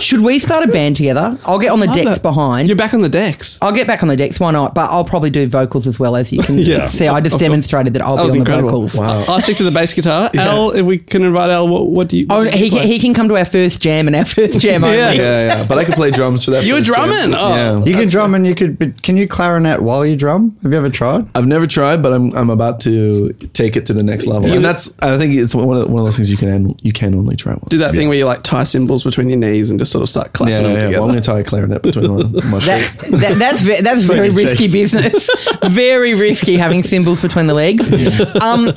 [SPEAKER 5] Should we start a band together? I'll get on the decks behind.
[SPEAKER 7] You're back on the decks.
[SPEAKER 5] I'll get back on the decks, why not? But I'll probably do vocals as well as you can
[SPEAKER 7] Yeah.
[SPEAKER 5] see. I just demonstrated that I'll
[SPEAKER 7] That
[SPEAKER 5] be
[SPEAKER 7] was
[SPEAKER 5] on
[SPEAKER 7] incredible.
[SPEAKER 5] the vocals.
[SPEAKER 7] I- I'll stick to the bass guitar. Al, if we can invite Al, what, what do you?
[SPEAKER 5] Oh,
[SPEAKER 7] what do you
[SPEAKER 5] he can,
[SPEAKER 7] play?
[SPEAKER 5] he can come to our first jam and our first jam only.
[SPEAKER 7] Yeah.
[SPEAKER 3] yeah, yeah. But I could play drums for that.
[SPEAKER 7] You were
[SPEAKER 3] first jam.
[SPEAKER 7] drumming? Oh.
[SPEAKER 2] You can drum and you could, but can you clarinet while you drum? Have you ever tried?
[SPEAKER 3] I've never tried, but I'm I'm about to take it to the next level. And that's I think it's one of one of those things you can you can only try once.
[SPEAKER 7] do that thing where you like tie cymbals between your knees and just sort of start clapping
[SPEAKER 3] Yeah, yeah,
[SPEAKER 7] them
[SPEAKER 3] yeah.
[SPEAKER 7] together.
[SPEAKER 3] Well, I'm going to tie a clarinet between one my
[SPEAKER 5] That, that, that's ve- that's very risky business. very risky having cymbals between the legs. Um,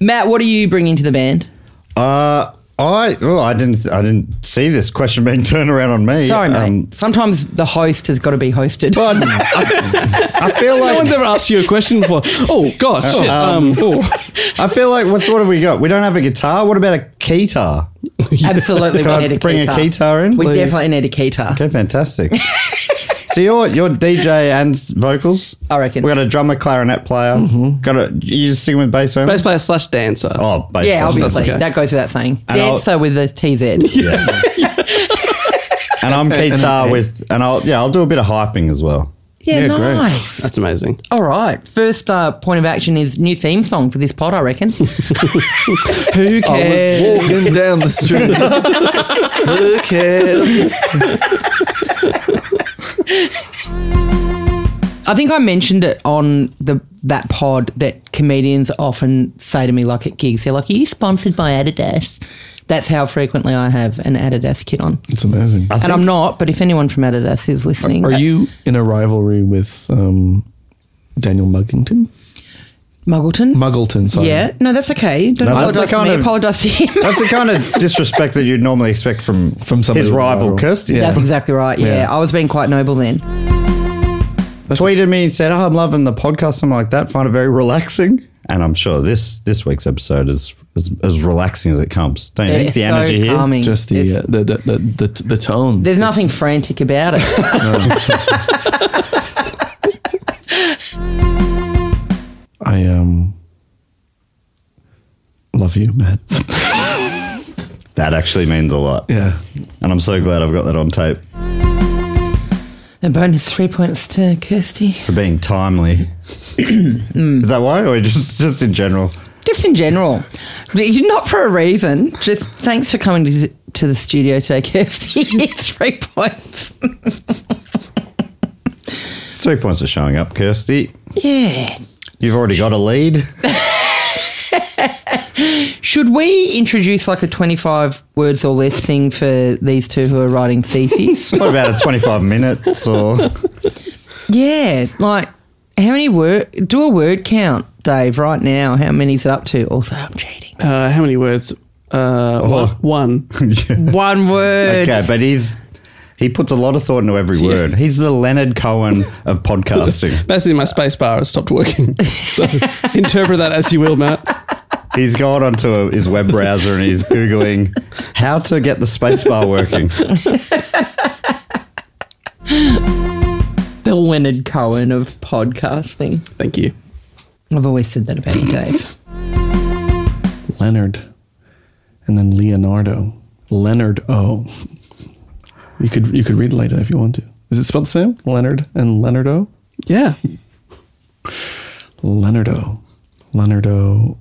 [SPEAKER 5] Matt, what are you bringing to the band?
[SPEAKER 2] Uh, I well, I didn't I didn't see this question being turned around on me.
[SPEAKER 5] Sorry, mate.
[SPEAKER 2] Um,
[SPEAKER 5] Sometimes the host has got to be hosted.
[SPEAKER 2] but I, I feel
[SPEAKER 7] no
[SPEAKER 2] like
[SPEAKER 7] one's ever asked you a question before. Oh God, shit. Um, oh.
[SPEAKER 2] I feel like what's what have we got? We don't have a guitar. What about a keytar?
[SPEAKER 5] Absolutely,
[SPEAKER 2] Can I
[SPEAKER 5] we need a
[SPEAKER 2] bring a
[SPEAKER 5] keytar.
[SPEAKER 2] keytar in,
[SPEAKER 5] We
[SPEAKER 2] please?
[SPEAKER 5] definitely need a keytar.
[SPEAKER 2] Okay, fantastic. so you're you're DJ and s- vocals.
[SPEAKER 5] I reckon.
[SPEAKER 2] we got a drummer, clarinet player.
[SPEAKER 7] Mm-hmm.
[SPEAKER 2] Got a you just sticking with bass only.
[SPEAKER 7] um, bass player slash dancer.
[SPEAKER 2] Oh, bass.
[SPEAKER 5] Yeah,
[SPEAKER 2] only.
[SPEAKER 5] obviously
[SPEAKER 7] okay.
[SPEAKER 5] that goes without saying.
[SPEAKER 2] And I'll-
[SPEAKER 5] Dancer with a TZ.
[SPEAKER 2] And I'm guitar with, and I'll yeah, I'll do a bit of hyping as well.
[SPEAKER 5] Yeah,
[SPEAKER 7] Yeah, great. Uh,
[SPEAKER 5] nice.
[SPEAKER 7] That's amazing.
[SPEAKER 5] All right. First uh, point of action is new theme song for this pod. I reckon.
[SPEAKER 7] Who cares?
[SPEAKER 3] walking down the street. Who cares?
[SPEAKER 5] I think I mentioned it on the that pod that comedians often say to me, like at gigs, they're like, "Are you sponsored by Adidas?" That's how frequently I have an Adidas kit on,
[SPEAKER 3] It's amazing.
[SPEAKER 5] and I'm not. But if anyone from Adidas is listening,
[SPEAKER 3] Are you in a rivalry with um, Daniel Muggington?
[SPEAKER 5] uh, Muggleton?
[SPEAKER 3] Muggleton, sorry.
[SPEAKER 5] yeah, no, that's okay. Don't
[SPEAKER 2] That's
[SPEAKER 5] apologise
[SPEAKER 2] the
[SPEAKER 5] to me.
[SPEAKER 2] kind of-
[SPEAKER 5] Apologise to him.
[SPEAKER 2] That's the kind of disrespect that you'd normally expect from
[SPEAKER 3] From somebody
[SPEAKER 2] his
[SPEAKER 3] with a
[SPEAKER 2] rival,
[SPEAKER 3] rival.
[SPEAKER 2] Kirsty.
[SPEAKER 5] That's exactly right. Yeah.
[SPEAKER 3] Yeah.
[SPEAKER 5] I was being quite noble then.
[SPEAKER 2] tweeted me and said, "Oh, I'm loving the podcast, something like that. Find it very relaxing." And I'm sure this this week's episode is as, as relaxing as it comes. Don't you
[SPEAKER 5] It
[SPEAKER 2] think
[SPEAKER 5] is
[SPEAKER 2] the
[SPEAKER 5] so
[SPEAKER 2] energy here?
[SPEAKER 5] calming.
[SPEAKER 3] Just the,
[SPEAKER 5] It's-
[SPEAKER 3] uh, the, the, the, the, the tones.
[SPEAKER 5] there's nothing frantic about it.
[SPEAKER 3] I um love you, Matt.
[SPEAKER 2] That actually means a lot.
[SPEAKER 3] yeah.
[SPEAKER 2] And I'm so glad I've got that on tape
[SPEAKER 5] and bonus three points to Kirsty.
[SPEAKER 2] for being timely. is that why, or just just in general?
[SPEAKER 5] Just in general, not for a reason. Just thanks for coming to, to the studio today, Kirsty. three points.
[SPEAKER 2] Three points are showing up, Kirsty.
[SPEAKER 5] Yeah.
[SPEAKER 2] You've already got a lead.
[SPEAKER 5] Should we introduce like a 25 words or less thing for these two who are writing theses?
[SPEAKER 2] What about a 25 minutes or?
[SPEAKER 5] yeah. Like, how many word? Do a word count, Dave, right now. How many's it up to? Also, I'm cheating.
[SPEAKER 7] Uh, how many words? Uh, One.
[SPEAKER 5] One word.
[SPEAKER 2] Okay, but he's he puts a lot of thought into every word. He's the Leonard Cohen of podcasting.
[SPEAKER 7] Basically, my space bar has stopped working. So interpret that as you will, Matt.
[SPEAKER 2] he's gone onto a, his web browser and he's googling how to get the spacebar working.
[SPEAKER 5] The Leonard Cohen of podcasting.
[SPEAKER 7] Thank you.
[SPEAKER 5] I've always said that about you, Dave.
[SPEAKER 3] Leonard. And then Leonardo. Leonard O. You could you could read it later if you want to. Is it spelled the same? Leonard and Leonardo?
[SPEAKER 7] Yeah.
[SPEAKER 3] Leonardo. Leonardo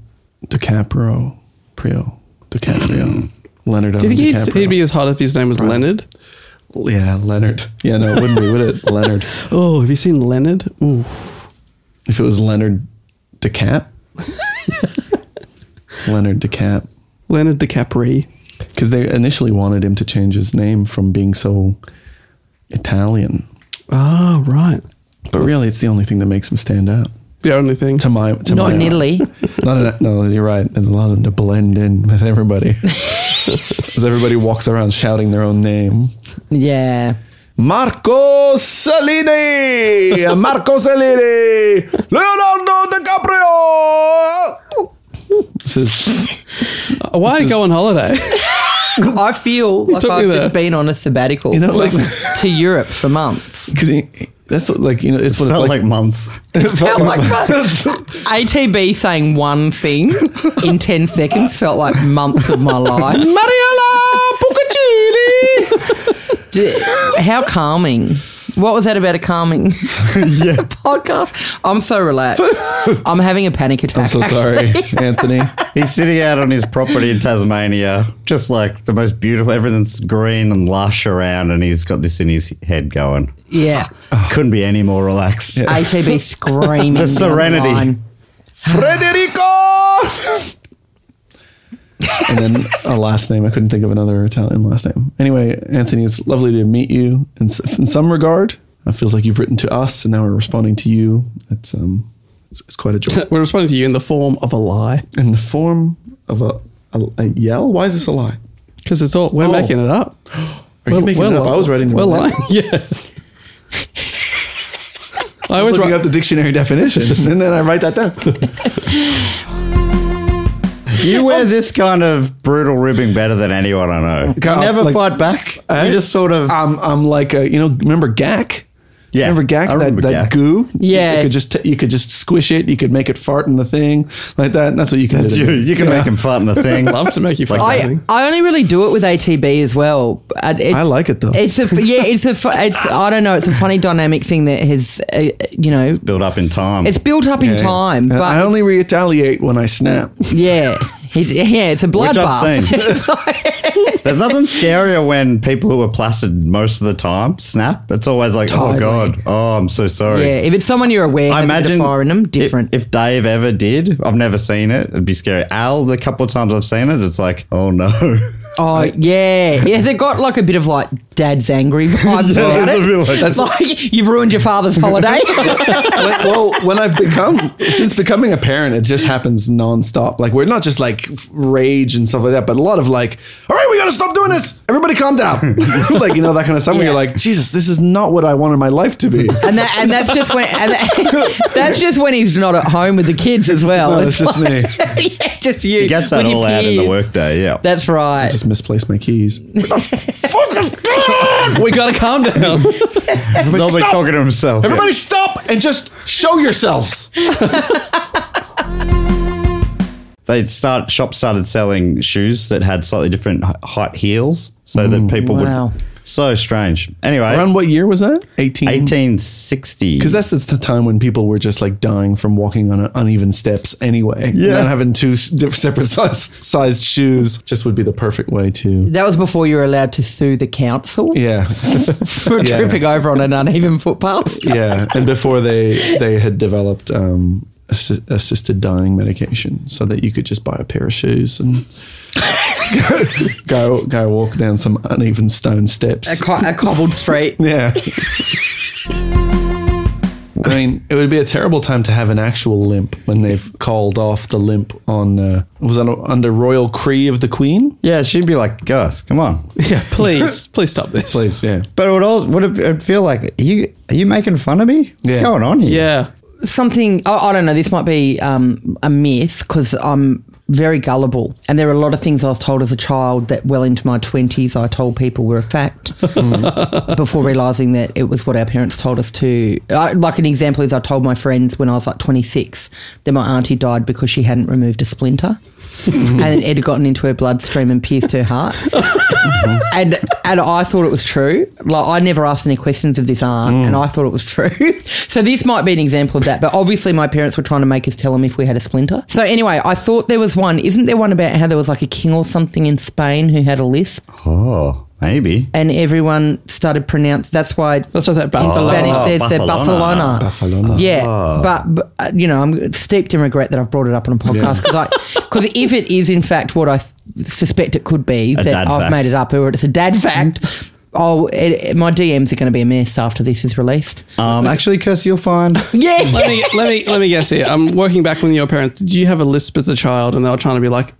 [SPEAKER 3] DiCaprio. Prio. DiCaprio. Leonardo.
[SPEAKER 7] Do you think he'd,
[SPEAKER 3] DiCaprio.
[SPEAKER 7] he'd be as hot if his name was Leonard?
[SPEAKER 3] Yeah, Leonard. Yeah, no, it wouldn't be, would it? Leonard.
[SPEAKER 7] Oh, have you seen Leonard? Ooh.
[SPEAKER 3] If it was Leonard DeCap. Leonard DeCap.
[SPEAKER 7] Leonard DiCaprio.
[SPEAKER 3] Because they initially wanted him to change his name from being so Italian.
[SPEAKER 7] Oh, right.
[SPEAKER 3] But really, it's the only thing that makes him stand out.
[SPEAKER 7] The only thing.
[SPEAKER 3] To my, to
[SPEAKER 5] Not
[SPEAKER 3] my
[SPEAKER 5] in Italy.
[SPEAKER 3] Not in, no, you're right. It allows him to blend in with everybody. Because everybody walks around shouting their own name.
[SPEAKER 5] Yeah.
[SPEAKER 3] Marco Salini! Marco Salini! Leonardo DiCaprio! This is,
[SPEAKER 7] Why
[SPEAKER 3] This is-
[SPEAKER 7] go on holiday?
[SPEAKER 5] I feel like
[SPEAKER 7] took me
[SPEAKER 5] I've
[SPEAKER 7] there.
[SPEAKER 5] just been on a sabbatical
[SPEAKER 3] you know, like,
[SPEAKER 5] to Europe for months.
[SPEAKER 3] because that's like, you know, it's what it's
[SPEAKER 2] Felt
[SPEAKER 3] like.
[SPEAKER 2] like, months.
[SPEAKER 5] Felt like months. ATB saying one thing in 10 seconds felt like months of my life.
[SPEAKER 3] Mariella Puccaccini!
[SPEAKER 5] D- How calming. What was that about a calming podcast? I'm so relaxed. I'm having a panic attack.
[SPEAKER 3] I'm so sorry, Anthony.
[SPEAKER 2] He's sitting out on his property in Tasmania, just like the most beautiful. Everything's green and lush around, and he's got this in his head going.
[SPEAKER 5] Yeah.
[SPEAKER 2] Couldn't be any more relaxed.
[SPEAKER 5] ATB screaming.
[SPEAKER 2] The
[SPEAKER 5] down
[SPEAKER 2] serenity.
[SPEAKER 5] line.
[SPEAKER 3] Federico! and then a last name. I couldn't think of another Italian last name. Anyway, Anthony, it's lovely to meet you. In, s- in some regard, it feels like you've written to us, and now we're responding to you. It's um, it's, it's quite a joy.
[SPEAKER 7] We're responding to you in the form of a lie
[SPEAKER 3] in the form of a, a, a yell. Why is this a lie?
[SPEAKER 7] because it's all we're
[SPEAKER 3] Oh.
[SPEAKER 7] making it up.
[SPEAKER 3] Are you making it up? I was writing the
[SPEAKER 7] Well,
[SPEAKER 3] wrong
[SPEAKER 7] lying.
[SPEAKER 3] name.
[SPEAKER 7] Yeah. I
[SPEAKER 3] I was
[SPEAKER 7] always
[SPEAKER 3] looking
[SPEAKER 7] write.
[SPEAKER 3] up the dictionary definition, and then I write that down.
[SPEAKER 2] You wear this kind of brutal ribbing better than anyone I know. You
[SPEAKER 3] God,
[SPEAKER 2] never
[SPEAKER 3] like-
[SPEAKER 2] fight back. Eh? You just sort of
[SPEAKER 3] I'm I'm like a, you know remember Gak?
[SPEAKER 2] Yeah,
[SPEAKER 3] remember Gak?
[SPEAKER 2] I
[SPEAKER 3] that
[SPEAKER 2] remember
[SPEAKER 3] that
[SPEAKER 2] Gak.
[SPEAKER 3] goo.
[SPEAKER 5] Yeah.
[SPEAKER 3] you could just you could just squish it. You could make it fart in the thing like that. and that's what you can
[SPEAKER 2] That's
[SPEAKER 3] do.
[SPEAKER 2] you. You can make him fart in the thing.
[SPEAKER 7] Love to make you feel
[SPEAKER 5] I,
[SPEAKER 7] something.
[SPEAKER 5] I only really do it with ATB as well. And It's,
[SPEAKER 3] I like it, though.
[SPEAKER 5] It's a yeah. It's a fu- it's I don't know. It's a funny dynamic thing that has uh, you know
[SPEAKER 2] Build up in time. Uh,
[SPEAKER 5] it's built up in time,
[SPEAKER 3] And
[SPEAKER 5] but
[SPEAKER 3] I only retaliate when I snap.
[SPEAKER 5] yeah. He, yeah, it's a
[SPEAKER 2] Which I've
[SPEAKER 5] bloodbath.
[SPEAKER 2] seen.
[SPEAKER 5] It's like-
[SPEAKER 2] There's nothing scarier when people who are placid most of the time snap. It's always like, oh
[SPEAKER 5] Totally.
[SPEAKER 2] god, oh I'm so sorry.
[SPEAKER 5] yeah, if it's someone you're aware,
[SPEAKER 2] I imagine
[SPEAKER 5] fire in them,
[SPEAKER 2] if-
[SPEAKER 5] different.
[SPEAKER 2] If, Dave ever did, I've never seen it. It'd be scary. Al, the couple of times I've seen it, it's like, oh no,
[SPEAKER 5] oh yeah, yes, it got like a bit of like dad's angry vibe about
[SPEAKER 2] It's a
[SPEAKER 5] it.
[SPEAKER 2] bit like-
[SPEAKER 3] That's-
[SPEAKER 5] Like you've ruined your father's holiday.
[SPEAKER 3] When- well, when I've become since becoming a parent, it just happens nonstop. Like we're not just like rage and stuff like that, but a lot of like, all right, we gotta stop doing this. Everybody, calm down. like you know that kind of stuff. Where you're like, Jesus, this is not what I wanted my life to be.
[SPEAKER 5] and that and that's just when and that- that's just when he's not at home with the kids as well.
[SPEAKER 3] No, it's Oh, just me.
[SPEAKER 5] me. yeah, just you.
[SPEAKER 2] he gets that
[SPEAKER 5] When your
[SPEAKER 2] all out in the
[SPEAKER 5] peers-
[SPEAKER 2] workday. Yeah,
[SPEAKER 5] That's right.
[SPEAKER 3] Just misplaced my keys. What the fuck is going on? We gotta calm down.
[SPEAKER 2] he's always
[SPEAKER 3] stop.
[SPEAKER 2] talking to himself. Yeah.
[SPEAKER 3] Everybody, stop and just show yourselves.
[SPEAKER 2] they start shops started selling shoes that had slightly different h- height heels, so that people
[SPEAKER 5] Mm, Wow.
[SPEAKER 2] would. So strange. Anyway,
[SPEAKER 3] Around what year was that? 18.
[SPEAKER 5] Mm.
[SPEAKER 2] 1860.
[SPEAKER 3] Because that's the, the time when people were just like dying from walking on uh, uneven steps anyway. Yeah. And having two s- diff- separate sized, sized shoes just would be the perfect way to.
[SPEAKER 5] That was before you were allowed to sue the council
[SPEAKER 3] Yeah.
[SPEAKER 5] for
[SPEAKER 3] Yeah.
[SPEAKER 5] tripping over on an uneven footpath.
[SPEAKER 3] yeah. And before they, they had developed um, assi- assisted dying medication so that you could just buy a pair of shoes and go, go walk down some uneven stone steps.
[SPEAKER 5] A, co- a cobbled street.
[SPEAKER 3] Yeah. I mean, it would be a terrible time to have an actual limp when they've called off the limp on uh, was that under royal cree of the queen.
[SPEAKER 2] yeah, she'd be like, Gus, come on.
[SPEAKER 7] Yeah, please, please stop this.
[SPEAKER 3] Please, yeah,
[SPEAKER 2] But it would all would it it'd feel like are you are you making fun of me? What's
[SPEAKER 3] Yeah.
[SPEAKER 2] going on here?
[SPEAKER 7] Yeah.
[SPEAKER 5] Something, I I don't know, this might be um, a myth because I'm very gullible. And there are a lot of things I was told as a child that well into my 20s I told people were a fact Hmm. before realizing that it was what our parents told us to. I, like an example is I told my friends when I was like 26 that my auntie died because she hadn't removed a splinter. and it had gotten into her bloodstream and pierced her heart. and and I thought it was true. Like I never asked any questions of this aunt, and I thought it was true. so this might be an example of that. But obviously, my parents were trying to make us tell them if we had a splinter. So anyway, I thought there was one. Isn't there one about how there was like a king or something in Spain who had a lisp,
[SPEAKER 2] Oh, maybe.
[SPEAKER 5] and everyone started pronounce. That's why.
[SPEAKER 7] That's what that
[SPEAKER 5] in
[SPEAKER 7] Buffalo.
[SPEAKER 5] Spanish, there's the
[SPEAKER 2] Barcelona.
[SPEAKER 5] Barcelona.
[SPEAKER 3] Barcelona.
[SPEAKER 5] Yeah,
[SPEAKER 7] Ah.
[SPEAKER 5] but, but uh, you know, I'm steeped in regret that I've brought it up on a podcast because if it is in fact what I th- suspect it could be
[SPEAKER 2] A
[SPEAKER 5] that
[SPEAKER 2] dad
[SPEAKER 5] I've
[SPEAKER 2] fact.
[SPEAKER 5] made it up or it's a dad fact. Oh, it, it- my DMs are going to be a mess after this is released.
[SPEAKER 2] Um, actually, Kirsty, you'll find.
[SPEAKER 5] Yeah,
[SPEAKER 7] let me let me let me guess here. I'm working back with your parents. Did you have a lisp as a child? And they were trying to be like,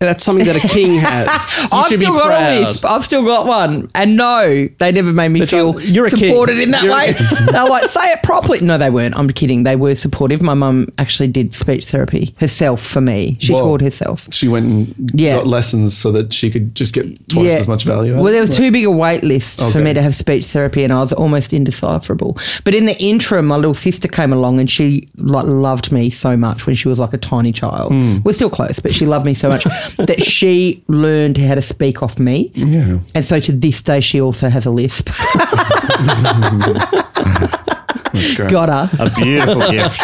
[SPEAKER 7] that's something that a king has. You
[SPEAKER 5] I've
[SPEAKER 7] should
[SPEAKER 5] still
[SPEAKER 7] be
[SPEAKER 5] got
[SPEAKER 7] proud.
[SPEAKER 5] a lisp. Oh, I've still got one, and no, they never made me
[SPEAKER 7] They're
[SPEAKER 5] feel
[SPEAKER 7] trying- you're a king.
[SPEAKER 5] supported in that
[SPEAKER 7] You're a
[SPEAKER 5] way. They're like, say it properly. No, they weren't. I'm kidding. They were supportive. My mum actually did speech therapy herself for me. She
[SPEAKER 3] Whoa.
[SPEAKER 5] taught herself.
[SPEAKER 3] She went and
[SPEAKER 5] Yeah.
[SPEAKER 3] got lessons so that she could just get twice as much value. out
[SPEAKER 5] Well,
[SPEAKER 3] of
[SPEAKER 5] there
[SPEAKER 3] it.
[SPEAKER 5] was too big a wait list for
[SPEAKER 3] Okay.
[SPEAKER 5] me to have speech therapy, and I was almost indecipherable. But in the interim, my little sister came along, and she like loved me so much when she was like a tiny child.
[SPEAKER 3] Hmm.
[SPEAKER 5] We're still close, but she loved me so much that she learned how to speak off me.
[SPEAKER 3] Yeah.
[SPEAKER 5] And so to this day, she also has a lisp.
[SPEAKER 3] great.
[SPEAKER 5] Got her.
[SPEAKER 2] A beautiful gift.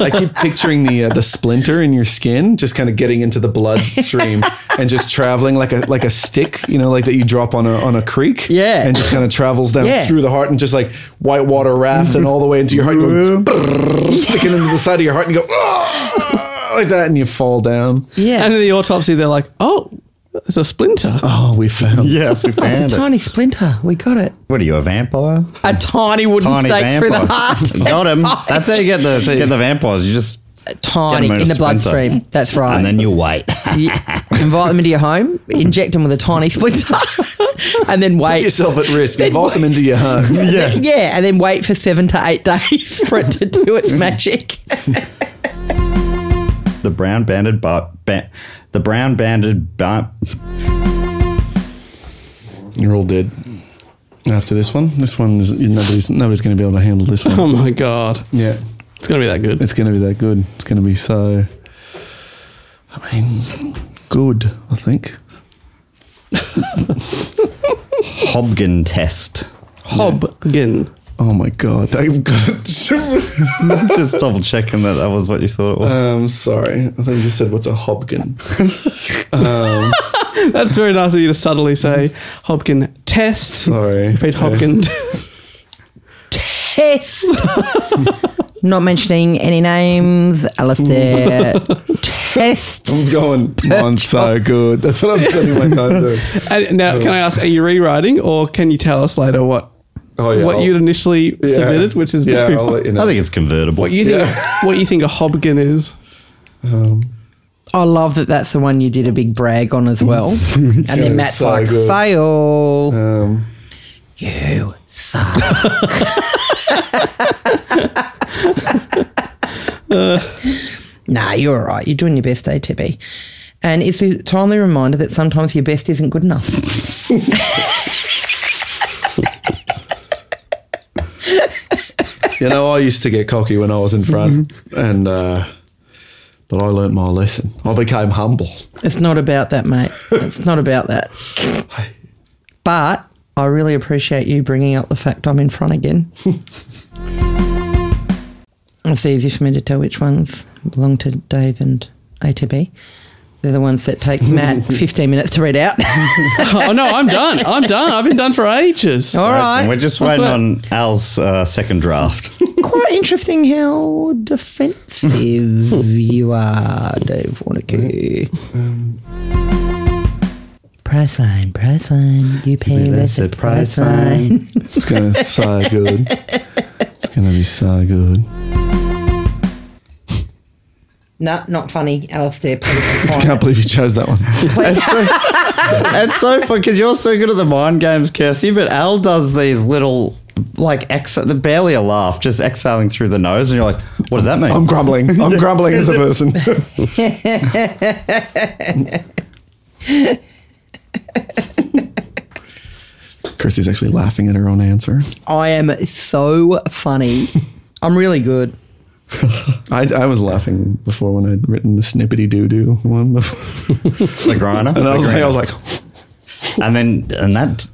[SPEAKER 3] I keep picturing the uh, the splinter in your skin just kind of getting into the bloodstream and just traveling like a like a stick, you know, like that you drop on a on a creek,
[SPEAKER 5] Yeah.
[SPEAKER 3] and just kind of travels down
[SPEAKER 5] Yeah.
[SPEAKER 3] through the heart and just like whitewater raft and all the way into your heart, and goes brrrr, sticking into the side of your heart, and you go "Ah," like that, and you fall down.
[SPEAKER 5] Yeah.
[SPEAKER 7] And in the autopsy, they're like, oh, there's a splinter.
[SPEAKER 3] Oh, we found.
[SPEAKER 2] Yes, we found
[SPEAKER 5] it's a
[SPEAKER 2] it.
[SPEAKER 5] tiny splinter. We got it.
[SPEAKER 2] What are you, a vampire?
[SPEAKER 5] A tiny wooden
[SPEAKER 2] Tiny
[SPEAKER 5] stake
[SPEAKER 2] vampire.
[SPEAKER 5] through the heart.
[SPEAKER 2] Got him. That's how you get the get the vampires. You just
[SPEAKER 5] Tiny
[SPEAKER 2] Get 'em in
[SPEAKER 5] in
[SPEAKER 2] a
[SPEAKER 5] the
[SPEAKER 2] splinter.
[SPEAKER 5] bloodstream. That's right.
[SPEAKER 2] and then you wait.
[SPEAKER 5] You invite them into your home, inject them with a tiny splinter, and then
[SPEAKER 3] Put
[SPEAKER 5] wait.
[SPEAKER 3] yourself at risk. Involve them into your heart.
[SPEAKER 5] yeah. yeah, and then wait for seven to eight days for it to do its magic.
[SPEAKER 2] the brown banded bar, ba- the brown banded bar,
[SPEAKER 3] You're all dead. After this one, this one is nobody's nobody's going to be able to handle this
[SPEAKER 7] Oh
[SPEAKER 3] one.
[SPEAKER 7] my god,
[SPEAKER 3] Yeah.
[SPEAKER 7] it's gonna be that good.
[SPEAKER 3] It's going to be that good. It's going to be so. I mean, good. I think.
[SPEAKER 2] Hobgen test.
[SPEAKER 7] Hobgen.
[SPEAKER 3] Oh my god, I've got it.
[SPEAKER 2] Just double checking that that was what you thought it was.
[SPEAKER 3] um, sorry. I thought you just said what's a hobkin.
[SPEAKER 7] That's very nice of you to subtly say Hobkin test.
[SPEAKER 3] Sorry.
[SPEAKER 7] Repeat Hobkin.
[SPEAKER 5] Test. Not mentioning any names, Alistair. Test.
[SPEAKER 3] I'm going mine's so good. That's what I'm spending my time doing.
[SPEAKER 7] And now, can I ask, are you rewriting or can you tell us later what
[SPEAKER 3] Oh yeah.
[SPEAKER 7] what
[SPEAKER 3] I'll-
[SPEAKER 7] you'd initially
[SPEAKER 3] yeah.
[SPEAKER 7] submitted, which is
[SPEAKER 3] yeah.
[SPEAKER 7] very-
[SPEAKER 3] I'll let you know.
[SPEAKER 2] I think it's convertible.
[SPEAKER 7] what you think what you think a Hobkin is.
[SPEAKER 5] I love that that's the one you did a big brag on as well. and
[SPEAKER 3] Yeah,
[SPEAKER 5] then Matt's
[SPEAKER 3] so
[SPEAKER 5] like,
[SPEAKER 3] good.
[SPEAKER 5] fail.
[SPEAKER 3] um,
[SPEAKER 5] You suck. nah, you're all right. You're doing your best, ATB. And it's a timely reminder that sometimes your best isn't good enough.
[SPEAKER 3] you know, I used to get cocky when I was in front,
[SPEAKER 7] Mm-hmm.
[SPEAKER 3] and uh, but I learnt my lesson. I became humble.
[SPEAKER 5] It's not about that, mate. It's not about that. But I really appreciate you bringing up the fact I'm in front again. it's easy for me to tell which ones belong to Dave and ATB. They're the ones that take Matt 15 minutes to read out.
[SPEAKER 7] oh no, I'm done. I'm done. I've been done for ages.
[SPEAKER 3] Oh.
[SPEAKER 5] All
[SPEAKER 2] And we're
[SPEAKER 5] right.
[SPEAKER 2] just waiting on Al's uh, second draft.
[SPEAKER 5] Quite interesting how defensive you are, Dave Warnocky. Price line, price line. You pay less at price line.
[SPEAKER 3] It's gonna be so good. It's gonna be so good.
[SPEAKER 5] No, not funny, Alistair. please be
[SPEAKER 3] I
[SPEAKER 5] quiet.
[SPEAKER 3] can't believe you chose that one.
[SPEAKER 2] It's so fun because you're so good at the mind games, Kirsty, but Al does these little, like, ex- barely a laugh, just exhaling through the nose, and you're like, what does that mean?
[SPEAKER 3] I'm grumbling. I'm grumbling as a person. Christy's actually laughing at her own answer.
[SPEAKER 5] I am so funny. I'm really good.
[SPEAKER 3] I, I was laughing before when I'd written the snippety doo doo one before.
[SPEAKER 2] the grinder.
[SPEAKER 3] And I was, like, I was like,
[SPEAKER 2] and then, and that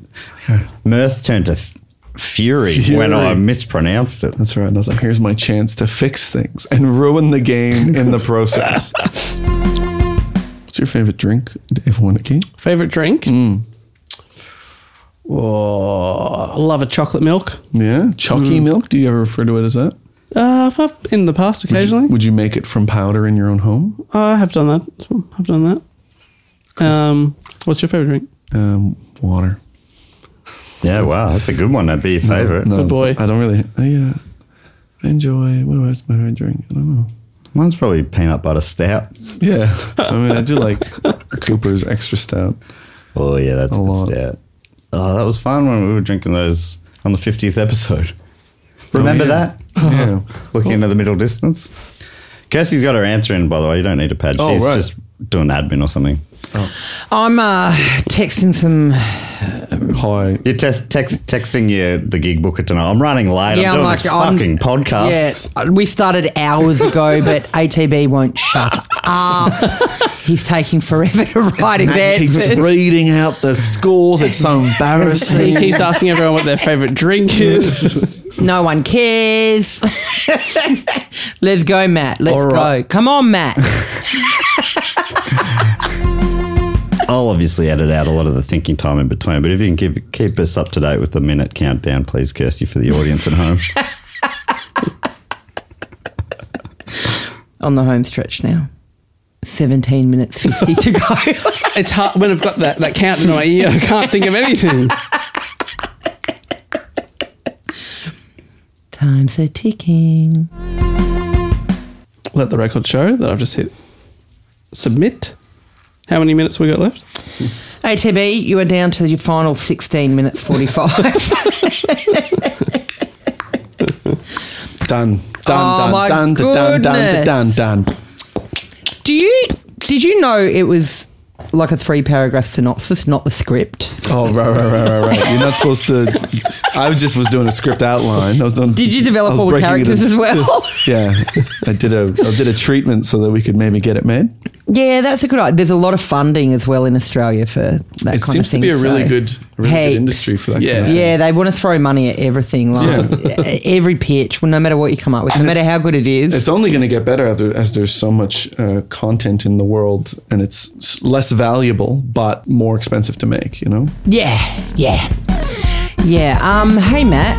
[SPEAKER 2] mirth turned to f- fury, when
[SPEAKER 3] Fury.
[SPEAKER 2] I mispronounced it.
[SPEAKER 3] that's right. And I was like, here's my chance to fix things and ruin the game in the process. What's your favorite drink, Dave Warnicky?
[SPEAKER 7] Favorite drink?
[SPEAKER 3] Hmm.
[SPEAKER 7] Oh, I love a chocolate milk.
[SPEAKER 3] Yeah. Chalky milk? Do you ever refer to it as that?
[SPEAKER 7] Uh, well, in the past, occasionally,
[SPEAKER 3] Would you make it from powder in your own home?
[SPEAKER 7] I have done that. I've done that. Um, what's your favorite drink?
[SPEAKER 3] Um, water.
[SPEAKER 2] Yeah, wow, that's a good one. That'd be your favorite.
[SPEAKER 3] No,
[SPEAKER 7] Good boy.
[SPEAKER 3] I don't really. I, uh, I enjoy. What do I what do I drink? I don't know.
[SPEAKER 2] Mine's probably peanut butter stout.
[SPEAKER 3] Yeah. I mean, I do like Cooper's extra stout.
[SPEAKER 2] Oh, yeah, that's a good
[SPEAKER 3] lot.
[SPEAKER 2] stout. Oh, that was fun when we were drinking those on the 50th episode. Remember
[SPEAKER 3] Oh, yeah.
[SPEAKER 2] that?
[SPEAKER 3] Yeah.
[SPEAKER 2] looking into the middle distance. Kirsty's got her answer in, by the way. You don't need a pad.
[SPEAKER 3] Oh,
[SPEAKER 2] She's
[SPEAKER 3] right.
[SPEAKER 2] just doing admin or something.
[SPEAKER 5] I'm uh, texting some.
[SPEAKER 3] Hi.
[SPEAKER 2] You're text, text, texting your, the gig booker tonight. I'm running late.
[SPEAKER 5] yeah,
[SPEAKER 2] I'm doing
[SPEAKER 5] I'm like
[SPEAKER 2] this
[SPEAKER 5] I'm-
[SPEAKER 2] fucking podcast.
[SPEAKER 5] Yeah, we started hours ago, but ATB won't shut up. He's taking forever to write his answers.
[SPEAKER 3] reading out the scores. It's so embarrassing.
[SPEAKER 7] He keeps asking everyone what their favorite drink is.
[SPEAKER 5] No one cares. Let's go, Matt. Let's
[SPEAKER 2] All right.
[SPEAKER 5] go. Come on, Matt.
[SPEAKER 2] I'll obviously edit out a lot of the thinking time in between, but if you can give, keep us up to date with the minute countdown, please, Kirsty, for the audience at home.
[SPEAKER 5] On the home stretch now. 17 minutes 50 to go.
[SPEAKER 7] it's hard when I've got that that count in my ear. I can't think of anything.
[SPEAKER 5] Time's a ticking.
[SPEAKER 7] Let the record show that I've just hit submit. How many minutes we got left?
[SPEAKER 5] ATB, you are down to your final 16 minutes 45.
[SPEAKER 3] Done. Done.
[SPEAKER 5] Oh,
[SPEAKER 3] done,
[SPEAKER 5] my
[SPEAKER 3] done, done. Done.
[SPEAKER 5] goodness.
[SPEAKER 3] Done. Done. Done.
[SPEAKER 5] Do you did you know it was like a three paragraph synopsis, not the script?
[SPEAKER 3] Oh, right, right, right, right, right. You're not supposed to. I just was doing a script outline. I was doing.
[SPEAKER 5] Did you
[SPEAKER 3] I
[SPEAKER 5] develop
[SPEAKER 3] was
[SPEAKER 5] all the
[SPEAKER 3] breaking it
[SPEAKER 5] characters
[SPEAKER 3] in-
[SPEAKER 5] as well?
[SPEAKER 3] Yeah, I did a I did a treatment so that we could maybe get it made.
[SPEAKER 5] Yeah, that's a good idea. There's a lot of funding as well in Australia for that kind
[SPEAKER 3] It
[SPEAKER 5] of thing.
[SPEAKER 3] seems to be a really
[SPEAKER 5] so-
[SPEAKER 3] good, a really good
[SPEAKER 5] Heaps.
[SPEAKER 3] industry for that.
[SPEAKER 7] Yeah.
[SPEAKER 3] kind of-
[SPEAKER 5] Yeah, they want to throw money at everything, like every pitch, well, no matter what you come up with, no matter how good it is.
[SPEAKER 3] It's only going to get better as, there- as there's so much uh, content in the world and it's s- less valuable but more expensive to make, you know?
[SPEAKER 5] yeah, yeah, yeah. Um, hey Matt,